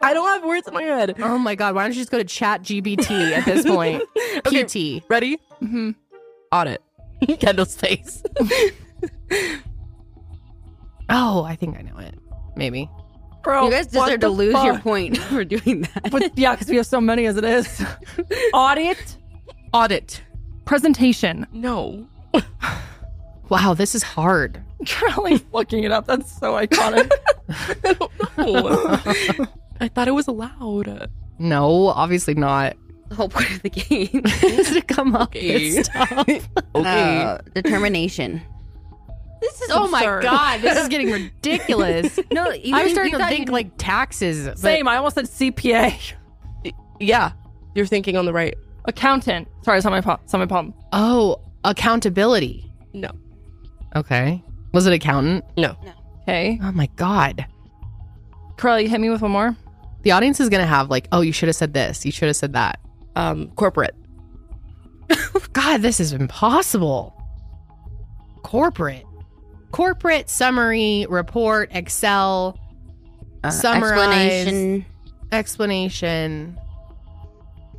Speaker 3: I don't have words in my head.
Speaker 1: Oh my god, why don't you just go to chat GBT at this point?
Speaker 3: Okay.
Speaker 1: PT.
Speaker 3: Ready?
Speaker 2: Mhm.
Speaker 3: Audit. Kendall's face.
Speaker 1: Oh, I think I know it. Maybe.
Speaker 2: Bro,
Speaker 4: you guys
Speaker 2: what
Speaker 4: deserve
Speaker 2: the
Speaker 4: to lose your
Speaker 2: fuck?
Speaker 4: point for doing that.
Speaker 2: But yeah, because we have so many as it is. Audit,
Speaker 3: Audit.
Speaker 2: presentation.
Speaker 3: No.
Speaker 1: Wow, this is hard.
Speaker 2: Charlie's looking it up. That's so iconic.
Speaker 3: I don't know. I thought it was allowed.
Speaker 1: No, obviously not.
Speaker 4: the whole point of the game.
Speaker 1: Is to come up
Speaker 3: Okay.
Speaker 1: with stuff.
Speaker 4: Uh, determination.
Speaker 2: this is
Speaker 1: Oh my
Speaker 2: absurd.
Speaker 1: god, this is getting ridiculous.
Speaker 4: No, you
Speaker 1: I'm
Speaker 4: think-
Speaker 1: starting
Speaker 4: you
Speaker 1: to
Speaker 4: thought
Speaker 1: think
Speaker 4: you-
Speaker 1: like taxes. but-
Speaker 2: Same. I almost said CPA.
Speaker 3: Yeah. You're thinking on the right.
Speaker 2: Accountant. Sorry, it's on my palm. It's on my palm.
Speaker 1: oh, accountability.
Speaker 3: No.
Speaker 1: Okay. Was it accountant?
Speaker 2: Okay.
Speaker 1: Oh my god.
Speaker 2: Carly, hit me with one more.
Speaker 1: The audience is gonna have like, oh, you should have said this. You should have said that.
Speaker 3: Um, corporate.
Speaker 1: God, this is impossible. Corporate. Corporate summary, report, Excel,
Speaker 4: Uh,
Speaker 1: Summarize.
Speaker 4: Explanation.
Speaker 1: explanation.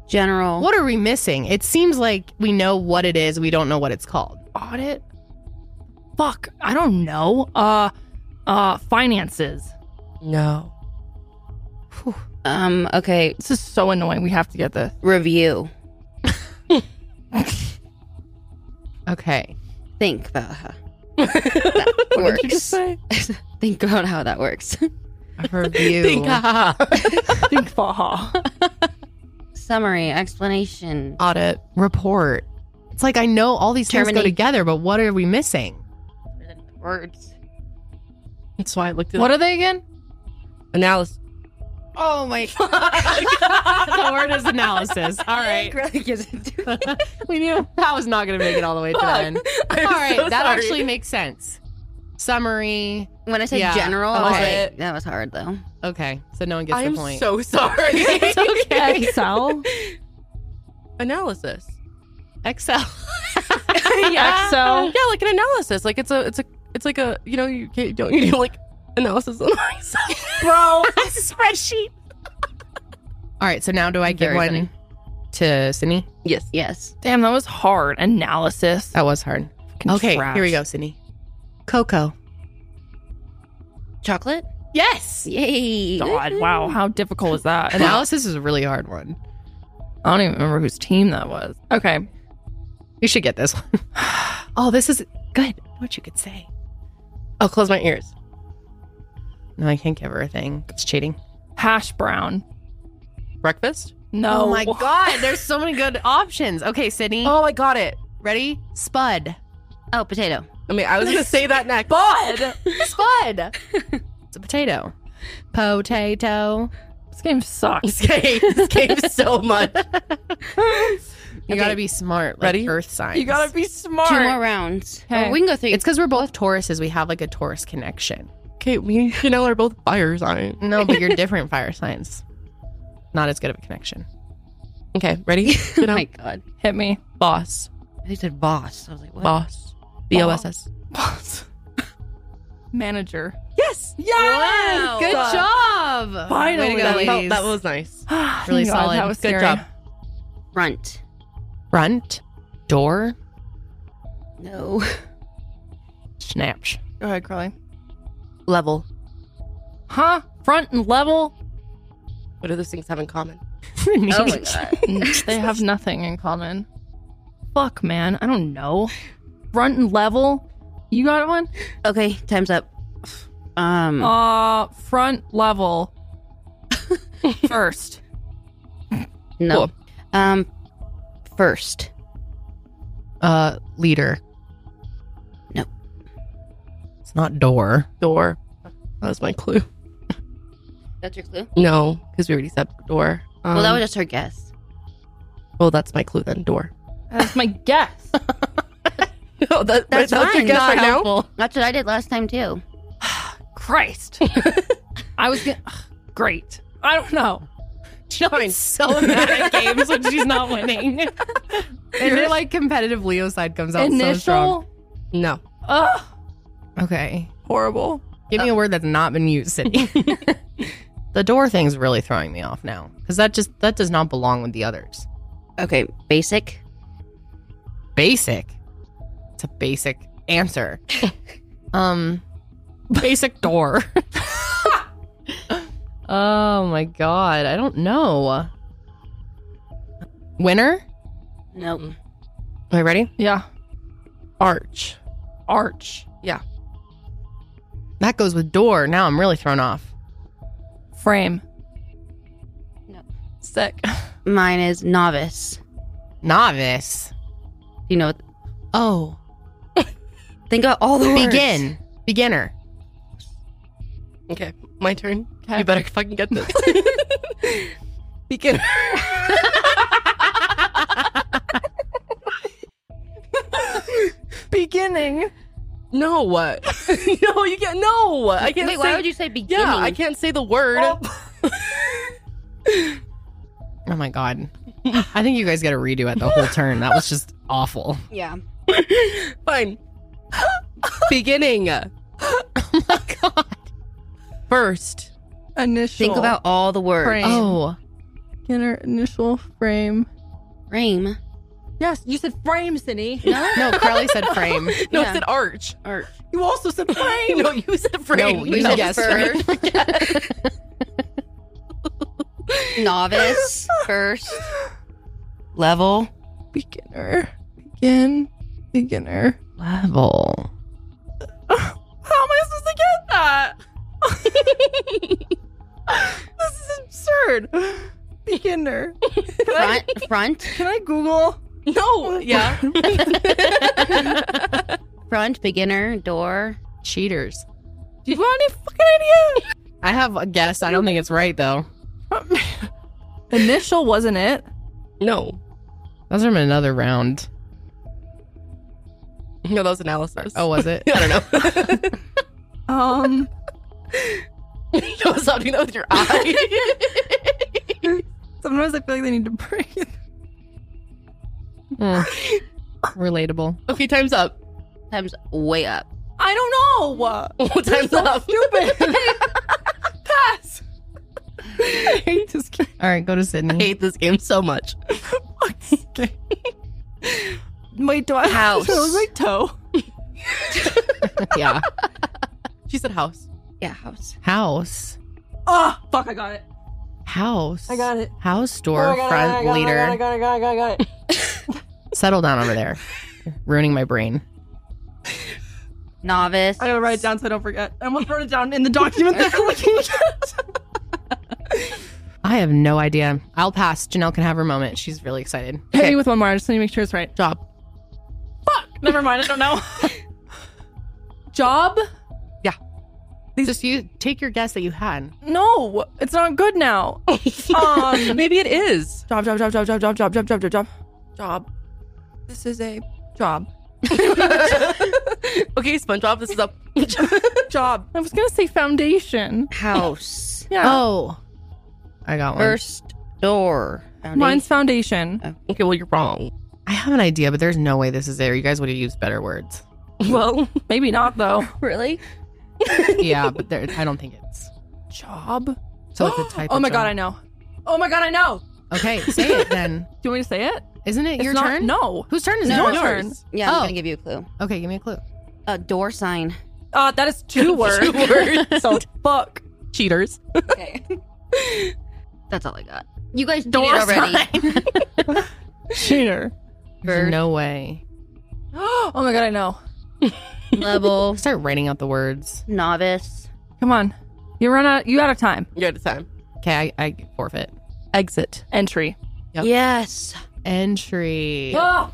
Speaker 4: General.
Speaker 1: What are we missing? It seems like we know what it is, we don't know what it's called.
Speaker 2: Audit. Fuck. I don't know. Uh, uh, finances.
Speaker 3: No.
Speaker 4: Um. Okay.
Speaker 2: This is so annoying. We have to get this.
Speaker 4: Review.
Speaker 1: Okay.
Speaker 4: Think about how that works.
Speaker 3: What did you just say?
Speaker 4: Think about how that works.
Speaker 1: Review.
Speaker 3: Think, haha.
Speaker 2: Think Baja.
Speaker 4: Summary. Explanation.
Speaker 1: audit report. It's like I know all these things go
Speaker 4: Terminate.
Speaker 1: together, but what are we missing?
Speaker 4: Words.
Speaker 3: That's why I looked at
Speaker 2: what are they again?
Speaker 3: analysis.
Speaker 1: Oh my the word is analysis. All right. we knew that was not gonna make it all the way to the
Speaker 3: Fuck.
Speaker 1: end.
Speaker 3: I'm
Speaker 1: all right,
Speaker 3: so
Speaker 1: that
Speaker 3: sorry.
Speaker 1: actually makes sense. Summary.
Speaker 4: When I said
Speaker 1: Yeah.
Speaker 4: general, I was
Speaker 1: Okay.
Speaker 4: like, that was hard though.
Speaker 1: Okay, so no one gets
Speaker 3: I
Speaker 1: the
Speaker 3: am
Speaker 1: point.
Speaker 3: so sorry.
Speaker 1: it's okay.
Speaker 2: Excel.
Speaker 3: analysis.
Speaker 1: Excel.
Speaker 2: yeah. Excel.
Speaker 3: Uh, yeah, like an analysis. Like it's a, it's a, it's like a, you know, you can't, don't you do like analysis on myself.
Speaker 2: Bro.
Speaker 1: spreadsheet. All right, so now do I give
Speaker 4: Very
Speaker 1: one
Speaker 4: funny.
Speaker 1: to Sydney?
Speaker 3: Yes.
Speaker 4: Yes.
Speaker 2: Damn, that was hard. Analysis.
Speaker 1: That was hard.
Speaker 2: Fucking
Speaker 1: Okay,
Speaker 2: trash.
Speaker 1: here we go, Sydney. Coco.
Speaker 4: Chocolate.
Speaker 1: Yes.
Speaker 4: Yay.
Speaker 2: God, wow. How difficult is that? And I
Speaker 1: Analysis is a really hard one.
Speaker 2: don't even remember whose team that was. Okay.
Speaker 1: You should get this one. oh, this is good. What you could say.
Speaker 3: I'll close my ears.
Speaker 1: No, I can't give her a thing. It's cheating.
Speaker 2: Hash brown.
Speaker 3: Breakfast.
Speaker 2: No.
Speaker 1: Oh my god, there's so many good options. Okay, Sydney.
Speaker 3: Oh, I got it.
Speaker 1: Ready? Spud.
Speaker 4: Oh, potato.
Speaker 3: I mean, I was gonna say that next.
Speaker 2: God.
Speaker 1: Spud. it's a potato. Potato.
Speaker 2: This game sucks.
Speaker 3: This game, this game so much.
Speaker 1: You gotta be smart. Like
Speaker 3: Ready?
Speaker 1: Earth signs.
Speaker 2: You gotta be smart.
Speaker 4: Two more rounds.
Speaker 2: Okay.
Speaker 4: Or we can go three.
Speaker 1: It's because we're both Tauruses. We have like a Taurus connection.
Speaker 3: Okay, me and Chanel are both fire signs.
Speaker 1: No, but you're different fire signs. Not as good of a connection.
Speaker 3: Okay, ready? Chanel.
Speaker 4: oh my god.
Speaker 2: Hit me.
Speaker 3: boss,
Speaker 4: I said boss. I was like, what?
Speaker 3: boss, B O S S.
Speaker 2: Boss. Manager.
Speaker 3: Yes.
Speaker 2: Yes.
Speaker 1: Good job. Way
Speaker 2: Finally.
Speaker 1: to go,
Speaker 2: That
Speaker 3: That,
Speaker 2: felt-
Speaker 1: ladies.
Speaker 3: that was nice.
Speaker 1: Really
Speaker 2: Thank God,
Speaker 1: solid.
Speaker 2: That was
Speaker 3: Good
Speaker 2: scary.
Speaker 3: job.
Speaker 4: Runt.
Speaker 1: front door
Speaker 4: No.
Speaker 1: snaps.
Speaker 2: Go ahead, Carly.
Speaker 3: Level.
Speaker 2: Huh? Front and level?
Speaker 3: What do those things have in common?
Speaker 4: Oh my god.
Speaker 2: they have nothing in common. Fuck, man. I don't know. Front and level? You got one?
Speaker 4: Okay, time's up.
Speaker 1: Hmm.
Speaker 4: Um.
Speaker 2: Uh, front level. First.
Speaker 4: no. Um. First.
Speaker 1: Uh, leader.
Speaker 4: No.
Speaker 1: It's not door.
Speaker 3: Door. That was my clue.
Speaker 4: That's your clue.
Speaker 3: No, because we already said door. Um,
Speaker 4: well, that was just her guess.
Speaker 3: well, that's my clue then. Door.
Speaker 2: That's my guess.
Speaker 3: No, that,
Speaker 4: That's
Speaker 3: that was your
Speaker 4: fine.
Speaker 3: guess
Speaker 4: Not
Speaker 3: right now.
Speaker 1: Helpful.
Speaker 4: That's what I did last time too.
Speaker 2: Christ. I was gonna. ugh, Great. I don't know.
Speaker 1: She's so mad at games when she's not winning. and her like competitive Leo side comes out so strong.
Speaker 2: Initial.
Speaker 3: No.
Speaker 2: Ugh.
Speaker 1: Okay.
Speaker 2: Horrible.
Speaker 1: Give me a word that's not been used, Sydney. the door thing's really throwing me off now. Because that just that does not belong with the others.
Speaker 4: Okay. Basic.
Speaker 1: Basic. It's a basic answer. um basic door. Oh my god, I don't know. Winner?
Speaker 4: Nope.
Speaker 3: Are you ready?
Speaker 2: Yeah.
Speaker 3: Arch.
Speaker 2: Arch. Yeah.
Speaker 1: That goes with door. Now I'm really thrown off.
Speaker 2: Frame.
Speaker 4: No.
Speaker 2: Sick.
Speaker 4: Mine is novice.
Speaker 1: Novice.
Speaker 4: You know,
Speaker 1: Oh,
Speaker 4: think about all the words.
Speaker 1: begin. Beginner.
Speaker 3: Okay, my turn.
Speaker 2: Okay.
Speaker 3: You better fucking get this. Beginner.
Speaker 2: Beginning.
Speaker 3: No, what? no, you can't. No, I can't.
Speaker 4: Wait,
Speaker 3: say,
Speaker 4: why would you say beginning?
Speaker 3: Yeah, I can't say the word.
Speaker 1: Oh my god. I think you guys got to redo it the whole turn. That was just awful.
Speaker 4: Yeah.
Speaker 3: Fine. Beginning.
Speaker 1: Oh my god.
Speaker 3: First.
Speaker 2: Initial.
Speaker 4: Think about all the words.
Speaker 2: Frame.
Speaker 1: Oh,
Speaker 2: Beginner initial frame.
Speaker 4: Frame.
Speaker 2: Yes, you said frame, Cindy.
Speaker 1: no, Carly said frame.
Speaker 3: No,
Speaker 4: Yeah.
Speaker 3: I said arch.
Speaker 4: Arch.
Speaker 3: You also said frame. no, you said frame.
Speaker 1: No, you said first.
Speaker 4: Novice first. Level.
Speaker 2: Beginner. Begin. Beginner.
Speaker 1: Level.
Speaker 2: How am I supposed to get that? this is absurd. Beginner. Can I,
Speaker 4: Front. Front.
Speaker 2: can I Google?
Speaker 3: No. Yeah.
Speaker 4: Front. Beginner. Door.
Speaker 1: Cheaters.
Speaker 2: Do you have any fucking
Speaker 1: I have a guess. I don't think it's right though.
Speaker 2: idea? Initial wasn't it?
Speaker 3: No.
Speaker 1: Those are another round.
Speaker 3: No, that was analysis.
Speaker 1: Oh, was it?
Speaker 3: I don't know.
Speaker 2: Um.
Speaker 3: no, stop doing that with your eye.
Speaker 2: Sometimes I feel like they need to breathe.
Speaker 1: Mm. Relatable.
Speaker 3: okay, time's up.
Speaker 4: Times way up.
Speaker 2: I don't know.
Speaker 3: time's up.
Speaker 2: Stupid. Pass. I hate this game.
Speaker 1: All right, go to
Speaker 3: I
Speaker 1: Sydney.
Speaker 3: hate this game so much.
Speaker 2: Fuck this game. Wait, do I
Speaker 4: House.
Speaker 2: So it was my toe.
Speaker 1: yeah.
Speaker 3: She said house.
Speaker 4: Yeah. House.
Speaker 1: House.
Speaker 2: Oh, fuck! I got it.
Speaker 1: House.
Speaker 2: I got it. Oh
Speaker 1: House store front leader. Settle down over there. You're Ruining my brain.
Speaker 4: Novice.
Speaker 2: I gotta write it down so I don't forget. I almost wrote it down in the document that I'm looking at.
Speaker 1: I have no idea. I'll pass. Janelle can have her moment. She's really excited.
Speaker 2: Hit me with one more. I just need to make sure it's right.
Speaker 3: Job.
Speaker 2: Never mind. I don't know. Job?
Speaker 1: Just you take your guess that you had.
Speaker 2: No, it's not good now. um,
Speaker 3: Maybe it is.
Speaker 2: job, job, job, job, job, job, job, job, job, job, job, job. This is a job.
Speaker 3: okay, SpongeBob, this is up.
Speaker 2: Job. I was gonna say foundation.
Speaker 4: House.
Speaker 2: Yeah.
Speaker 1: Oh. I got one.
Speaker 4: First door.
Speaker 2: Mine's foundation.
Speaker 3: okay, well, you're wrong.
Speaker 1: I have an idea, but there's no way this is there. You guys would have used better words.
Speaker 3: Well,
Speaker 2: Maybe not though.
Speaker 4: really?
Speaker 1: yeah, but there, I don't think it's.
Speaker 2: Job.
Speaker 1: So it's a type
Speaker 2: Oh
Speaker 1: of
Speaker 2: my god, I
Speaker 1: job.
Speaker 2: know. Oh my god, I know.
Speaker 1: Okay, say it then.
Speaker 2: Do you want me to say it?
Speaker 1: Isn't it
Speaker 2: It's
Speaker 1: your
Speaker 2: not-
Speaker 1: turn?
Speaker 2: No.
Speaker 1: Whose turn is
Speaker 4: No,
Speaker 1: it?
Speaker 2: Your turn.
Speaker 4: Yeah. I'm
Speaker 1: Oh.
Speaker 4: gonna give you a clue.
Speaker 1: Okay, give me a clue.
Speaker 4: A door sign.
Speaker 2: Uh, that is two words.
Speaker 3: two words.
Speaker 2: So fuck.
Speaker 3: Cheaters.
Speaker 4: Okay. That's all I got. You guys did
Speaker 2: Door
Speaker 4: it already.
Speaker 2: Cheater.
Speaker 1: There's
Speaker 4: Bird.
Speaker 1: no way.
Speaker 2: oh my god, I know.
Speaker 4: Level.
Speaker 1: Start writing out the words.
Speaker 4: Novice.
Speaker 2: Come on. You run out you out of time.
Speaker 3: You're out of time.
Speaker 1: Okay, I, I forfeit.
Speaker 3: Exit.
Speaker 2: Entry.
Speaker 3: Yep.
Speaker 4: Yes.
Speaker 1: Entry.
Speaker 2: Oh,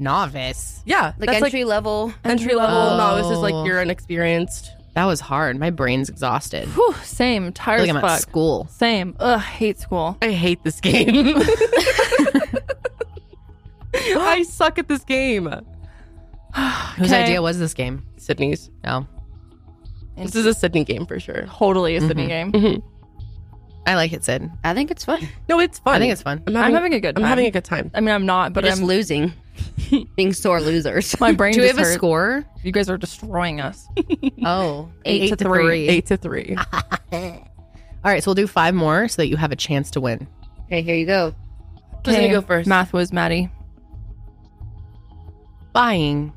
Speaker 1: Novice.
Speaker 3: Yeah,
Speaker 4: Like
Speaker 3: that's
Speaker 4: entry level.
Speaker 3: like entry level.
Speaker 1: Oh.
Speaker 3: No, this is like you're unexperienced.
Speaker 1: That was hard. My brain's exhausted.
Speaker 2: whew, same. Tired
Speaker 1: Like
Speaker 2: as
Speaker 1: I'm
Speaker 2: fuck.
Speaker 1: at school.
Speaker 2: Same. Ugh, hate school.
Speaker 3: I hate this game. I suck at this game.
Speaker 1: Whose
Speaker 2: Okay.
Speaker 1: idea was this game?
Speaker 3: Sydney's.
Speaker 1: No.
Speaker 3: This is a Sydney game for sure.
Speaker 2: Totally a
Speaker 1: Mm-hmm.
Speaker 2: Sydney game.
Speaker 1: I like it, Sid.
Speaker 4: I think it's fun.
Speaker 3: No, it's fun.
Speaker 1: I think it's fun.
Speaker 3: I'm
Speaker 2: I'm
Speaker 3: having,
Speaker 2: having a good
Speaker 3: I'm
Speaker 2: time.
Speaker 3: having a good time.
Speaker 2: I mean, I'm not, but
Speaker 4: We're just
Speaker 2: I'm.
Speaker 4: losing. Being sore losers.
Speaker 2: my brain
Speaker 1: Do we
Speaker 2: just
Speaker 1: have a
Speaker 2: hurt.
Speaker 1: score?
Speaker 2: You guys are destroying us.
Speaker 1: Oh,
Speaker 4: Eight
Speaker 2: to three.
Speaker 3: Eight to three. Ah,
Speaker 1: All right, so we'll do five more so that you have a chance to win.
Speaker 4: Okay, here you go.
Speaker 3: Who's gonna go first?
Speaker 2: Math was Maddie.
Speaker 1: Buying.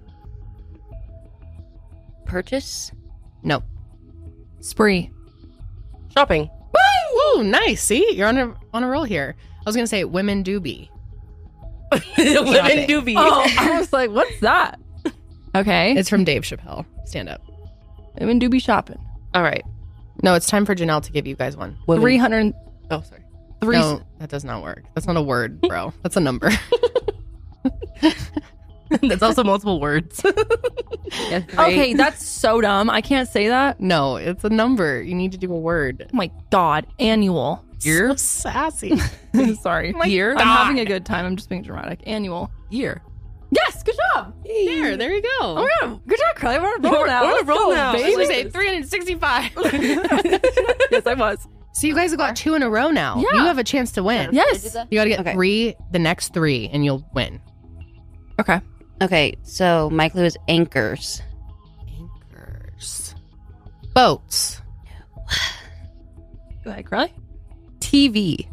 Speaker 4: Purchase.
Speaker 1: No.
Speaker 2: Spree.
Speaker 3: Shopping.
Speaker 1: Ooh, nice. See, you're on a on a roll here. I was gonna say women do be.
Speaker 3: Women do be.
Speaker 2: Oh, I was like, what's that? Okay.
Speaker 1: It's from Dave Chappelle. Stand up.
Speaker 2: women do be shopping.
Speaker 3: All right.
Speaker 1: No, it's time for Janelle to give you guys one.
Speaker 3: Women.
Speaker 2: 300.
Speaker 3: Oh, sorry.
Speaker 2: Three.
Speaker 1: No, that does not work. That's not a word, bro. That's a number.
Speaker 3: That's also multiple words.
Speaker 2: Okay, that's so dumb. I can't say that.
Speaker 1: no, it's a number. You need to do a word.
Speaker 2: Oh my God. Annual.
Speaker 1: You're sassy.
Speaker 2: Sorry.
Speaker 3: Year.
Speaker 2: I'm having a good time. I'm just being dramatic. Annual.
Speaker 3: Year.
Speaker 2: Yes. Good job.
Speaker 1: there, there you go.
Speaker 2: Oh my God. Good job, Carly. We're on a roll now.
Speaker 3: we're on a
Speaker 2: Let's
Speaker 3: roll
Speaker 2: go,
Speaker 3: now.
Speaker 1: I was
Speaker 2: baby.
Speaker 1: gonna say 365.
Speaker 2: yes, I was.
Speaker 1: so you guys have got two in a row now.
Speaker 2: Yeah.
Speaker 1: You have a chance to win.
Speaker 2: Yes.
Speaker 1: You got to get
Speaker 4: Okay.
Speaker 1: three, the next three, and you'll win.
Speaker 2: Okay.
Speaker 4: Okay, so my clue is anchors.
Speaker 1: Anchors. Boats.
Speaker 2: Go ahead, Carly.
Speaker 3: TV.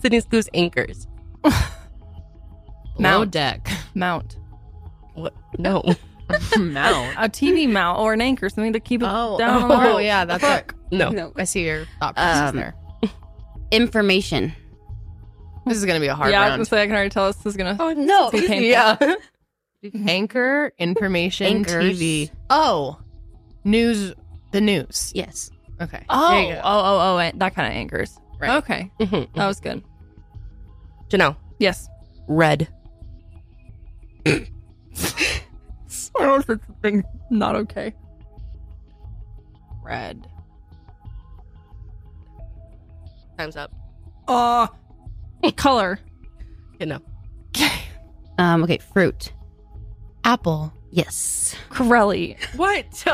Speaker 3: Sydney's Clues anchors.
Speaker 1: Blow
Speaker 2: Mount.
Speaker 1: deck.
Speaker 2: Mount.
Speaker 3: What? No.
Speaker 1: Mount.
Speaker 2: A TV mount or an anchor, something to keep it
Speaker 1: Oh,
Speaker 2: down. on the
Speaker 1: oh,
Speaker 2: rope.
Speaker 1: yeah, that's it.
Speaker 3: No.
Speaker 4: No.
Speaker 1: I see your thought process
Speaker 4: Um,
Speaker 1: there.
Speaker 4: Information.
Speaker 1: This is gonna be a hard
Speaker 2: yeah, I was gonna
Speaker 1: round.
Speaker 2: say I can already tell us this is gonna.
Speaker 3: Oh no.
Speaker 2: It's painful.
Speaker 3: Yeah.
Speaker 1: Anchor information
Speaker 4: Anchors.
Speaker 1: TV. Oh, news. The news.
Speaker 4: Yes.
Speaker 1: Okay.
Speaker 2: Oh,
Speaker 1: There you
Speaker 2: oh,
Speaker 1: go.
Speaker 2: oh, oh, eh, that kind of anchors.
Speaker 1: Right.
Speaker 2: Okay,
Speaker 3: Mhm.
Speaker 2: that was good.
Speaker 3: Janelle.
Speaker 2: Yes.
Speaker 3: Red.
Speaker 2: I don't know if it's thing not okay. Red.
Speaker 3: Time's up.
Speaker 2: Uh color.
Speaker 3: Okay, no.
Speaker 4: Um, okay, fruit.
Speaker 1: Apple.
Speaker 4: Yes.
Speaker 2: Corelli.
Speaker 3: What?
Speaker 1: should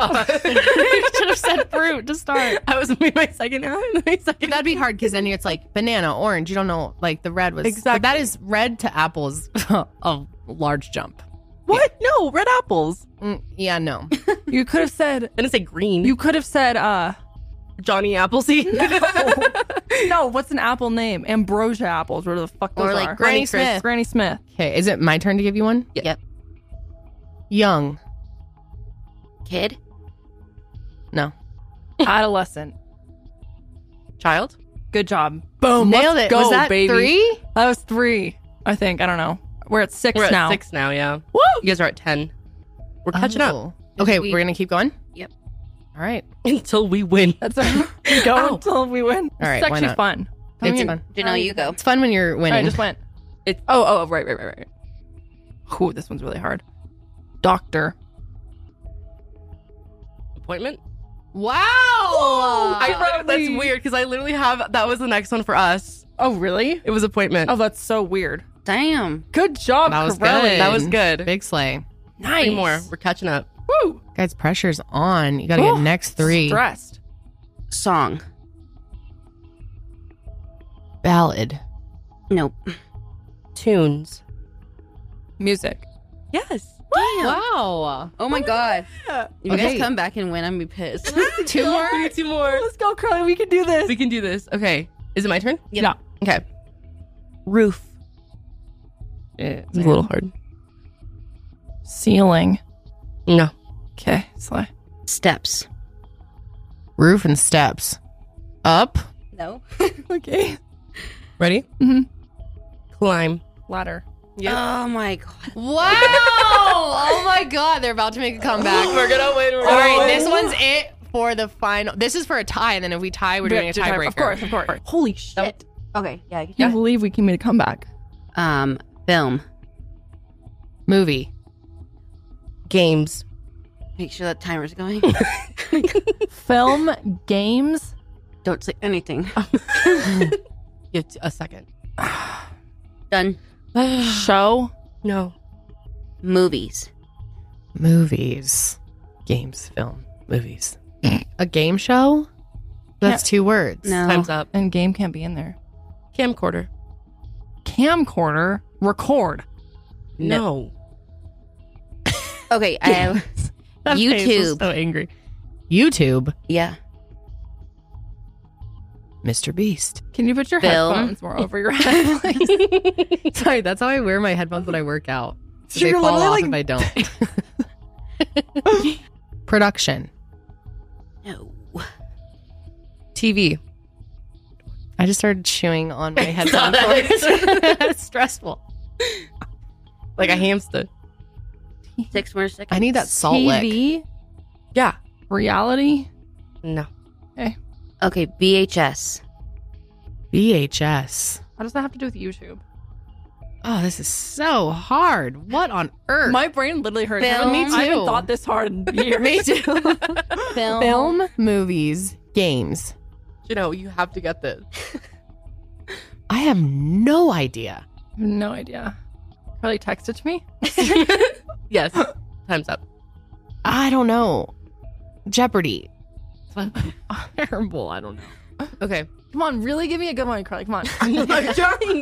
Speaker 1: have said fruit to start.
Speaker 3: I was made my second round. My second.
Speaker 1: That'd be hard because then it's like banana, orange. You don't know. Like the red was
Speaker 3: Exactly.
Speaker 1: but that is red to apples. a large jump.
Speaker 3: What? No. Red apples.
Speaker 1: Mm, yeah. No.
Speaker 2: You could have said
Speaker 3: I didn't say green.
Speaker 2: you could have said uh
Speaker 3: Johnny Appleseed.
Speaker 2: no, what's an apple name? Ambrosia apples, whatever the fuck those
Speaker 4: Or like
Speaker 2: are.
Speaker 1: Granny
Speaker 4: Granny Smith.
Speaker 1: Smith.
Speaker 2: Granny Smith.
Speaker 1: Okay. Is it my turn to give you one?
Speaker 4: Yep.
Speaker 1: Young.
Speaker 4: Kid.
Speaker 1: No.
Speaker 2: Adolescent.
Speaker 3: Child.
Speaker 2: Good job.
Speaker 1: Boom. Nailed
Speaker 2: let's
Speaker 1: it. was
Speaker 2: go,
Speaker 1: that
Speaker 2: baby.
Speaker 1: three?
Speaker 2: That was three, I think. I don't know. We're at 6
Speaker 3: We're at
Speaker 2: now.
Speaker 3: six now. Yeah.
Speaker 2: Woo!
Speaker 3: You guys are at ten. We're catching up
Speaker 1: Oh. Okay.
Speaker 4: We-
Speaker 1: We're gonna keep going.
Speaker 4: Yep.
Speaker 1: All right.
Speaker 3: until we win.
Speaker 2: That's our we go
Speaker 3: Ow.
Speaker 2: until we win.
Speaker 1: All right,
Speaker 2: it's
Speaker 1: why
Speaker 2: actually
Speaker 1: not?
Speaker 2: fun. Tell
Speaker 1: It's
Speaker 2: me-
Speaker 1: fun.
Speaker 4: Janelle, you go.
Speaker 1: It's fun when you're
Speaker 2: Sorry, I
Speaker 1: winning.
Speaker 2: just went.
Speaker 3: It's-
Speaker 2: oh, oh, oh, right, right, right, right. Ooh, this one's really hard. Doctor.
Speaker 3: Appointment.
Speaker 1: Wow.
Speaker 2: Oh,
Speaker 3: Oh, I wrote that's
Speaker 2: Really?
Speaker 3: weird because I literally have that was the next one for us.
Speaker 2: Oh, really?
Speaker 3: It was appointment.
Speaker 2: Oh, that's so weird.
Speaker 4: Damn.
Speaker 2: Good job,
Speaker 1: That was
Speaker 2: Corelli.
Speaker 1: good.
Speaker 3: that was good.
Speaker 1: Big sleigh.
Speaker 2: Nice.
Speaker 3: Three more. We're catching up.
Speaker 2: Woo.
Speaker 1: Guys, pressure's on. You gotta
Speaker 2: Oh,
Speaker 1: get next three.
Speaker 2: Stressed.
Speaker 4: Song.
Speaker 1: Ballad.
Speaker 4: Nope.
Speaker 3: Tunes.
Speaker 2: Music.
Speaker 3: Yes.
Speaker 1: Wow.
Speaker 4: Oh my god. You
Speaker 1: Okay.
Speaker 4: guys come back and win, I'm gonna be pissed.
Speaker 1: Two more.
Speaker 3: We need two more.
Speaker 2: Let's go, Carly. We can do this.
Speaker 3: We can do this. Okay. Is it my turn?
Speaker 2: Yeah.
Speaker 3: Okay. Roof. It's a little hard.
Speaker 2: Ceiling.
Speaker 3: No.
Speaker 2: Okay. Slay.
Speaker 4: Steps.
Speaker 1: Roof and steps. Up.
Speaker 4: No.
Speaker 2: Okay.
Speaker 3: Ready?
Speaker 2: Mhm.
Speaker 3: Climb.
Speaker 2: Ladder.
Speaker 4: Oh my god.
Speaker 1: Wow. oh my god, they're about to make a comeback. We're gonna win. All right, this one's it for the final. This is for a tie, and then if we tie, we're doing a tiebreaker.
Speaker 2: Of course, of course. Holy shit.
Speaker 4: Okay, yeah, I can
Speaker 2: Can't believe we can make a comeback.
Speaker 4: Um, film.
Speaker 1: Movie.
Speaker 3: Games.
Speaker 4: Make sure that timer's going.
Speaker 2: Film, games.
Speaker 4: Don't say anything.
Speaker 3: You have t- a second.
Speaker 4: Done.
Speaker 2: Show.
Speaker 3: no.
Speaker 4: Movies.
Speaker 1: Movies. Games. Film. Movies. a game show. That's two words.
Speaker 4: No.
Speaker 3: Time's up.
Speaker 2: And game can't be in there.
Speaker 3: Camcorder.
Speaker 2: Camcorder. Record.
Speaker 3: No.
Speaker 4: Okay, I have
Speaker 1: That face was
Speaker 4: YouTube.
Speaker 1: So angry. YouTube.
Speaker 4: Yeah.
Speaker 1: Mr. Beast.
Speaker 2: Can you put your
Speaker 4: Film.
Speaker 2: headphones more over your head, please?
Speaker 1: Sorry, that's how I wear my headphones when I work out. So they
Speaker 2: You're
Speaker 1: fall off
Speaker 2: literally
Speaker 1: if I don't. Production.
Speaker 4: No.
Speaker 3: TV.
Speaker 1: I just started chewing on my headphone
Speaker 4: Saw
Speaker 1: cords.
Speaker 4: that.
Speaker 1: it's stressful.
Speaker 3: like a hamster.
Speaker 4: Six more seconds.
Speaker 1: I need that salt lick.
Speaker 2: TV?
Speaker 3: Yeah.
Speaker 2: Reality?
Speaker 3: No.
Speaker 4: Okay, VHS.
Speaker 1: VHS.
Speaker 2: How does that have to do with YouTube?
Speaker 1: Oh, this is so hard. What on earth?
Speaker 2: My brain literally hurts. I
Speaker 4: Film.
Speaker 2: haven't,
Speaker 1: Me
Speaker 2: I
Speaker 1: too.
Speaker 2: haven't thought this hard in years. Me too.
Speaker 4: Film.
Speaker 1: film, movies, games.
Speaker 3: You know, you have to get this.
Speaker 1: I have no idea.
Speaker 2: No idea. Probably text it to me.
Speaker 3: Yes. Time's up.
Speaker 1: I don't know. Jeopardy. Terrible. I don't know.
Speaker 3: Okay.
Speaker 2: Come on, really give me a good one, Carly. Come on.
Speaker 3: I'm trying.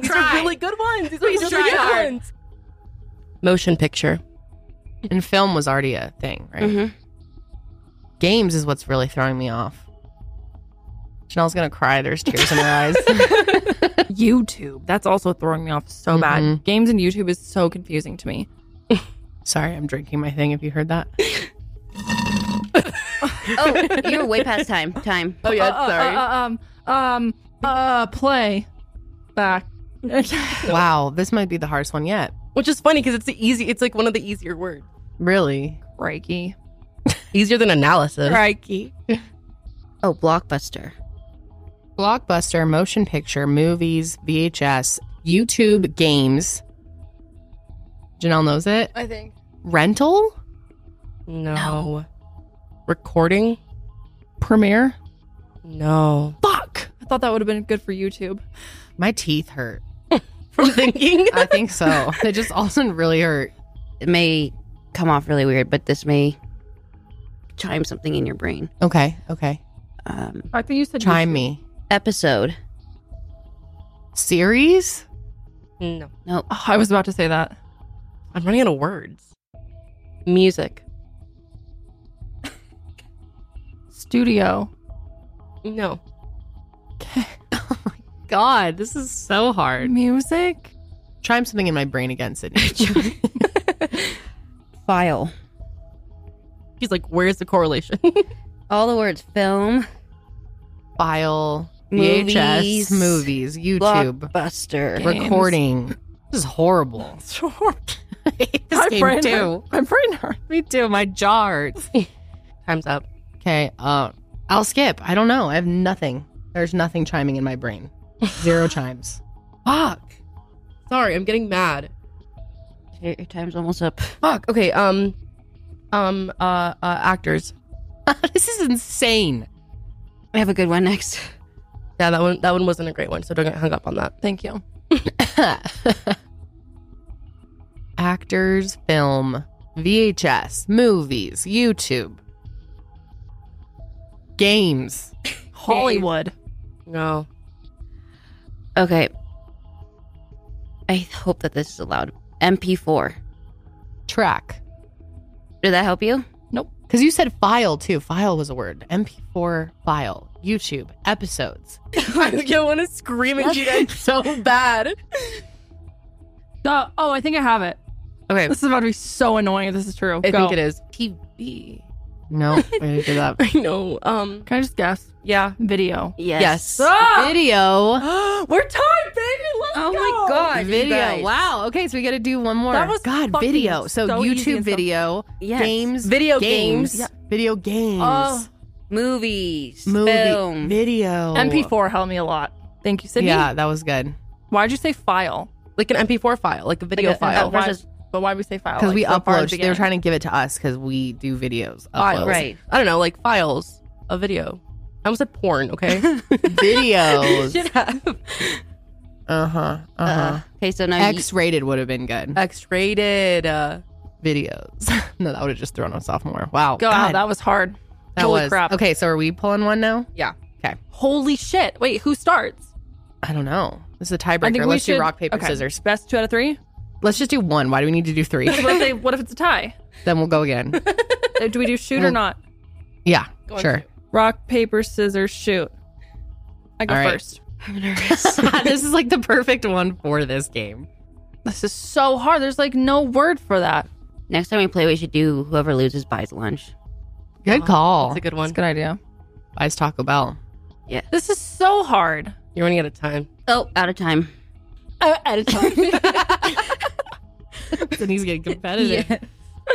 Speaker 3: These are really good ones. These are really
Speaker 2: try
Speaker 3: good
Speaker 2: hard.
Speaker 3: ones. Motion picture.
Speaker 1: And film was already a thing, right?
Speaker 2: Mm-hmm.
Speaker 4: Mhm.
Speaker 1: Games is what's really throwing me off. Chanel's gonna cry. There's tears in her eyes.
Speaker 2: YouTube. That's also throwing me off so
Speaker 1: Mhm.
Speaker 2: bad. Games and YouTube is so confusing to me.
Speaker 1: Sorry, I'm drinking my thing. If you heard that,
Speaker 4: Oh, you're way past time. Time.
Speaker 3: Oh yeah,
Speaker 2: Uh, uh,
Speaker 3: sorry.
Speaker 2: uh, um, um, uh, play back.
Speaker 1: wow, this might be the hardest one yet.
Speaker 3: Which is funny because it's the easy. It's like one of the easier words.
Speaker 1: Really,
Speaker 2: Reiki.
Speaker 3: Easier than analysis.
Speaker 1: crikey!
Speaker 4: Oh, Blockbuster.
Speaker 1: Blockbuster, motion picture, movies, VHS, YouTube, games. Janelle knows it.
Speaker 2: I think.
Speaker 1: Rental,
Speaker 3: No. Recording.
Speaker 2: Premiere.
Speaker 3: No.
Speaker 2: Fuck. I thought that would have been good for YouTube.
Speaker 1: my teeth hurt.
Speaker 3: From thinking.
Speaker 1: I think so. They just all of a sudden really hurt.
Speaker 4: It may come off really weird, but this may chime something in your brain.
Speaker 1: Okay, okay.
Speaker 4: Um,
Speaker 2: I think you said
Speaker 1: Chime me.
Speaker 4: episode.
Speaker 1: Series?
Speaker 3: no.
Speaker 2: Oh, I was about to say that.
Speaker 3: I'm running out of words. Music.
Speaker 2: Studio.
Speaker 3: No.
Speaker 1: God, this is so hard.
Speaker 2: Music.
Speaker 1: Chime something in my brain again, Sydney.
Speaker 4: File.
Speaker 3: He's like, where's the correlation?
Speaker 4: All the words film,
Speaker 1: File, VHS,
Speaker 4: Movies.
Speaker 1: movies, YouTube,
Speaker 4: blockbuster.
Speaker 2: Games.
Speaker 1: recording. This is horrible.
Speaker 2: Sure.
Speaker 1: I hate this
Speaker 2: My
Speaker 1: game
Speaker 2: brain
Speaker 1: too.
Speaker 2: hurt. My brain hurt.
Speaker 1: Me too. My jaw hurts.
Speaker 3: Time's up.
Speaker 1: okay, uh, I'll skip. I don't know. I have nothing. There's nothing chiming in my brain. Zero chimes.
Speaker 3: Fuck. Sorry, I'm getting mad.
Speaker 4: Your, your time's almost up.
Speaker 3: Fuck. Okay. Um. Um. Uh. uh actors.
Speaker 1: this is insane.
Speaker 4: I have a good one next.
Speaker 3: Yeah, that one. That one wasn't a great one. So don't get hung up on that.
Speaker 2: Thank you.
Speaker 1: Actors, film, VHS, movies, YouTube, games.
Speaker 2: Hollywood.
Speaker 3: No.
Speaker 4: Okay. I hope that this is allowed. MP4.
Speaker 1: track.
Speaker 4: Did that help you?
Speaker 1: Because you said file too. File was a word. MP4 file, YouTube, episodes.
Speaker 3: I don't want to scream at you guys so bad.
Speaker 2: Uh, oh, I think I have it.
Speaker 3: Okay.
Speaker 2: This is about to be so annoying if this is true.
Speaker 3: I
Speaker 2: Go.
Speaker 3: think it is TV.
Speaker 1: No, I already did that.
Speaker 3: I know. Um.
Speaker 2: Can I just guess?
Speaker 3: Yeah.
Speaker 2: Video.
Speaker 3: Yes.
Speaker 2: Ah!
Speaker 1: Video.
Speaker 2: We're tied, baby. Let's
Speaker 4: Oh my god.
Speaker 1: Video. Wow. Okay, so we got to do one more.
Speaker 2: That was
Speaker 1: God,
Speaker 2: fucking
Speaker 1: video. So,
Speaker 2: so easy
Speaker 1: YouTube
Speaker 2: and so-
Speaker 1: video,
Speaker 4: Yes.
Speaker 1: games,
Speaker 3: Video
Speaker 1: games,
Speaker 3: games. Yeah.
Speaker 1: video games,
Speaker 2: Oh,
Speaker 4: Movies.
Speaker 1: movie,
Speaker 4: Film.
Speaker 1: video.
Speaker 2: MP4 helped me a lot. Thank you, Sydney.
Speaker 1: Yeah, that was good.
Speaker 2: Why'd you say file?
Speaker 3: Like an MP4 file, like a video
Speaker 2: Like a-
Speaker 3: file.
Speaker 2: uh, why-
Speaker 4: oh, versus-
Speaker 2: but why we say file?
Speaker 1: Because
Speaker 2: Like,
Speaker 1: we
Speaker 2: so far
Speaker 1: upload.
Speaker 2: at the
Speaker 1: They were
Speaker 2: beginning.
Speaker 1: trying to give it to us because we do videos.
Speaker 3: File.
Speaker 1: Uploads.
Speaker 4: Right.
Speaker 3: I don't know, like files, a video. I almost said porn. Okay.
Speaker 1: Videos. Uh huh. Uh huh.
Speaker 4: Uh, okay, so now you,
Speaker 1: X rated would have been
Speaker 2: Uh,
Speaker 1: good.
Speaker 3: X-rated. Uh,
Speaker 1: videos. no, that would have just thrown us off more. Wow.
Speaker 2: God,
Speaker 1: God,
Speaker 2: that was hard.
Speaker 1: that
Speaker 2: holy
Speaker 1: was-
Speaker 2: crap.
Speaker 1: Okay, so are we pulling one now?
Speaker 2: Holy shit. Wait, who starts?
Speaker 1: I don't know. This is a
Speaker 2: I think
Speaker 1: tiebreaker.
Speaker 2: we
Speaker 1: Let's do
Speaker 2: should-
Speaker 1: rock, paper,
Speaker 2: okay.
Speaker 1: scissors.
Speaker 2: Best two out of three?
Speaker 1: Let's just do one. Why do we need to do three?
Speaker 2: what, if they, what if it's a tie?
Speaker 1: then we'll go again.
Speaker 2: Uh, Do we do shoot or
Speaker 1: Well-
Speaker 2: not?
Speaker 1: Yeah,
Speaker 3: Go on,
Speaker 1: sure.
Speaker 2: Rock, paper, scissors, shoot. I go
Speaker 1: All right.
Speaker 2: first.
Speaker 1: this is like the perfect one for this game.
Speaker 2: This is so hard. There's like no word for that.
Speaker 4: next time we play, we should do whoever loses buys lunch.
Speaker 1: Good
Speaker 3: Oh,
Speaker 1: call.
Speaker 3: That's a good one.
Speaker 2: Good idea.
Speaker 1: Buys Taco Bell.
Speaker 2: This is so hard.
Speaker 3: You're running out of time.
Speaker 4: Oh, out of time.
Speaker 2: Oh, out of
Speaker 1: Then he's getting competitive.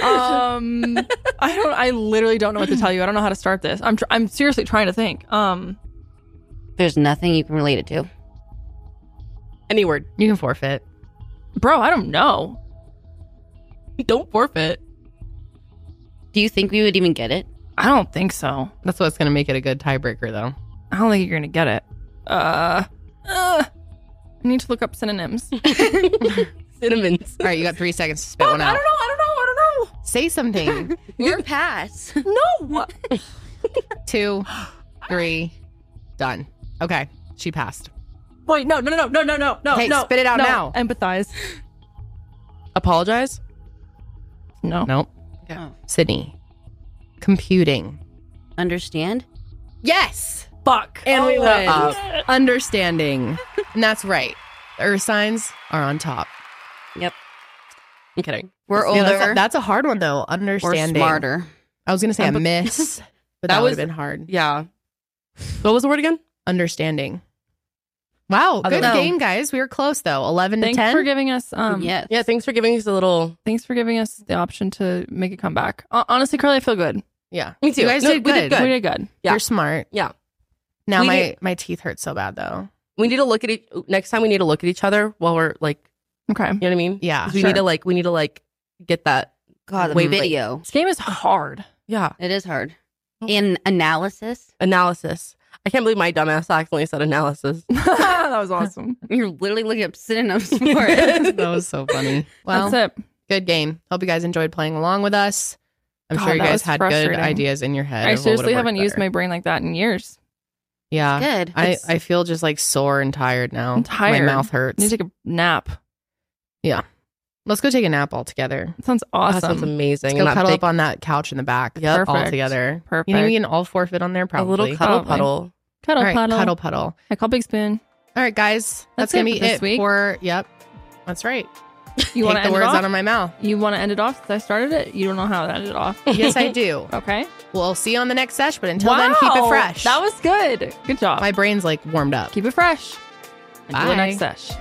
Speaker 2: um, I don't. I literally don't know what to tell you. I don't know how to start this. I'm. Tr- I'm seriously trying to think. Um,
Speaker 4: There's nothing you can relate it to.
Speaker 3: Any word.
Speaker 1: You can forfeit.
Speaker 2: bro, I don't know.
Speaker 3: Don't forfeit.
Speaker 4: Do you think we would even get it?
Speaker 2: I don't think so.
Speaker 1: That's what's going to make it a good tiebreaker, though.
Speaker 2: I don't think you're gonna get it. Uh, uh I need to look up synonyms. I
Speaker 3: Cinnamons.
Speaker 1: All right, you got three seconds to spit one
Speaker 2: don't know.
Speaker 1: out.
Speaker 2: I don't know.
Speaker 1: Say something.
Speaker 4: Or pass.
Speaker 2: I don't know. No.
Speaker 1: Two, three, done. Okay, she passed.
Speaker 2: Wait. No. No. No. No. No. No. No.
Speaker 1: Hey,
Speaker 2: no.
Speaker 1: spit it out
Speaker 2: no. Uh,
Speaker 1: now.
Speaker 2: Empathize.
Speaker 3: Apologize.
Speaker 2: No.
Speaker 1: Nope.
Speaker 4: Yeah.
Speaker 1: Sydney, computing.
Speaker 4: Understand?
Speaker 1: Yes.
Speaker 2: Fuck.
Speaker 1: And we Uh, went
Speaker 3: up.
Speaker 1: Understanding. and that's right. The earth signs are on top.
Speaker 3: I'm kidding.
Speaker 4: We're
Speaker 1: Yeah, that's,
Speaker 4: older
Speaker 1: a, that's a hard one though.
Speaker 4: or
Speaker 1: Understanding.
Speaker 4: smarter.
Speaker 1: I was gonna say a
Speaker 3: Empath-
Speaker 1: miss, but that,
Speaker 3: That
Speaker 1: would
Speaker 3: was-
Speaker 1: have been hard.
Speaker 3: Yeah. What was the word again?
Speaker 1: Understanding. Wow,
Speaker 3: Other
Speaker 1: good
Speaker 4: than-
Speaker 1: game, guys. We were close though. Eleven to
Speaker 2: Thanks
Speaker 1: ten.
Speaker 2: for giving us. Um.
Speaker 4: yes.
Speaker 3: Yeah. Thanks for giving us a little.
Speaker 2: Thanks for giving us the option to make a comeback. Uh, honestly, Carly, I feel good.
Speaker 1: yeah,
Speaker 3: Me too.
Speaker 1: You guys
Speaker 3: No,
Speaker 1: did
Speaker 3: we
Speaker 1: good.
Speaker 3: did good.
Speaker 2: We did good.
Speaker 3: Yeah.
Speaker 1: You're smart.
Speaker 3: Yeah.
Speaker 1: Now
Speaker 3: We
Speaker 1: my
Speaker 3: did-
Speaker 1: my teeth hurt so bad though.
Speaker 3: We need to look at each. Next time we need to look at each other while we're like,
Speaker 2: Okay.
Speaker 3: you know what I mean?
Speaker 1: Yeah.
Speaker 3: 'Cause We need to like. We need to like get that.
Speaker 4: God, the
Speaker 3: Wait, wait.
Speaker 4: video.
Speaker 2: This game is hard.
Speaker 3: Yeah.
Speaker 4: It is hard. In analysis,
Speaker 3: Analysis. I can't believe my dumbass accidentally said analysis.
Speaker 2: that was awesome.
Speaker 4: you're literally looking up synonyms for it.
Speaker 1: that was so funny. Well,
Speaker 2: That's it.
Speaker 1: good game. Hope you guys enjoyed playing along with us. I'm
Speaker 2: God,
Speaker 1: sure you
Speaker 2: that
Speaker 1: guys
Speaker 2: was
Speaker 1: had good
Speaker 2: frustrating.
Speaker 1: ideas in your head. of what
Speaker 2: I
Speaker 1: would've
Speaker 2: seriously
Speaker 1: worked
Speaker 2: haven't used
Speaker 1: better.
Speaker 2: my brain like that in years.
Speaker 1: Yeah.
Speaker 4: Good.
Speaker 1: I,
Speaker 4: It's-
Speaker 1: I feel just like sore and tired now.
Speaker 2: I'm tired.
Speaker 1: My mouth
Speaker 2: I
Speaker 1: hurts.
Speaker 2: need to take a nap.
Speaker 1: Let's go take a nap all together.
Speaker 2: That sounds awesome.
Speaker 3: That sounds amazing.
Speaker 1: Let's go
Speaker 3: And that
Speaker 1: cuddle
Speaker 3: big-
Speaker 1: up on that couch in the back.
Speaker 3: Yep.
Speaker 1: All
Speaker 2: Perfect.
Speaker 1: together.
Speaker 2: Perfect.
Speaker 1: You know, we can all forfeit on there
Speaker 3: a
Speaker 1: probably.
Speaker 3: little cuddle
Speaker 2: Probably.
Speaker 3: puddle.
Speaker 2: cuddle
Speaker 1: all right,
Speaker 2: puddle.
Speaker 1: cuddle puddle.
Speaker 2: I call Big Spoon.
Speaker 1: All right, guys. That's,
Speaker 2: That's
Speaker 1: gonna
Speaker 2: it
Speaker 1: be
Speaker 2: for this
Speaker 1: it
Speaker 2: week.
Speaker 1: for yep. That's right.
Speaker 2: You want
Speaker 1: take
Speaker 2: to
Speaker 1: the
Speaker 2: end
Speaker 1: words
Speaker 2: it off?
Speaker 1: out of my mouth.
Speaker 2: you want to end it off since I started it? You don't know how to end it off.
Speaker 1: Yes, I do.
Speaker 2: Okay.
Speaker 1: we'll see you on the next sesh, but until then, keep it
Speaker 2: Wow,
Speaker 1: fresh.
Speaker 2: That was good. Good job.
Speaker 1: my brain's like warmed up.
Speaker 2: Keep it fresh. Until
Speaker 1: Bye.
Speaker 2: the next sesh.